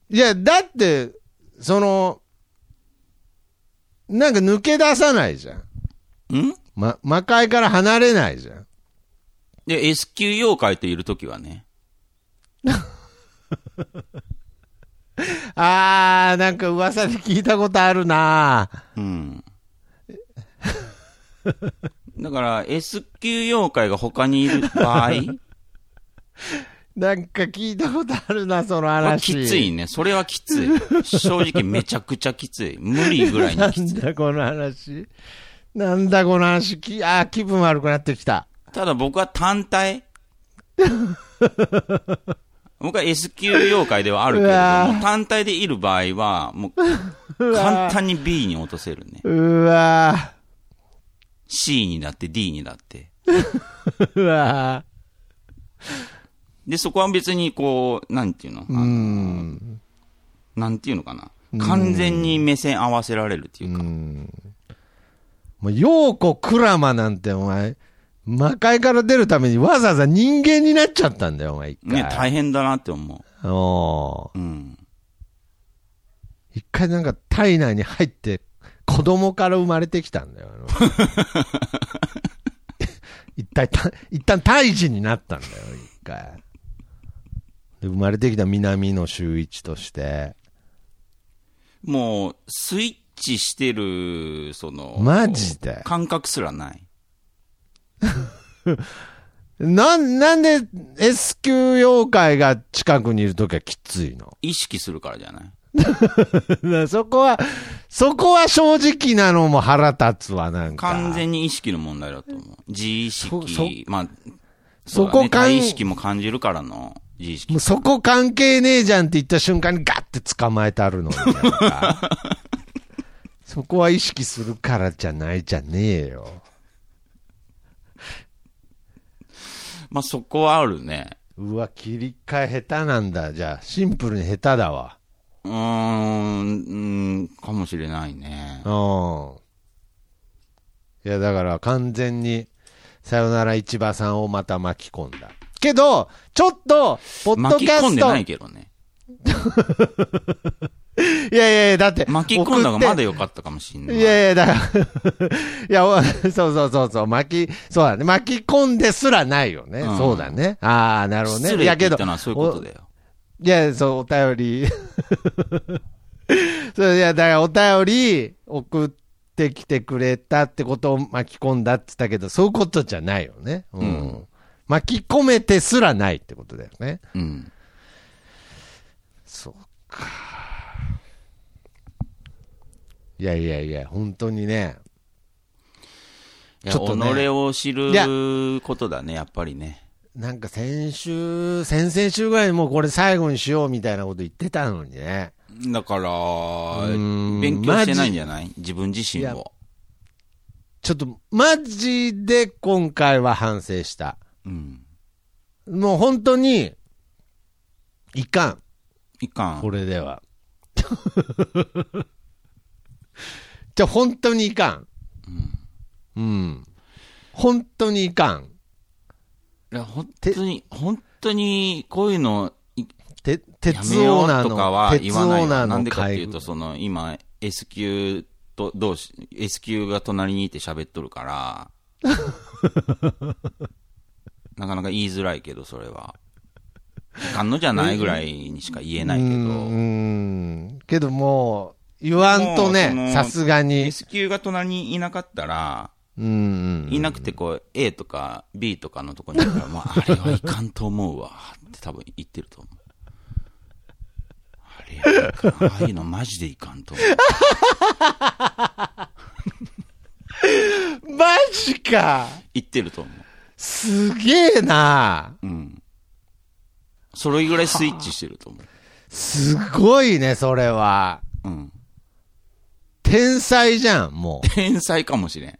Speaker 1: いや、だって、その、なんか抜け出さないじゃん。
Speaker 2: ん
Speaker 1: ま、魔界から離れないじゃん。
Speaker 2: で、S 級妖怪といるときはね。
Speaker 1: あー、なんか噂で聞いたことあるな
Speaker 2: うん。だから、S 級妖怪が他にいる場 合
Speaker 1: なんか聞いたことあるな、その
Speaker 2: は
Speaker 1: 話。
Speaker 2: きついね。それはきつい。正直めちゃくちゃきつい。無理ぐらい
Speaker 1: な
Speaker 2: にきつい。
Speaker 1: んだこの話。なんだこの話。きあー気分悪くなってきた。
Speaker 2: ただ僕は単体。 僕は S 級妖怪ではあるけれ
Speaker 1: うわ
Speaker 2: ども、
Speaker 1: ー
Speaker 2: 単体でいる場合は、もう、簡単に B に落とせるね。
Speaker 1: うわ
Speaker 2: C にだって D にだって。
Speaker 1: ーうわ
Speaker 2: で、そこは別にこう、なんていうのあ
Speaker 1: ーう
Speaker 2: の
Speaker 1: ん。
Speaker 2: なんていうのかな。完全に目線合わせられるっていうか。
Speaker 1: もう、ようこくらまなんてお前、魔界から出るためにわざわざ人間になっちゃったんだよ、お前一回。
Speaker 2: ね、大変だなって思
Speaker 1: おー
Speaker 2: う。うん。
Speaker 1: 一回なんか体内に入って、子供から生まれてきたんだよ。あ の一体た、一旦胎児になったんだよ、一回。で、生まれてきた南野周一として。
Speaker 2: もう、スイッチしてる、その、
Speaker 1: マジで
Speaker 2: 感覚すらない。
Speaker 1: なん、なんで S 級妖怪が近くにいるときはきついの
Speaker 2: 意識するからじゃない
Speaker 1: そこは、そこは正直なのも腹立つわ、なんか。
Speaker 2: 完全に意識の問題だと思う。自意
Speaker 1: そそ
Speaker 2: 識、まあ、
Speaker 1: そこ
Speaker 2: うだね
Speaker 1: かん
Speaker 2: 体意識も感じるからの、自意識
Speaker 1: もう。そこ関係ねえじゃんって言った瞬間にガッて捕まえてあるのになん かそこは意識するからじゃないじゃねえよ。
Speaker 2: まあ、そこはあるね。
Speaker 1: うわ、切り替え下手なんだ。じゃあ、シンプルに下手だわ。
Speaker 2: うーん、うん、かもしれないね
Speaker 1: う。ん。いや、だから完全に、さよなら市場さんをまた巻き込んだ。けど、ちょっと、ポッド
Speaker 2: 巻
Speaker 1: キ
Speaker 2: き
Speaker 1: ャ
Speaker 2: 込ん
Speaker 1: ス
Speaker 2: でない
Speaker 1: ト、
Speaker 2: けどね。
Speaker 1: いやいやいや、だって。
Speaker 2: 巻き込んだ方がまだ
Speaker 1: よ。
Speaker 2: 良かったかもしんない。
Speaker 1: いやいや、だから、 いや、お そうそうそうそう、巻き、そうだね。巻き込んですらないよね。
Speaker 2: うん
Speaker 1: そうだね。ああ、なるほどね。
Speaker 2: 失礼
Speaker 1: い
Speaker 2: っ
Speaker 1: や
Speaker 2: て
Speaker 1: け
Speaker 2: 言
Speaker 1: ど
Speaker 2: ったのはそういうことだよ。
Speaker 1: いや、そう、お便り。 そういや、だからお便り送ってきてくれたってことを巻き込んだって言ったけど、そういうことじゃないよね。うん。
Speaker 2: うん
Speaker 1: 巻き込めてすらないってことだよね。
Speaker 2: うん。
Speaker 1: そうか。いやいやいや、本当にね。
Speaker 2: いや、
Speaker 1: ちょっとね
Speaker 2: 己を知
Speaker 1: いや
Speaker 2: ることだね、やっぱりね。
Speaker 1: なんか先週、先々週ぐらいにもうこれ最後にしようみたいなこと言ってたのにね。
Speaker 2: だから、
Speaker 1: ーん
Speaker 2: 勉強してないんじゃない自分自身
Speaker 1: いや
Speaker 2: を。
Speaker 1: ちょっとマジで今回は反省した。
Speaker 2: うん。
Speaker 1: もう本当に、いか
Speaker 2: いか
Speaker 1: ん、
Speaker 2: ん。
Speaker 1: これでは。 じゃあ本当にいかん。うん。本当にいかん。
Speaker 2: いや本当に、本当に、こういうの、い
Speaker 1: て、
Speaker 2: や
Speaker 1: 鉄
Speaker 2: めよ
Speaker 1: オー
Speaker 2: う
Speaker 1: ナー
Speaker 2: とか
Speaker 1: の、
Speaker 2: は
Speaker 1: 鉄
Speaker 2: 言
Speaker 1: オー
Speaker 2: わないよ
Speaker 1: ナー
Speaker 2: なん
Speaker 1: の
Speaker 2: でかってい
Speaker 1: 会
Speaker 2: う
Speaker 1: 議
Speaker 2: と、。その、今、S 級と、どうし、S 級が隣にいて喋っとるから、 なかなか言いづらいけど、それは。いかんのじゃないぐらいにしか言えないけ
Speaker 1: う
Speaker 2: ど、
Speaker 1: ん。けどもう、言わんと
Speaker 2: もうそ
Speaker 1: ね、
Speaker 2: の
Speaker 1: さすがに。
Speaker 2: S 級が隣にいなかったら、
Speaker 1: うん。
Speaker 2: いなくて、こう、A とか B とかのとこにいた ら、まあ、あれはいかんと思うわ、って多分言ってると思う。あれはいかん。ああいうのマジでいか んと思う。
Speaker 1: マジか
Speaker 2: 言ってると思
Speaker 1: すげえな
Speaker 2: う。うん。それぐらいスイッチしてると思
Speaker 1: すごいね、それは。
Speaker 2: う。うん。
Speaker 1: 天才じゃん、もう。
Speaker 2: 天才かもしれん。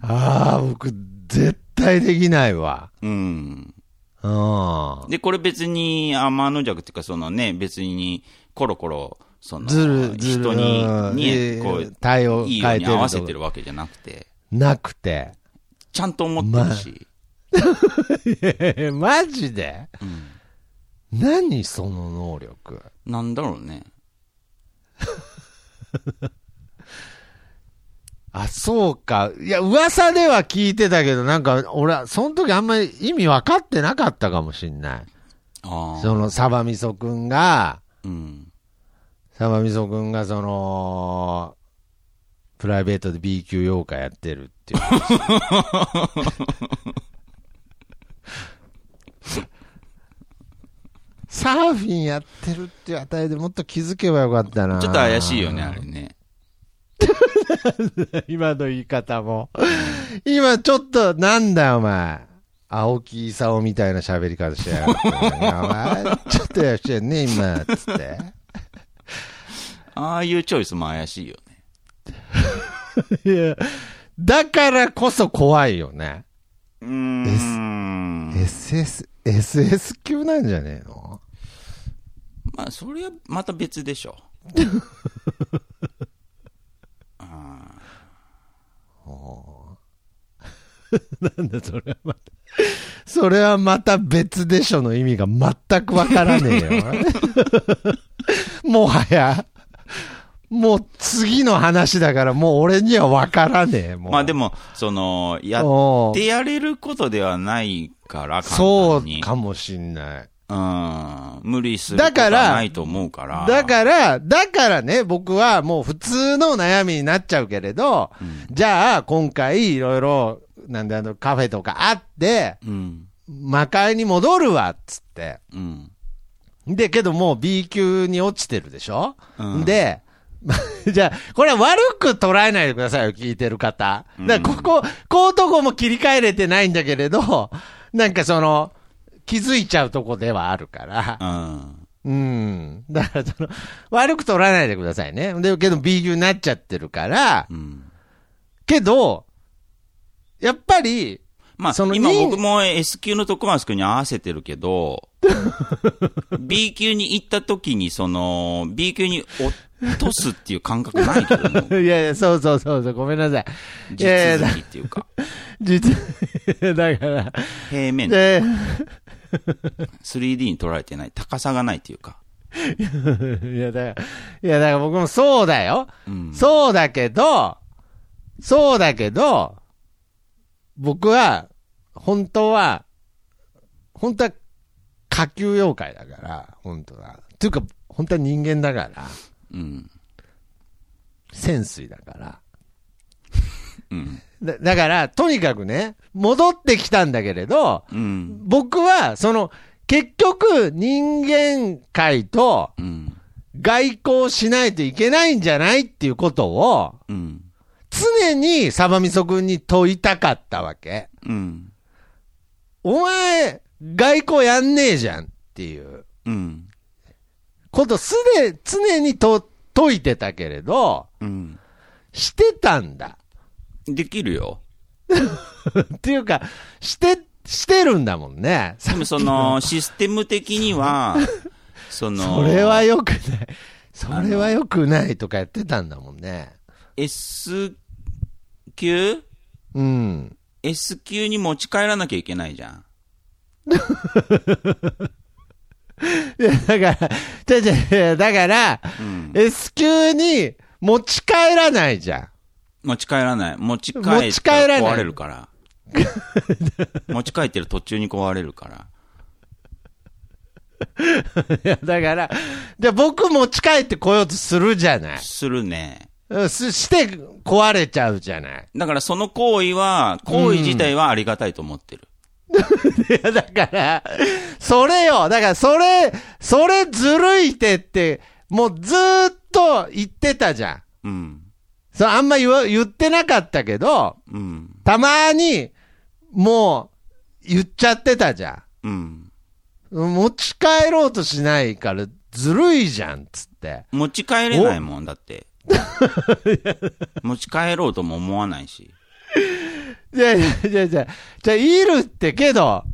Speaker 1: ああ、僕、絶対できないわ。
Speaker 2: うん。
Speaker 1: うん。
Speaker 2: で、これ別に天の弱っていうか、そのね、別にコロコロ、その、
Speaker 1: ずる、ずる、
Speaker 2: 人に、
Speaker 1: うん
Speaker 2: ね、
Speaker 1: い
Speaker 2: こう、
Speaker 1: 対応
Speaker 2: いい
Speaker 1: 変
Speaker 2: よう
Speaker 1: えてる
Speaker 2: に合わせて
Speaker 1: と
Speaker 2: るわけじゃなくて、
Speaker 1: なくて。
Speaker 2: ちゃんと思ってるし。
Speaker 1: マジで
Speaker 2: うん。
Speaker 1: 何その能力。
Speaker 2: なんだろうね。
Speaker 1: あ、そうか。いや、噂では聞いてたけど、なんか、俺は、その時あんまり意味分かってなかったかもしんない。
Speaker 2: ああ。
Speaker 1: その、サバミソくんが、
Speaker 2: うん。
Speaker 1: サバミソくんが、その、プライベートで B 級妖怪やってるって いう。サーフィンやってるっていうあたりでもっと気づけばよかったな。
Speaker 2: ちょっと怪しいよね、あれね。
Speaker 1: 今の言い方も。今ちょっと、なんだよお前。青木功みたいな喋り方してやがって。お前ちょっとやしてんね、今、つって。
Speaker 2: ああいうチョイスも怪しいよね。
Speaker 1: いや、だからこそ怖いよね。
Speaker 2: うーん。
Speaker 1: SS、SS 級なんじゃねえの
Speaker 2: まあ、それはまた別でしょ。あー
Speaker 1: なんだそれはまた。それはまた別でしょの意味が全くわからねえよ。もはや、もう次の話だからもう俺にはわからねえ。もう
Speaker 2: まあでも、その、やっ
Speaker 1: も
Speaker 2: てやれることではないから、
Speaker 1: そ
Speaker 2: 簡単
Speaker 1: う
Speaker 2: に。
Speaker 1: かもしんない。
Speaker 2: うん。無理することはないと思うから。
Speaker 1: だから、だからね、僕はもう普通の悩みになっちゃうけれど、じゃあ今回いろいろ、なんであのカフェとかあって、
Speaker 2: うん。
Speaker 1: 魔界に戻るわ、っつって。
Speaker 2: うん。
Speaker 1: で、けどもう B 級に落ちてるでしょ、
Speaker 2: うん
Speaker 1: で、 まじゃあ、これは悪く捉えないでくださいよ、聞いてる方。だからここ、こういうとこも切り替えれてないんだけれど、なんかその、気づいちゃうとこではあるから
Speaker 2: う。ん。
Speaker 1: うん。だからその、悪く取らないでくださいね。で、けど B 級になっちゃってるから
Speaker 2: う、ん。
Speaker 1: けど、やっぱり、
Speaker 2: まあ、
Speaker 1: その
Speaker 2: 今
Speaker 1: 任
Speaker 2: 僕も S 級の徳松君に合わせてる けど、B 級に行った時に、その、B 級に落とすっていう感覚ないけども
Speaker 1: い、やいや、そうそうそうそう、ごめんなさい。 い
Speaker 2: 地
Speaker 1: やいや
Speaker 2: 続きっていうか、
Speaker 1: 実、だから、
Speaker 2: 平面。
Speaker 1: で、
Speaker 2: 3D に撮られてない。高さがないというか。
Speaker 1: いや、だから、いや、だから僕もそうだよ。
Speaker 2: うん。
Speaker 1: そうだけど、そうだけど、僕は、本当は、本当は、下級妖怪だから、本当は。というか、本当は人間だから、
Speaker 2: うん。
Speaker 1: 潜水だから。
Speaker 2: うん。
Speaker 1: だだから、とにかくね、戻ってきたんだけれど、
Speaker 2: うん。
Speaker 1: 僕は、その、結局、人間界と
Speaker 2: うん。
Speaker 1: 外交しないといけないんじゃないっていうことを、
Speaker 2: うん。
Speaker 1: 常にサバミソ君に問いたかったわけ。
Speaker 2: うん。
Speaker 1: お前、外交やんねえじゃんっていう
Speaker 2: うん。
Speaker 1: ことすで、常にと解いてたけれど、
Speaker 2: うん。
Speaker 1: してたんだ。
Speaker 2: できるよ。
Speaker 1: っていうか、して、してるんだもんね。
Speaker 2: でもそ の、システム的には、その、
Speaker 1: それは良くない。それは良くないとかやってたんだもんね。
Speaker 2: S 級
Speaker 1: うん。
Speaker 2: S 級に持ち帰らなきゃいけないじゃん。
Speaker 1: いや、だから、じゃじゃだから、
Speaker 2: うん。
Speaker 1: S 級に持ち帰らないじゃん。
Speaker 2: 持ち帰らない。持ち帰ったら
Speaker 1: 持ち帰らない
Speaker 2: 壊れ るから。持ち帰ってる途中に壊れるから。
Speaker 1: いや、だから、じゃあ僕持ち帰ってこようとするじゃない。
Speaker 2: するね。
Speaker 1: うんすして壊れちゃうじゃない。
Speaker 2: だからその行為は、行為自体はありがたいと思ってる。
Speaker 1: いや、だから、それよ。だから、それ、それずるいてって、もうずーっと言ってたじゃん。
Speaker 2: うん。
Speaker 1: それあんま言わ言ってなかったけど、
Speaker 2: うん。
Speaker 1: たまに、もう、言っちゃってたじゃ
Speaker 2: うん。
Speaker 1: ん。持ち帰ろうとしないから、ずるいじゃん、つって。
Speaker 2: 持ち帰れないもんだって。持ち帰ろうとも思わないし。
Speaker 1: じゃあ、じゃあ、じゃあ、じゃあ、いるってけど、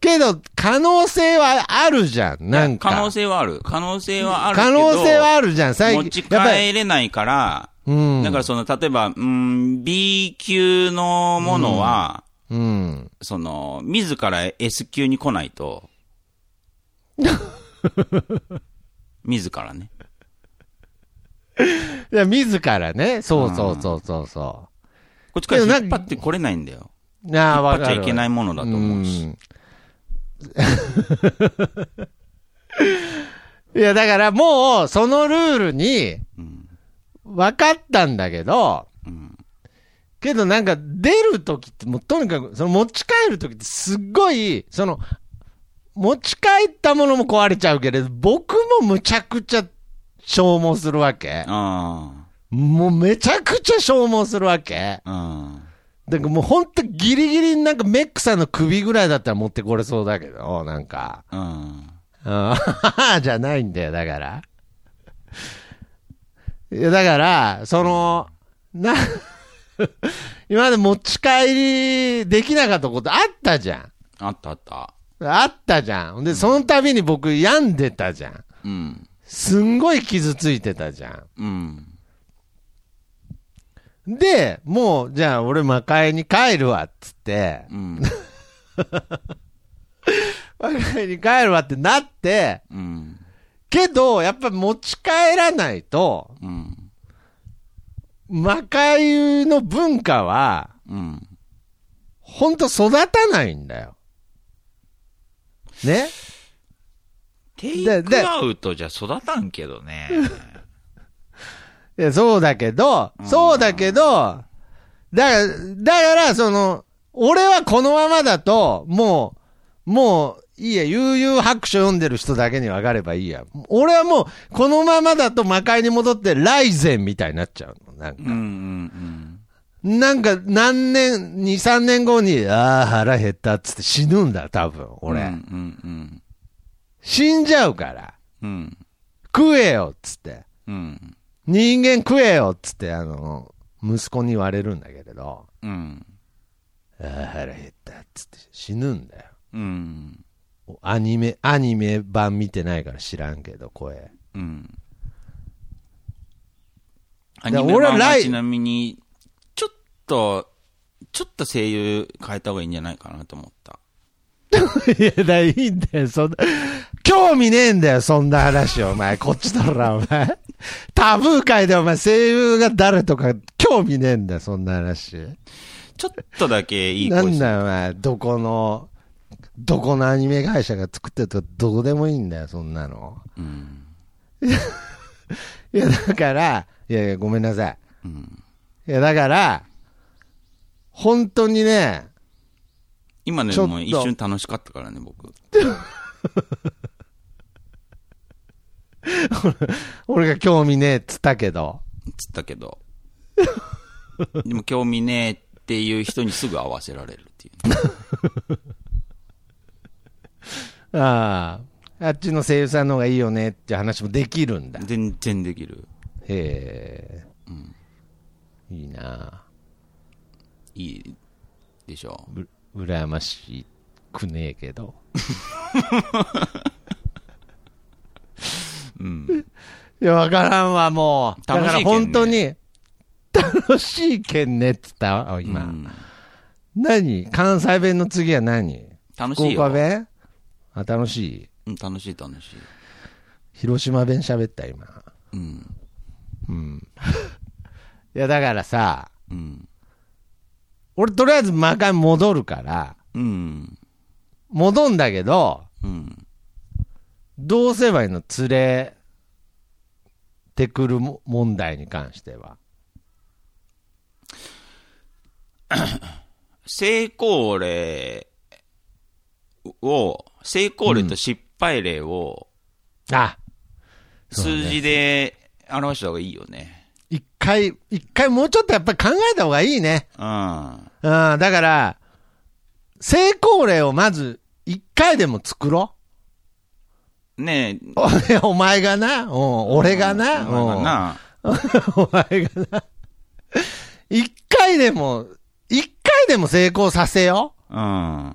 Speaker 1: けど、可能性はあるじゃん、なんか。
Speaker 2: 可能性はある。可能性はあるけ
Speaker 1: 可
Speaker 2: ど。
Speaker 1: 能性はあるじゃん、最
Speaker 2: 持ち
Speaker 1: 近。やっぱり、
Speaker 2: 帰れないから、
Speaker 1: うん。
Speaker 2: だからその、例えば、うん、B 級のものは、
Speaker 1: うん。
Speaker 2: その、自ら S 級に来ない と、自らね。
Speaker 1: いや、自らね、そうそうそうそうそ
Speaker 2: こっちから
Speaker 1: けどなんか
Speaker 2: 引っ張ってこれないんだよ。
Speaker 1: う。な
Speaker 2: 引
Speaker 1: あ、
Speaker 2: っ張
Speaker 1: わ
Speaker 2: っち
Speaker 1: か
Speaker 2: ゃ
Speaker 1: る。
Speaker 2: いけないいものだと思うし。
Speaker 1: いや、だからもう、そのルールに、
Speaker 2: うん。
Speaker 1: 分かったんだけど、
Speaker 2: うん。
Speaker 1: けどなんか出るときって、もうとにかく、その持ち帰るときってすっごい、その、持ち帰ったものも壊れちゃうけれど、僕もむちゃくちゃ消耗するわけ。
Speaker 2: あ
Speaker 1: もうめちゃくちゃ消耗するわけ。
Speaker 2: あ。うん。
Speaker 1: だからもうほんとギリギリなんかメックさんの首ぐらいだったら持ってこれそうだけど、なんか。
Speaker 2: うん。
Speaker 1: うん、 じゃないんだよ、だから。いや、だから、その、な、今まで持ち帰りできなかったことあったじゃ
Speaker 2: あったあった。
Speaker 1: ん。あったじゃん。で、その度に僕病んでたじゃん。
Speaker 2: うん。
Speaker 1: すんごい傷ついてたじゃ
Speaker 2: うん。
Speaker 1: ん。で、もう、じゃあ俺魔界に帰るわ、っつって、
Speaker 2: うん。
Speaker 1: 魔界に帰るわってなって、
Speaker 2: うん。
Speaker 1: けど、やっぱ持ち帰らないと、
Speaker 2: うん。
Speaker 1: 魔界の文化は、
Speaker 2: うん。
Speaker 1: ほんと育たないんだよ。ね
Speaker 3: テイクアウトじゃ育たんけどね。
Speaker 1: いやそうだけど、そうだけど、だから、だから、その、俺はこのままだと、もう、もう、いいや、悠々白書読んでる人だけに分かればいいや。俺はもう、このままだと魔界に戻って、ライゼンみたいになっちゃうの。なんか
Speaker 2: うん。うん。うん。
Speaker 1: なんか何年、2、3年後に、ああ、腹減ったっつって死ぬんだ、多分、俺。
Speaker 2: うん。うん。
Speaker 1: 死んじゃうから。
Speaker 2: うん。
Speaker 1: 食えよっつって。
Speaker 2: うん。
Speaker 1: 人間食えよっつって、あの、息子に言われるんだけれど、
Speaker 2: うん。
Speaker 1: ああ、腹減ったっつって死ぬんだよ。
Speaker 2: うん。
Speaker 1: アニメ、アニメ版見てないから知らんけど、声。
Speaker 2: うん。
Speaker 1: か
Speaker 2: ア
Speaker 1: ら
Speaker 2: ニ
Speaker 1: 俺
Speaker 2: メ
Speaker 1: は
Speaker 2: 版は
Speaker 1: 来
Speaker 2: ちなみに、ちょっと、ちょっと声優変えた方がいいんじゃないかなと思った。
Speaker 1: いや、だ、いいんだよ、そんな。興味ねえんだよ、そんな話、お前。こっちだろ、お前。タブー界で、お前、声優が誰とか、興味ねえんだよ、そんな話。
Speaker 2: ちょっとだけいい
Speaker 1: な
Speaker 2: 声
Speaker 1: ん
Speaker 2: して
Speaker 1: だよ、お前。どこの、どこのアニメ会社が作ってるとか、どうでもいいんだよ、そんなの。
Speaker 2: うん。
Speaker 1: いや、だから、いやいや、ごめんなさい。
Speaker 2: うん
Speaker 1: いや、だから、本当にね、
Speaker 2: 今ね、
Speaker 1: ちょっと
Speaker 2: もう一瞬楽しかったからね、僕。
Speaker 1: 俺が興味ねえっつったけど、
Speaker 2: つったけど。 でも興味ねえっていう人にすぐ合わせられるっていう、ね。
Speaker 1: ああ、あっちの声優さんの方がいいよねって話もできるんだ。
Speaker 2: 全然できる。
Speaker 1: へえ、いいなあ
Speaker 2: いいでしょ
Speaker 1: う、羨ましくねえけど。
Speaker 2: う。うん。
Speaker 1: いや、わからんわ、もう。だ
Speaker 2: 楽
Speaker 1: から
Speaker 2: しいけんね
Speaker 1: 本当に、楽しいけんねっつったわ、
Speaker 2: う
Speaker 1: 今。
Speaker 2: ん、
Speaker 1: 何関西弁の次は何
Speaker 2: 楽
Speaker 1: 福
Speaker 2: しいよ
Speaker 1: 岡。弁あ、楽しい。
Speaker 2: うん、楽しい楽しい。
Speaker 1: 広島弁喋った、今。
Speaker 2: うん。
Speaker 1: うん。いや、だからさ、
Speaker 2: うん。
Speaker 1: 俺とりあえず魔界戻るから、
Speaker 2: うん。
Speaker 1: 戻んだけど、
Speaker 2: うん。
Speaker 1: どうすればいいの連れてくるも問題に関しては。
Speaker 2: 成功例を、成功例と失敗例を
Speaker 1: あ、そうね
Speaker 2: 数字で表した方がいいよね。
Speaker 1: 一回、一回もうちょっとやっぱり考えた方がいいね。
Speaker 2: うん。
Speaker 1: うん、だから、成功例をまず一回でも作ろう。
Speaker 2: ね え、
Speaker 1: おお前がな、うん、俺がな、
Speaker 2: お前
Speaker 1: う
Speaker 2: が
Speaker 1: ん
Speaker 2: な、
Speaker 1: お前がな。一回でも、一回でも成功させよ
Speaker 2: うん。
Speaker 1: う。うん。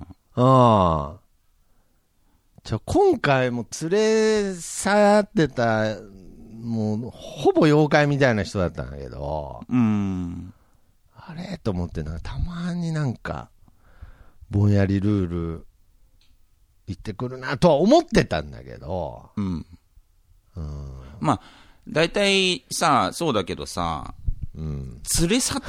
Speaker 1: ちょ、今回も連れ去ってた、もう、ほぼ妖怪みたいな人だったんだけど、
Speaker 2: うん。
Speaker 1: あれと思って、なんかたまになんか、ぼんやりルール、言ってくるなとは思ってたんだけど、
Speaker 2: うん。まあ、大体さ、そうだけどさ、
Speaker 1: うん。
Speaker 2: 連れ去っ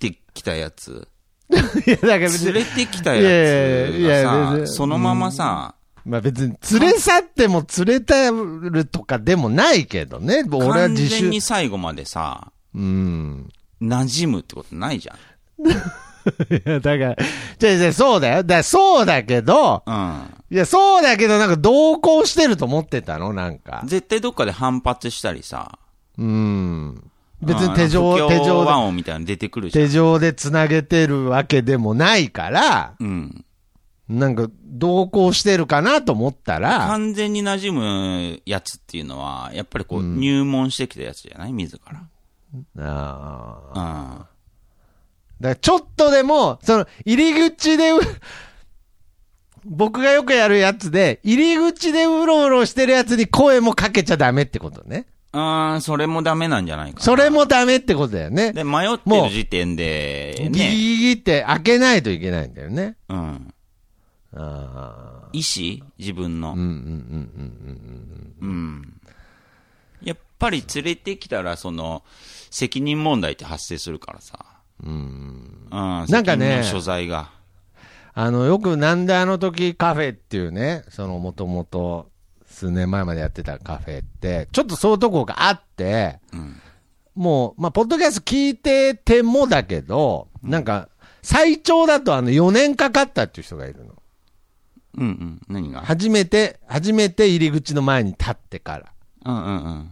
Speaker 2: てきたやつ、
Speaker 1: いや、だから別
Speaker 2: 連
Speaker 1: に、
Speaker 2: れてきた
Speaker 1: いや
Speaker 2: や
Speaker 1: い
Speaker 2: つ
Speaker 1: やいや
Speaker 2: が
Speaker 1: 別
Speaker 2: さ、
Speaker 1: に
Speaker 2: そのままさ、
Speaker 1: まあ別に連れ去っても連れてるとかでもないけどね、俺は
Speaker 2: 完
Speaker 1: 自
Speaker 2: 全
Speaker 1: 主。
Speaker 2: に最後までさ、
Speaker 1: うん。
Speaker 2: 馴染むってことないじ
Speaker 1: いや、だから、じゃあじゃあそうだよ。だからそうだけど、
Speaker 2: ゃん。
Speaker 1: いや、そうだけど、なんか同行してると思ってたのなんか
Speaker 2: うん。。絶対どっかで反発したりさ、
Speaker 1: うん。別に手
Speaker 2: うん
Speaker 1: 錠、
Speaker 2: なんか
Speaker 1: 手
Speaker 2: 不協和
Speaker 1: 錠
Speaker 2: 音みたいなの出てくる
Speaker 1: で、
Speaker 2: じゃん。
Speaker 1: 手錠で繋げてるわけでもないから、
Speaker 2: うん。
Speaker 1: なんか同行してるかなと思ったら、
Speaker 2: 完全に馴染むやつっていうのは、やっぱりこう、入門してきたやつじゃない自ら。
Speaker 1: あー
Speaker 2: うん。
Speaker 1: だからちょっとでも、その、入り口でう、僕がよくやるやつで、入り口でうろうろしてるやつに声もかけちゃダメってことね。
Speaker 2: あーそれもダメなんじゃないかな。
Speaker 1: それもダメってことだよね。
Speaker 2: で、迷ってる時点で、
Speaker 1: ギリ
Speaker 2: ね。
Speaker 1: ギリって開けないといけないんだよね。
Speaker 2: うん。
Speaker 1: あ
Speaker 2: 意思自分
Speaker 1: あ。うん
Speaker 2: の。
Speaker 1: うんうん
Speaker 2: うん。やっぱり連れてきたら、その、責任問題って発生するからさ。
Speaker 1: うんうん。うん。
Speaker 2: うん。
Speaker 1: なんかね
Speaker 2: 責任の所在が。
Speaker 1: あの、よくなんであの時カフェっていうね、そのもともと数年前までやってたカフェって、ちょっとそういうとこがあって、
Speaker 2: うん。
Speaker 1: もう、まあ、ポッドキャスト聞いててもだけど、なんか、最長だとあの4年かかったっていう人がいるの。
Speaker 2: うんうん。何が
Speaker 1: 初めて、初めて入り口の前に立ってから、
Speaker 2: うんうんうん。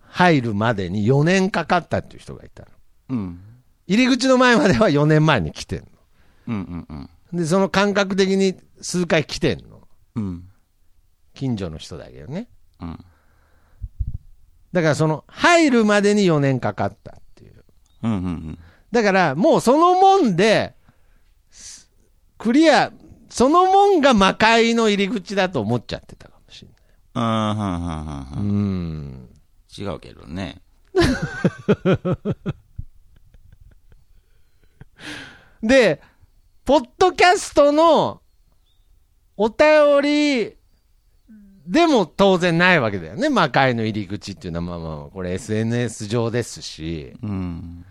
Speaker 1: 入るまでに4年かかったっていう人がいたの。
Speaker 2: うん。
Speaker 1: 入り口の前までは4年前に来てん
Speaker 2: うんうんうん。
Speaker 1: の。で、その感覚的に数回来てんの。
Speaker 2: うん。
Speaker 1: 近所の人だけどね。
Speaker 2: うん。
Speaker 1: だからその、入るまでに4年かかったっていう。
Speaker 2: うんうんうん。
Speaker 1: だから、もうそのもんで、すクリア、そのもんが魔界の入り口だと思っちゃってたかもしれない。
Speaker 2: うん、はんはんはんは。
Speaker 1: うんん。
Speaker 2: 違うけどね。
Speaker 1: で、ポッドキャストのお便りでも当然ないわけだよね。魔界の入り口っていうのは、まあまあ、これ SNS 上ですし、
Speaker 2: うん。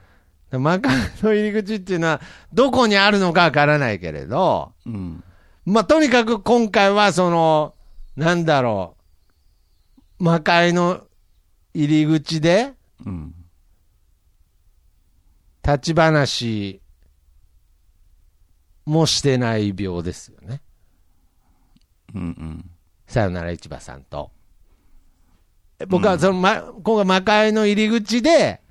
Speaker 1: 魔界の入り口っていうのは、どこにあるのかわからないけれど、
Speaker 2: うん。
Speaker 1: まあ、とにかく今回は、その、なんだろう、魔界の入り口で、
Speaker 2: うん。
Speaker 1: 立ち話もしてない病ですよね。
Speaker 2: うん。うん。
Speaker 1: さよなら市場さんと。僕はその、ま、今回魔界の入り口で、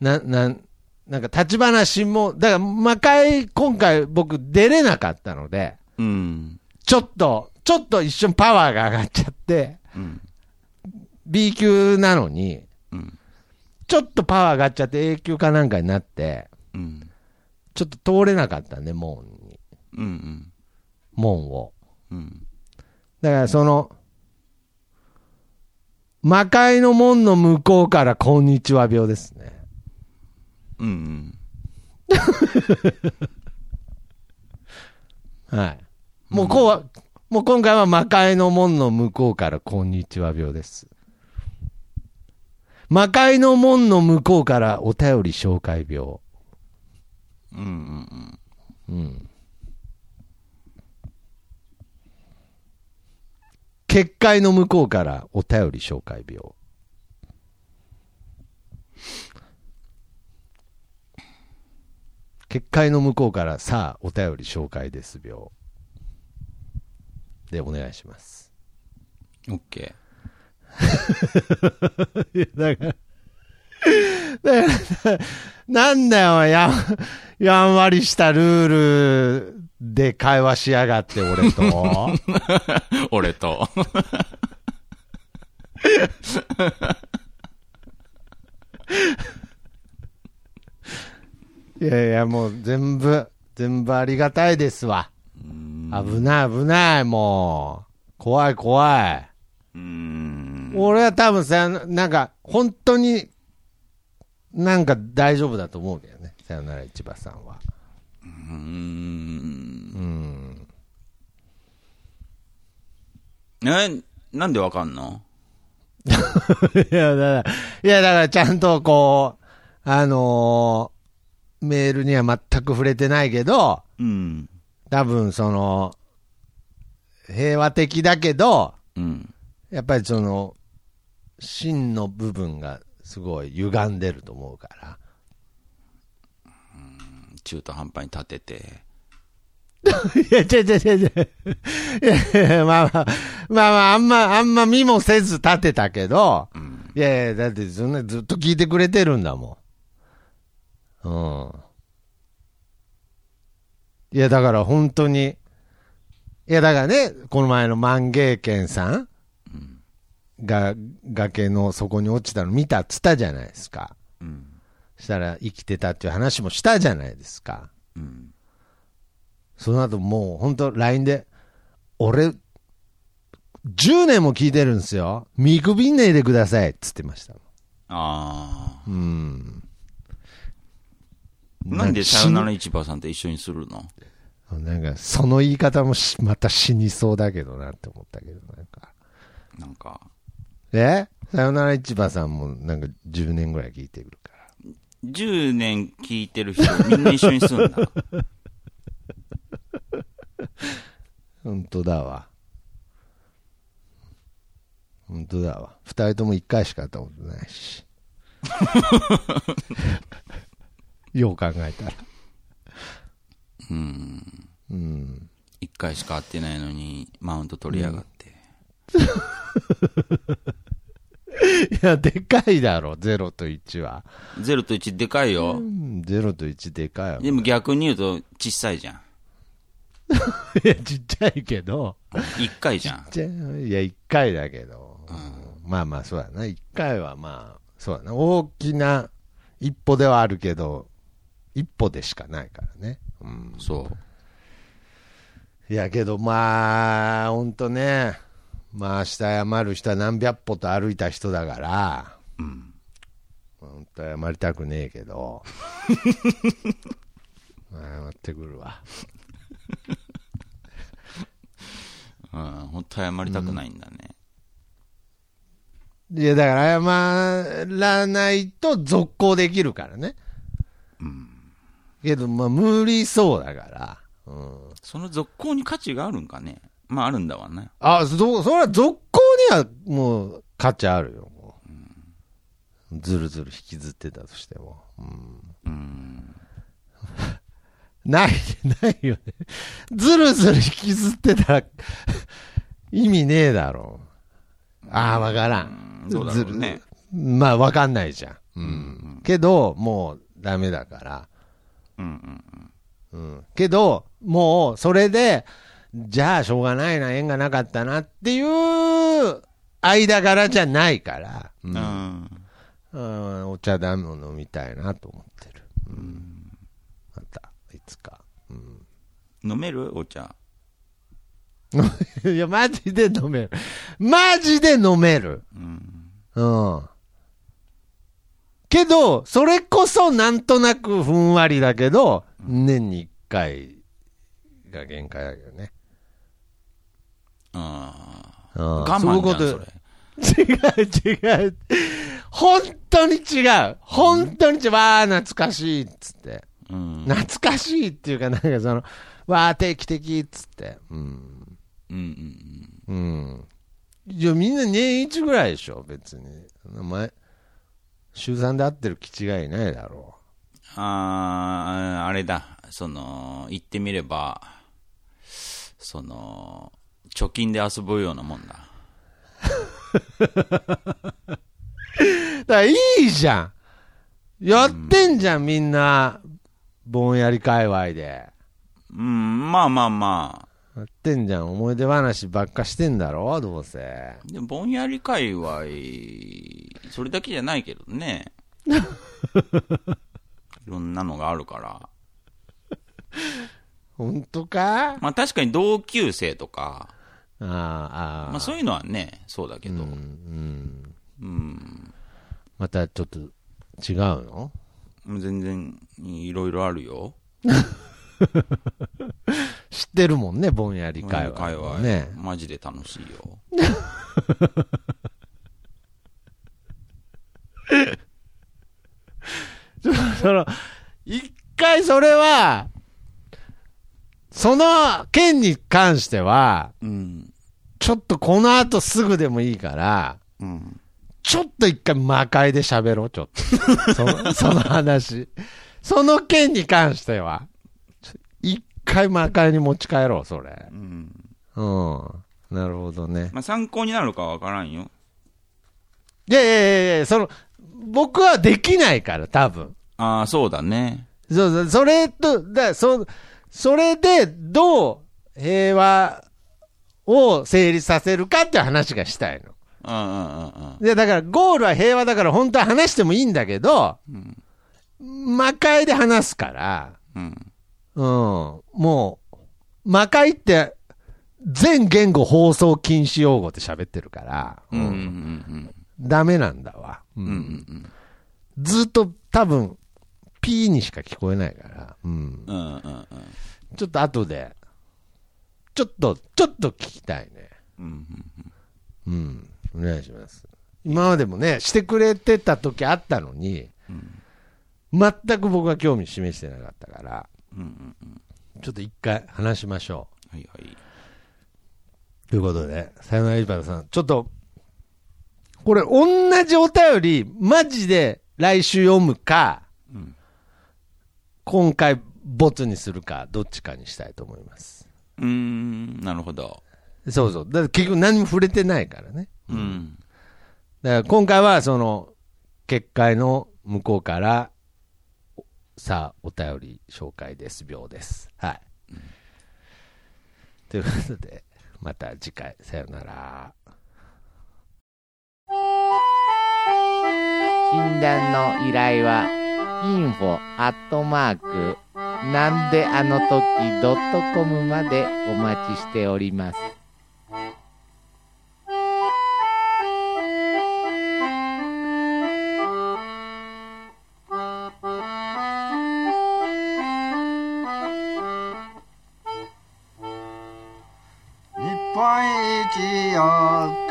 Speaker 1: な、なん、なんか立ち話も、だから魔界今回僕出れなかったので、
Speaker 2: うん。
Speaker 1: ちょっと、ちょっと一瞬パワーが上がっちゃって、
Speaker 2: うん。
Speaker 1: B 級なのに、
Speaker 2: うん。
Speaker 1: ちょっとパワー上がっちゃって A 級かなんかになって、
Speaker 2: うん。
Speaker 1: ちょっと通れなかったね、門に。
Speaker 2: うん。
Speaker 1: 門を。
Speaker 2: うん。
Speaker 1: だからその、魔界の門の向こうからこんにちは病ですね。
Speaker 2: うん。
Speaker 1: はい。もうこうは、もう今回は魔界の門の向こうからこんにちは病です。魔界の門の向こうからお便り紹介病。
Speaker 2: うん。うん。
Speaker 1: うん。結界の向こうからお便り紹介病。結界の向こうからさあお便り紹介です病。でお願いします。
Speaker 2: オッケ
Speaker 1: だから、だから、なんだよ、やん、やんわりしたルールで会話しやがって、俺と。
Speaker 2: ー。俺と。
Speaker 1: いやいや、もう全部、全部ありがたいですわ。危ない、危ない、もう。怖い、怖い。
Speaker 2: うん。
Speaker 1: 俺は多分さ、なんか、本当に、なんか大丈夫だと思うけどね。さよなら市場さんは。
Speaker 2: うん。
Speaker 1: うん。
Speaker 2: え、なんでわかんの
Speaker 1: いや、だから、いや、だからちゃんとこう、あのーメールには全く触れてないけど、
Speaker 2: うん。
Speaker 1: 多分その、平和的だけど、
Speaker 2: うん。
Speaker 1: やっぱりその、芯の部分がすごい歪んでると思うから。
Speaker 2: 中途半端に立てて。
Speaker 1: いや、ちょちょちょちょ。いやいや、まあまあ、まあまあ、あんま、あんま見もせず立てたけど、
Speaker 2: うん。
Speaker 1: いやいや、だってそんなずっと聞いてくれてるんだもん。うん。いや、だから本当に、いや、だからね、この前の万芸犬さんが崖の底に落ちたの見たっつったじゃないですか。
Speaker 2: うん。
Speaker 1: したら生きてたっていう話もしたじゃないですか。
Speaker 2: うん。
Speaker 1: その後もう本当 LINE で、俺、10年も聞いてるんですよ。見くびんねえでくださいっつってました。
Speaker 2: ああ。
Speaker 1: うん。
Speaker 2: なんでさよなら市場さんと一緒にするの
Speaker 1: なんか、その言い方もしまた死にそうだけどなって思ったけど、なんか。
Speaker 2: なんか、
Speaker 1: えさよなら市場さんもなんか10年ぐらい聞いてくるから。
Speaker 2: 10年聞いてる人みんな一緒にするん だ。
Speaker 1: 本当だわ。本当だわ。二人とも一回しか会ったことないし。 よう考えたら。
Speaker 2: うん。
Speaker 1: うん。
Speaker 2: 一回しか会ってないのに、マウント取りやがって。
Speaker 1: いや、でかいだろ、0と1は。
Speaker 2: 0と1でかいよ。
Speaker 1: うん、0と1でかいわ
Speaker 2: でも逆に言うと、小さいじゃん。
Speaker 1: いや、ちっちゃいけど。
Speaker 2: 一回じゃん。
Speaker 1: じゃあいや、1回だけど、まあまあ、そうだな、1回はまあ、そうだな、大きな一歩ではあるけど、一歩でしかないからね。うん、
Speaker 2: そう。
Speaker 1: いや、けどまあ、ほんとね、まあ、明日謝る人は何百歩と歩いた人だから、うん、本当謝りたくねえけど、う謝ってくるわ。
Speaker 2: うん、本当謝りたくないんだね。
Speaker 1: いや、だから謝らないと続行できるからね。うん。けど、まあ、無理そうだから。うん。
Speaker 2: その続行に価値があるんかね。まああるんだわね。
Speaker 1: あ、そ、それは続行にはもう価値あるよ、もう。ずるずる引きずってたとしても。うん。ない、ないよね。ずるずる引きずってたら、意味ねえだろう。ああ、わからん
Speaker 2: う。んどうだろうね
Speaker 1: ずるまあ、わかんないじゃん。うん。けど、もう、ダメだから。
Speaker 2: うんうん。
Speaker 1: うん、けど、もうそれで、じゃあしょうがないな、縁がなかったなっていう間柄じゃないから、う
Speaker 2: うんん。
Speaker 1: うんお茶だも飲みたいなと思ってる。うん、また、いつか。
Speaker 2: 飲めるお茶。
Speaker 1: いや、マジで飲める。マジで飲める。
Speaker 2: うん。
Speaker 1: うん。けど、それこそなんとなくふんわりだけど、年に1回が限界だけどね。
Speaker 2: あ
Speaker 1: うん
Speaker 2: あ。我慢じ
Speaker 1: そ
Speaker 2: ゃ
Speaker 1: うい
Speaker 2: ん
Speaker 1: うこ
Speaker 2: そ
Speaker 1: と
Speaker 2: れ。
Speaker 1: 違う違う。本当に違う。本当に違う。わあ、懐かしいっつって。
Speaker 2: うん。
Speaker 1: 懐かしいっていうか、なんかその、わあ、定期的っつって。うん。
Speaker 2: うんうん
Speaker 1: うん。いや、みんな年一ぐらいでしょ、別に。前、週3で会ってる気違いないだろ
Speaker 2: うん。ああ、あれだ。その、言ってみれば、その、貯金で遊ぶようなもんだ。
Speaker 1: う。だからいいじゃん。やってんじゃん、みんな。ぼんやり界隈で。
Speaker 2: うん、まあまあまあ。
Speaker 1: やってんじゃん。思い出話ばっかしてんだろ、どうせ。
Speaker 2: でもぼんやり界隈、それだけじゃないけど ね。いろんなのがあるから。
Speaker 1: 本当か
Speaker 2: まあ確かに同級生とか、
Speaker 1: あーあー、
Speaker 2: まあそういうのはね、そうだけど。うん。うん
Speaker 1: またちょっと違うの
Speaker 2: 全然、いろいろあるよ。
Speaker 1: 知ってるもんね、ぼんやり会
Speaker 2: 界
Speaker 1: 話、
Speaker 2: 隈。
Speaker 1: ね。
Speaker 2: マジで楽しいよ。
Speaker 1: その、一回それは、その件に関しては、
Speaker 2: うん。
Speaker 1: ちょっとこの後すぐでもいいから、
Speaker 2: うん。
Speaker 1: ちょっと一回魔界で喋ろう、ちょっ と。その、その話。その件に関しては、ちょ一回魔界に持ち帰ろう、それ
Speaker 2: う。ん。
Speaker 1: うん。なるほどね。
Speaker 2: まあ参考になるかわからんよ。
Speaker 1: いやいやいやいや、その、僕はできないから、多分。
Speaker 2: ああ、そうだね。
Speaker 1: そうそう、それと、だそ、それで、どう平和を成立させるかっていう話がしたいの。
Speaker 2: うんうんうんうん。
Speaker 1: で、だから、ゴールは平和だから、本当は話してもいいんだけど、
Speaker 2: ん
Speaker 1: 魔界で話すから、
Speaker 2: うん。
Speaker 1: うん、もう、魔界って、全言語放送禁止用語って喋ってるから、
Speaker 2: うんうんうん
Speaker 1: ダメなんだわ。う
Speaker 2: うん。うんうん
Speaker 1: ずっと多分、P にしか聞こえないから、うん
Speaker 2: うん。うんうんうん。
Speaker 1: ちょっと後で、ちょっと、ちょっと聞きたいね。
Speaker 2: うんうん
Speaker 1: うん。お願いします。今までもね、してくれてた時あったのに、全く僕は興味示してなかったから、
Speaker 2: うんうんうん。
Speaker 1: ちょっと一回話しましょ
Speaker 2: はいはい。
Speaker 1: う。ということで、さよならいばらさん、ちょっと、これ同じお便り、マジで来週読むか、
Speaker 2: うん
Speaker 1: 今回、ボツにするか、どっちかにしたいと思います。
Speaker 2: うーん、なるほど。
Speaker 1: そうそう。だから結局何も触れてないからね。
Speaker 2: うん。
Speaker 1: だから今回は、その、結界の向こうから、おさあ、お便り紹介です、秒です。はい。ということで、また次回、さよなら。
Speaker 4: 診断の依頼は info アットマークなんであの時ドットコムまでお待ちしております。
Speaker 5: 「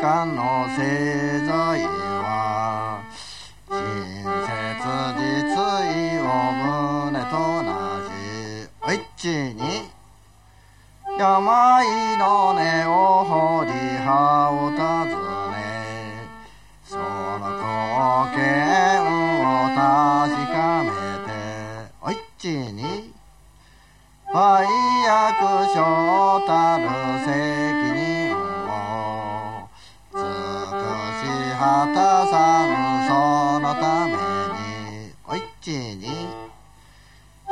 Speaker 5: かの製材は親切実意を胸となじおいっちに病の根を掘り葉を尋ねその貢献を確かめておいっちに愛役所たる責任を尽くし果たさぬそのためにおいっちに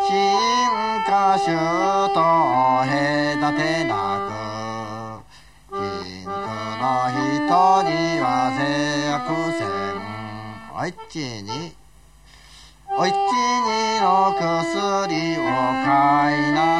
Speaker 5: 進化種と隔てなく貧苦の人には制約せんおいっちにおいちにの薬を買いな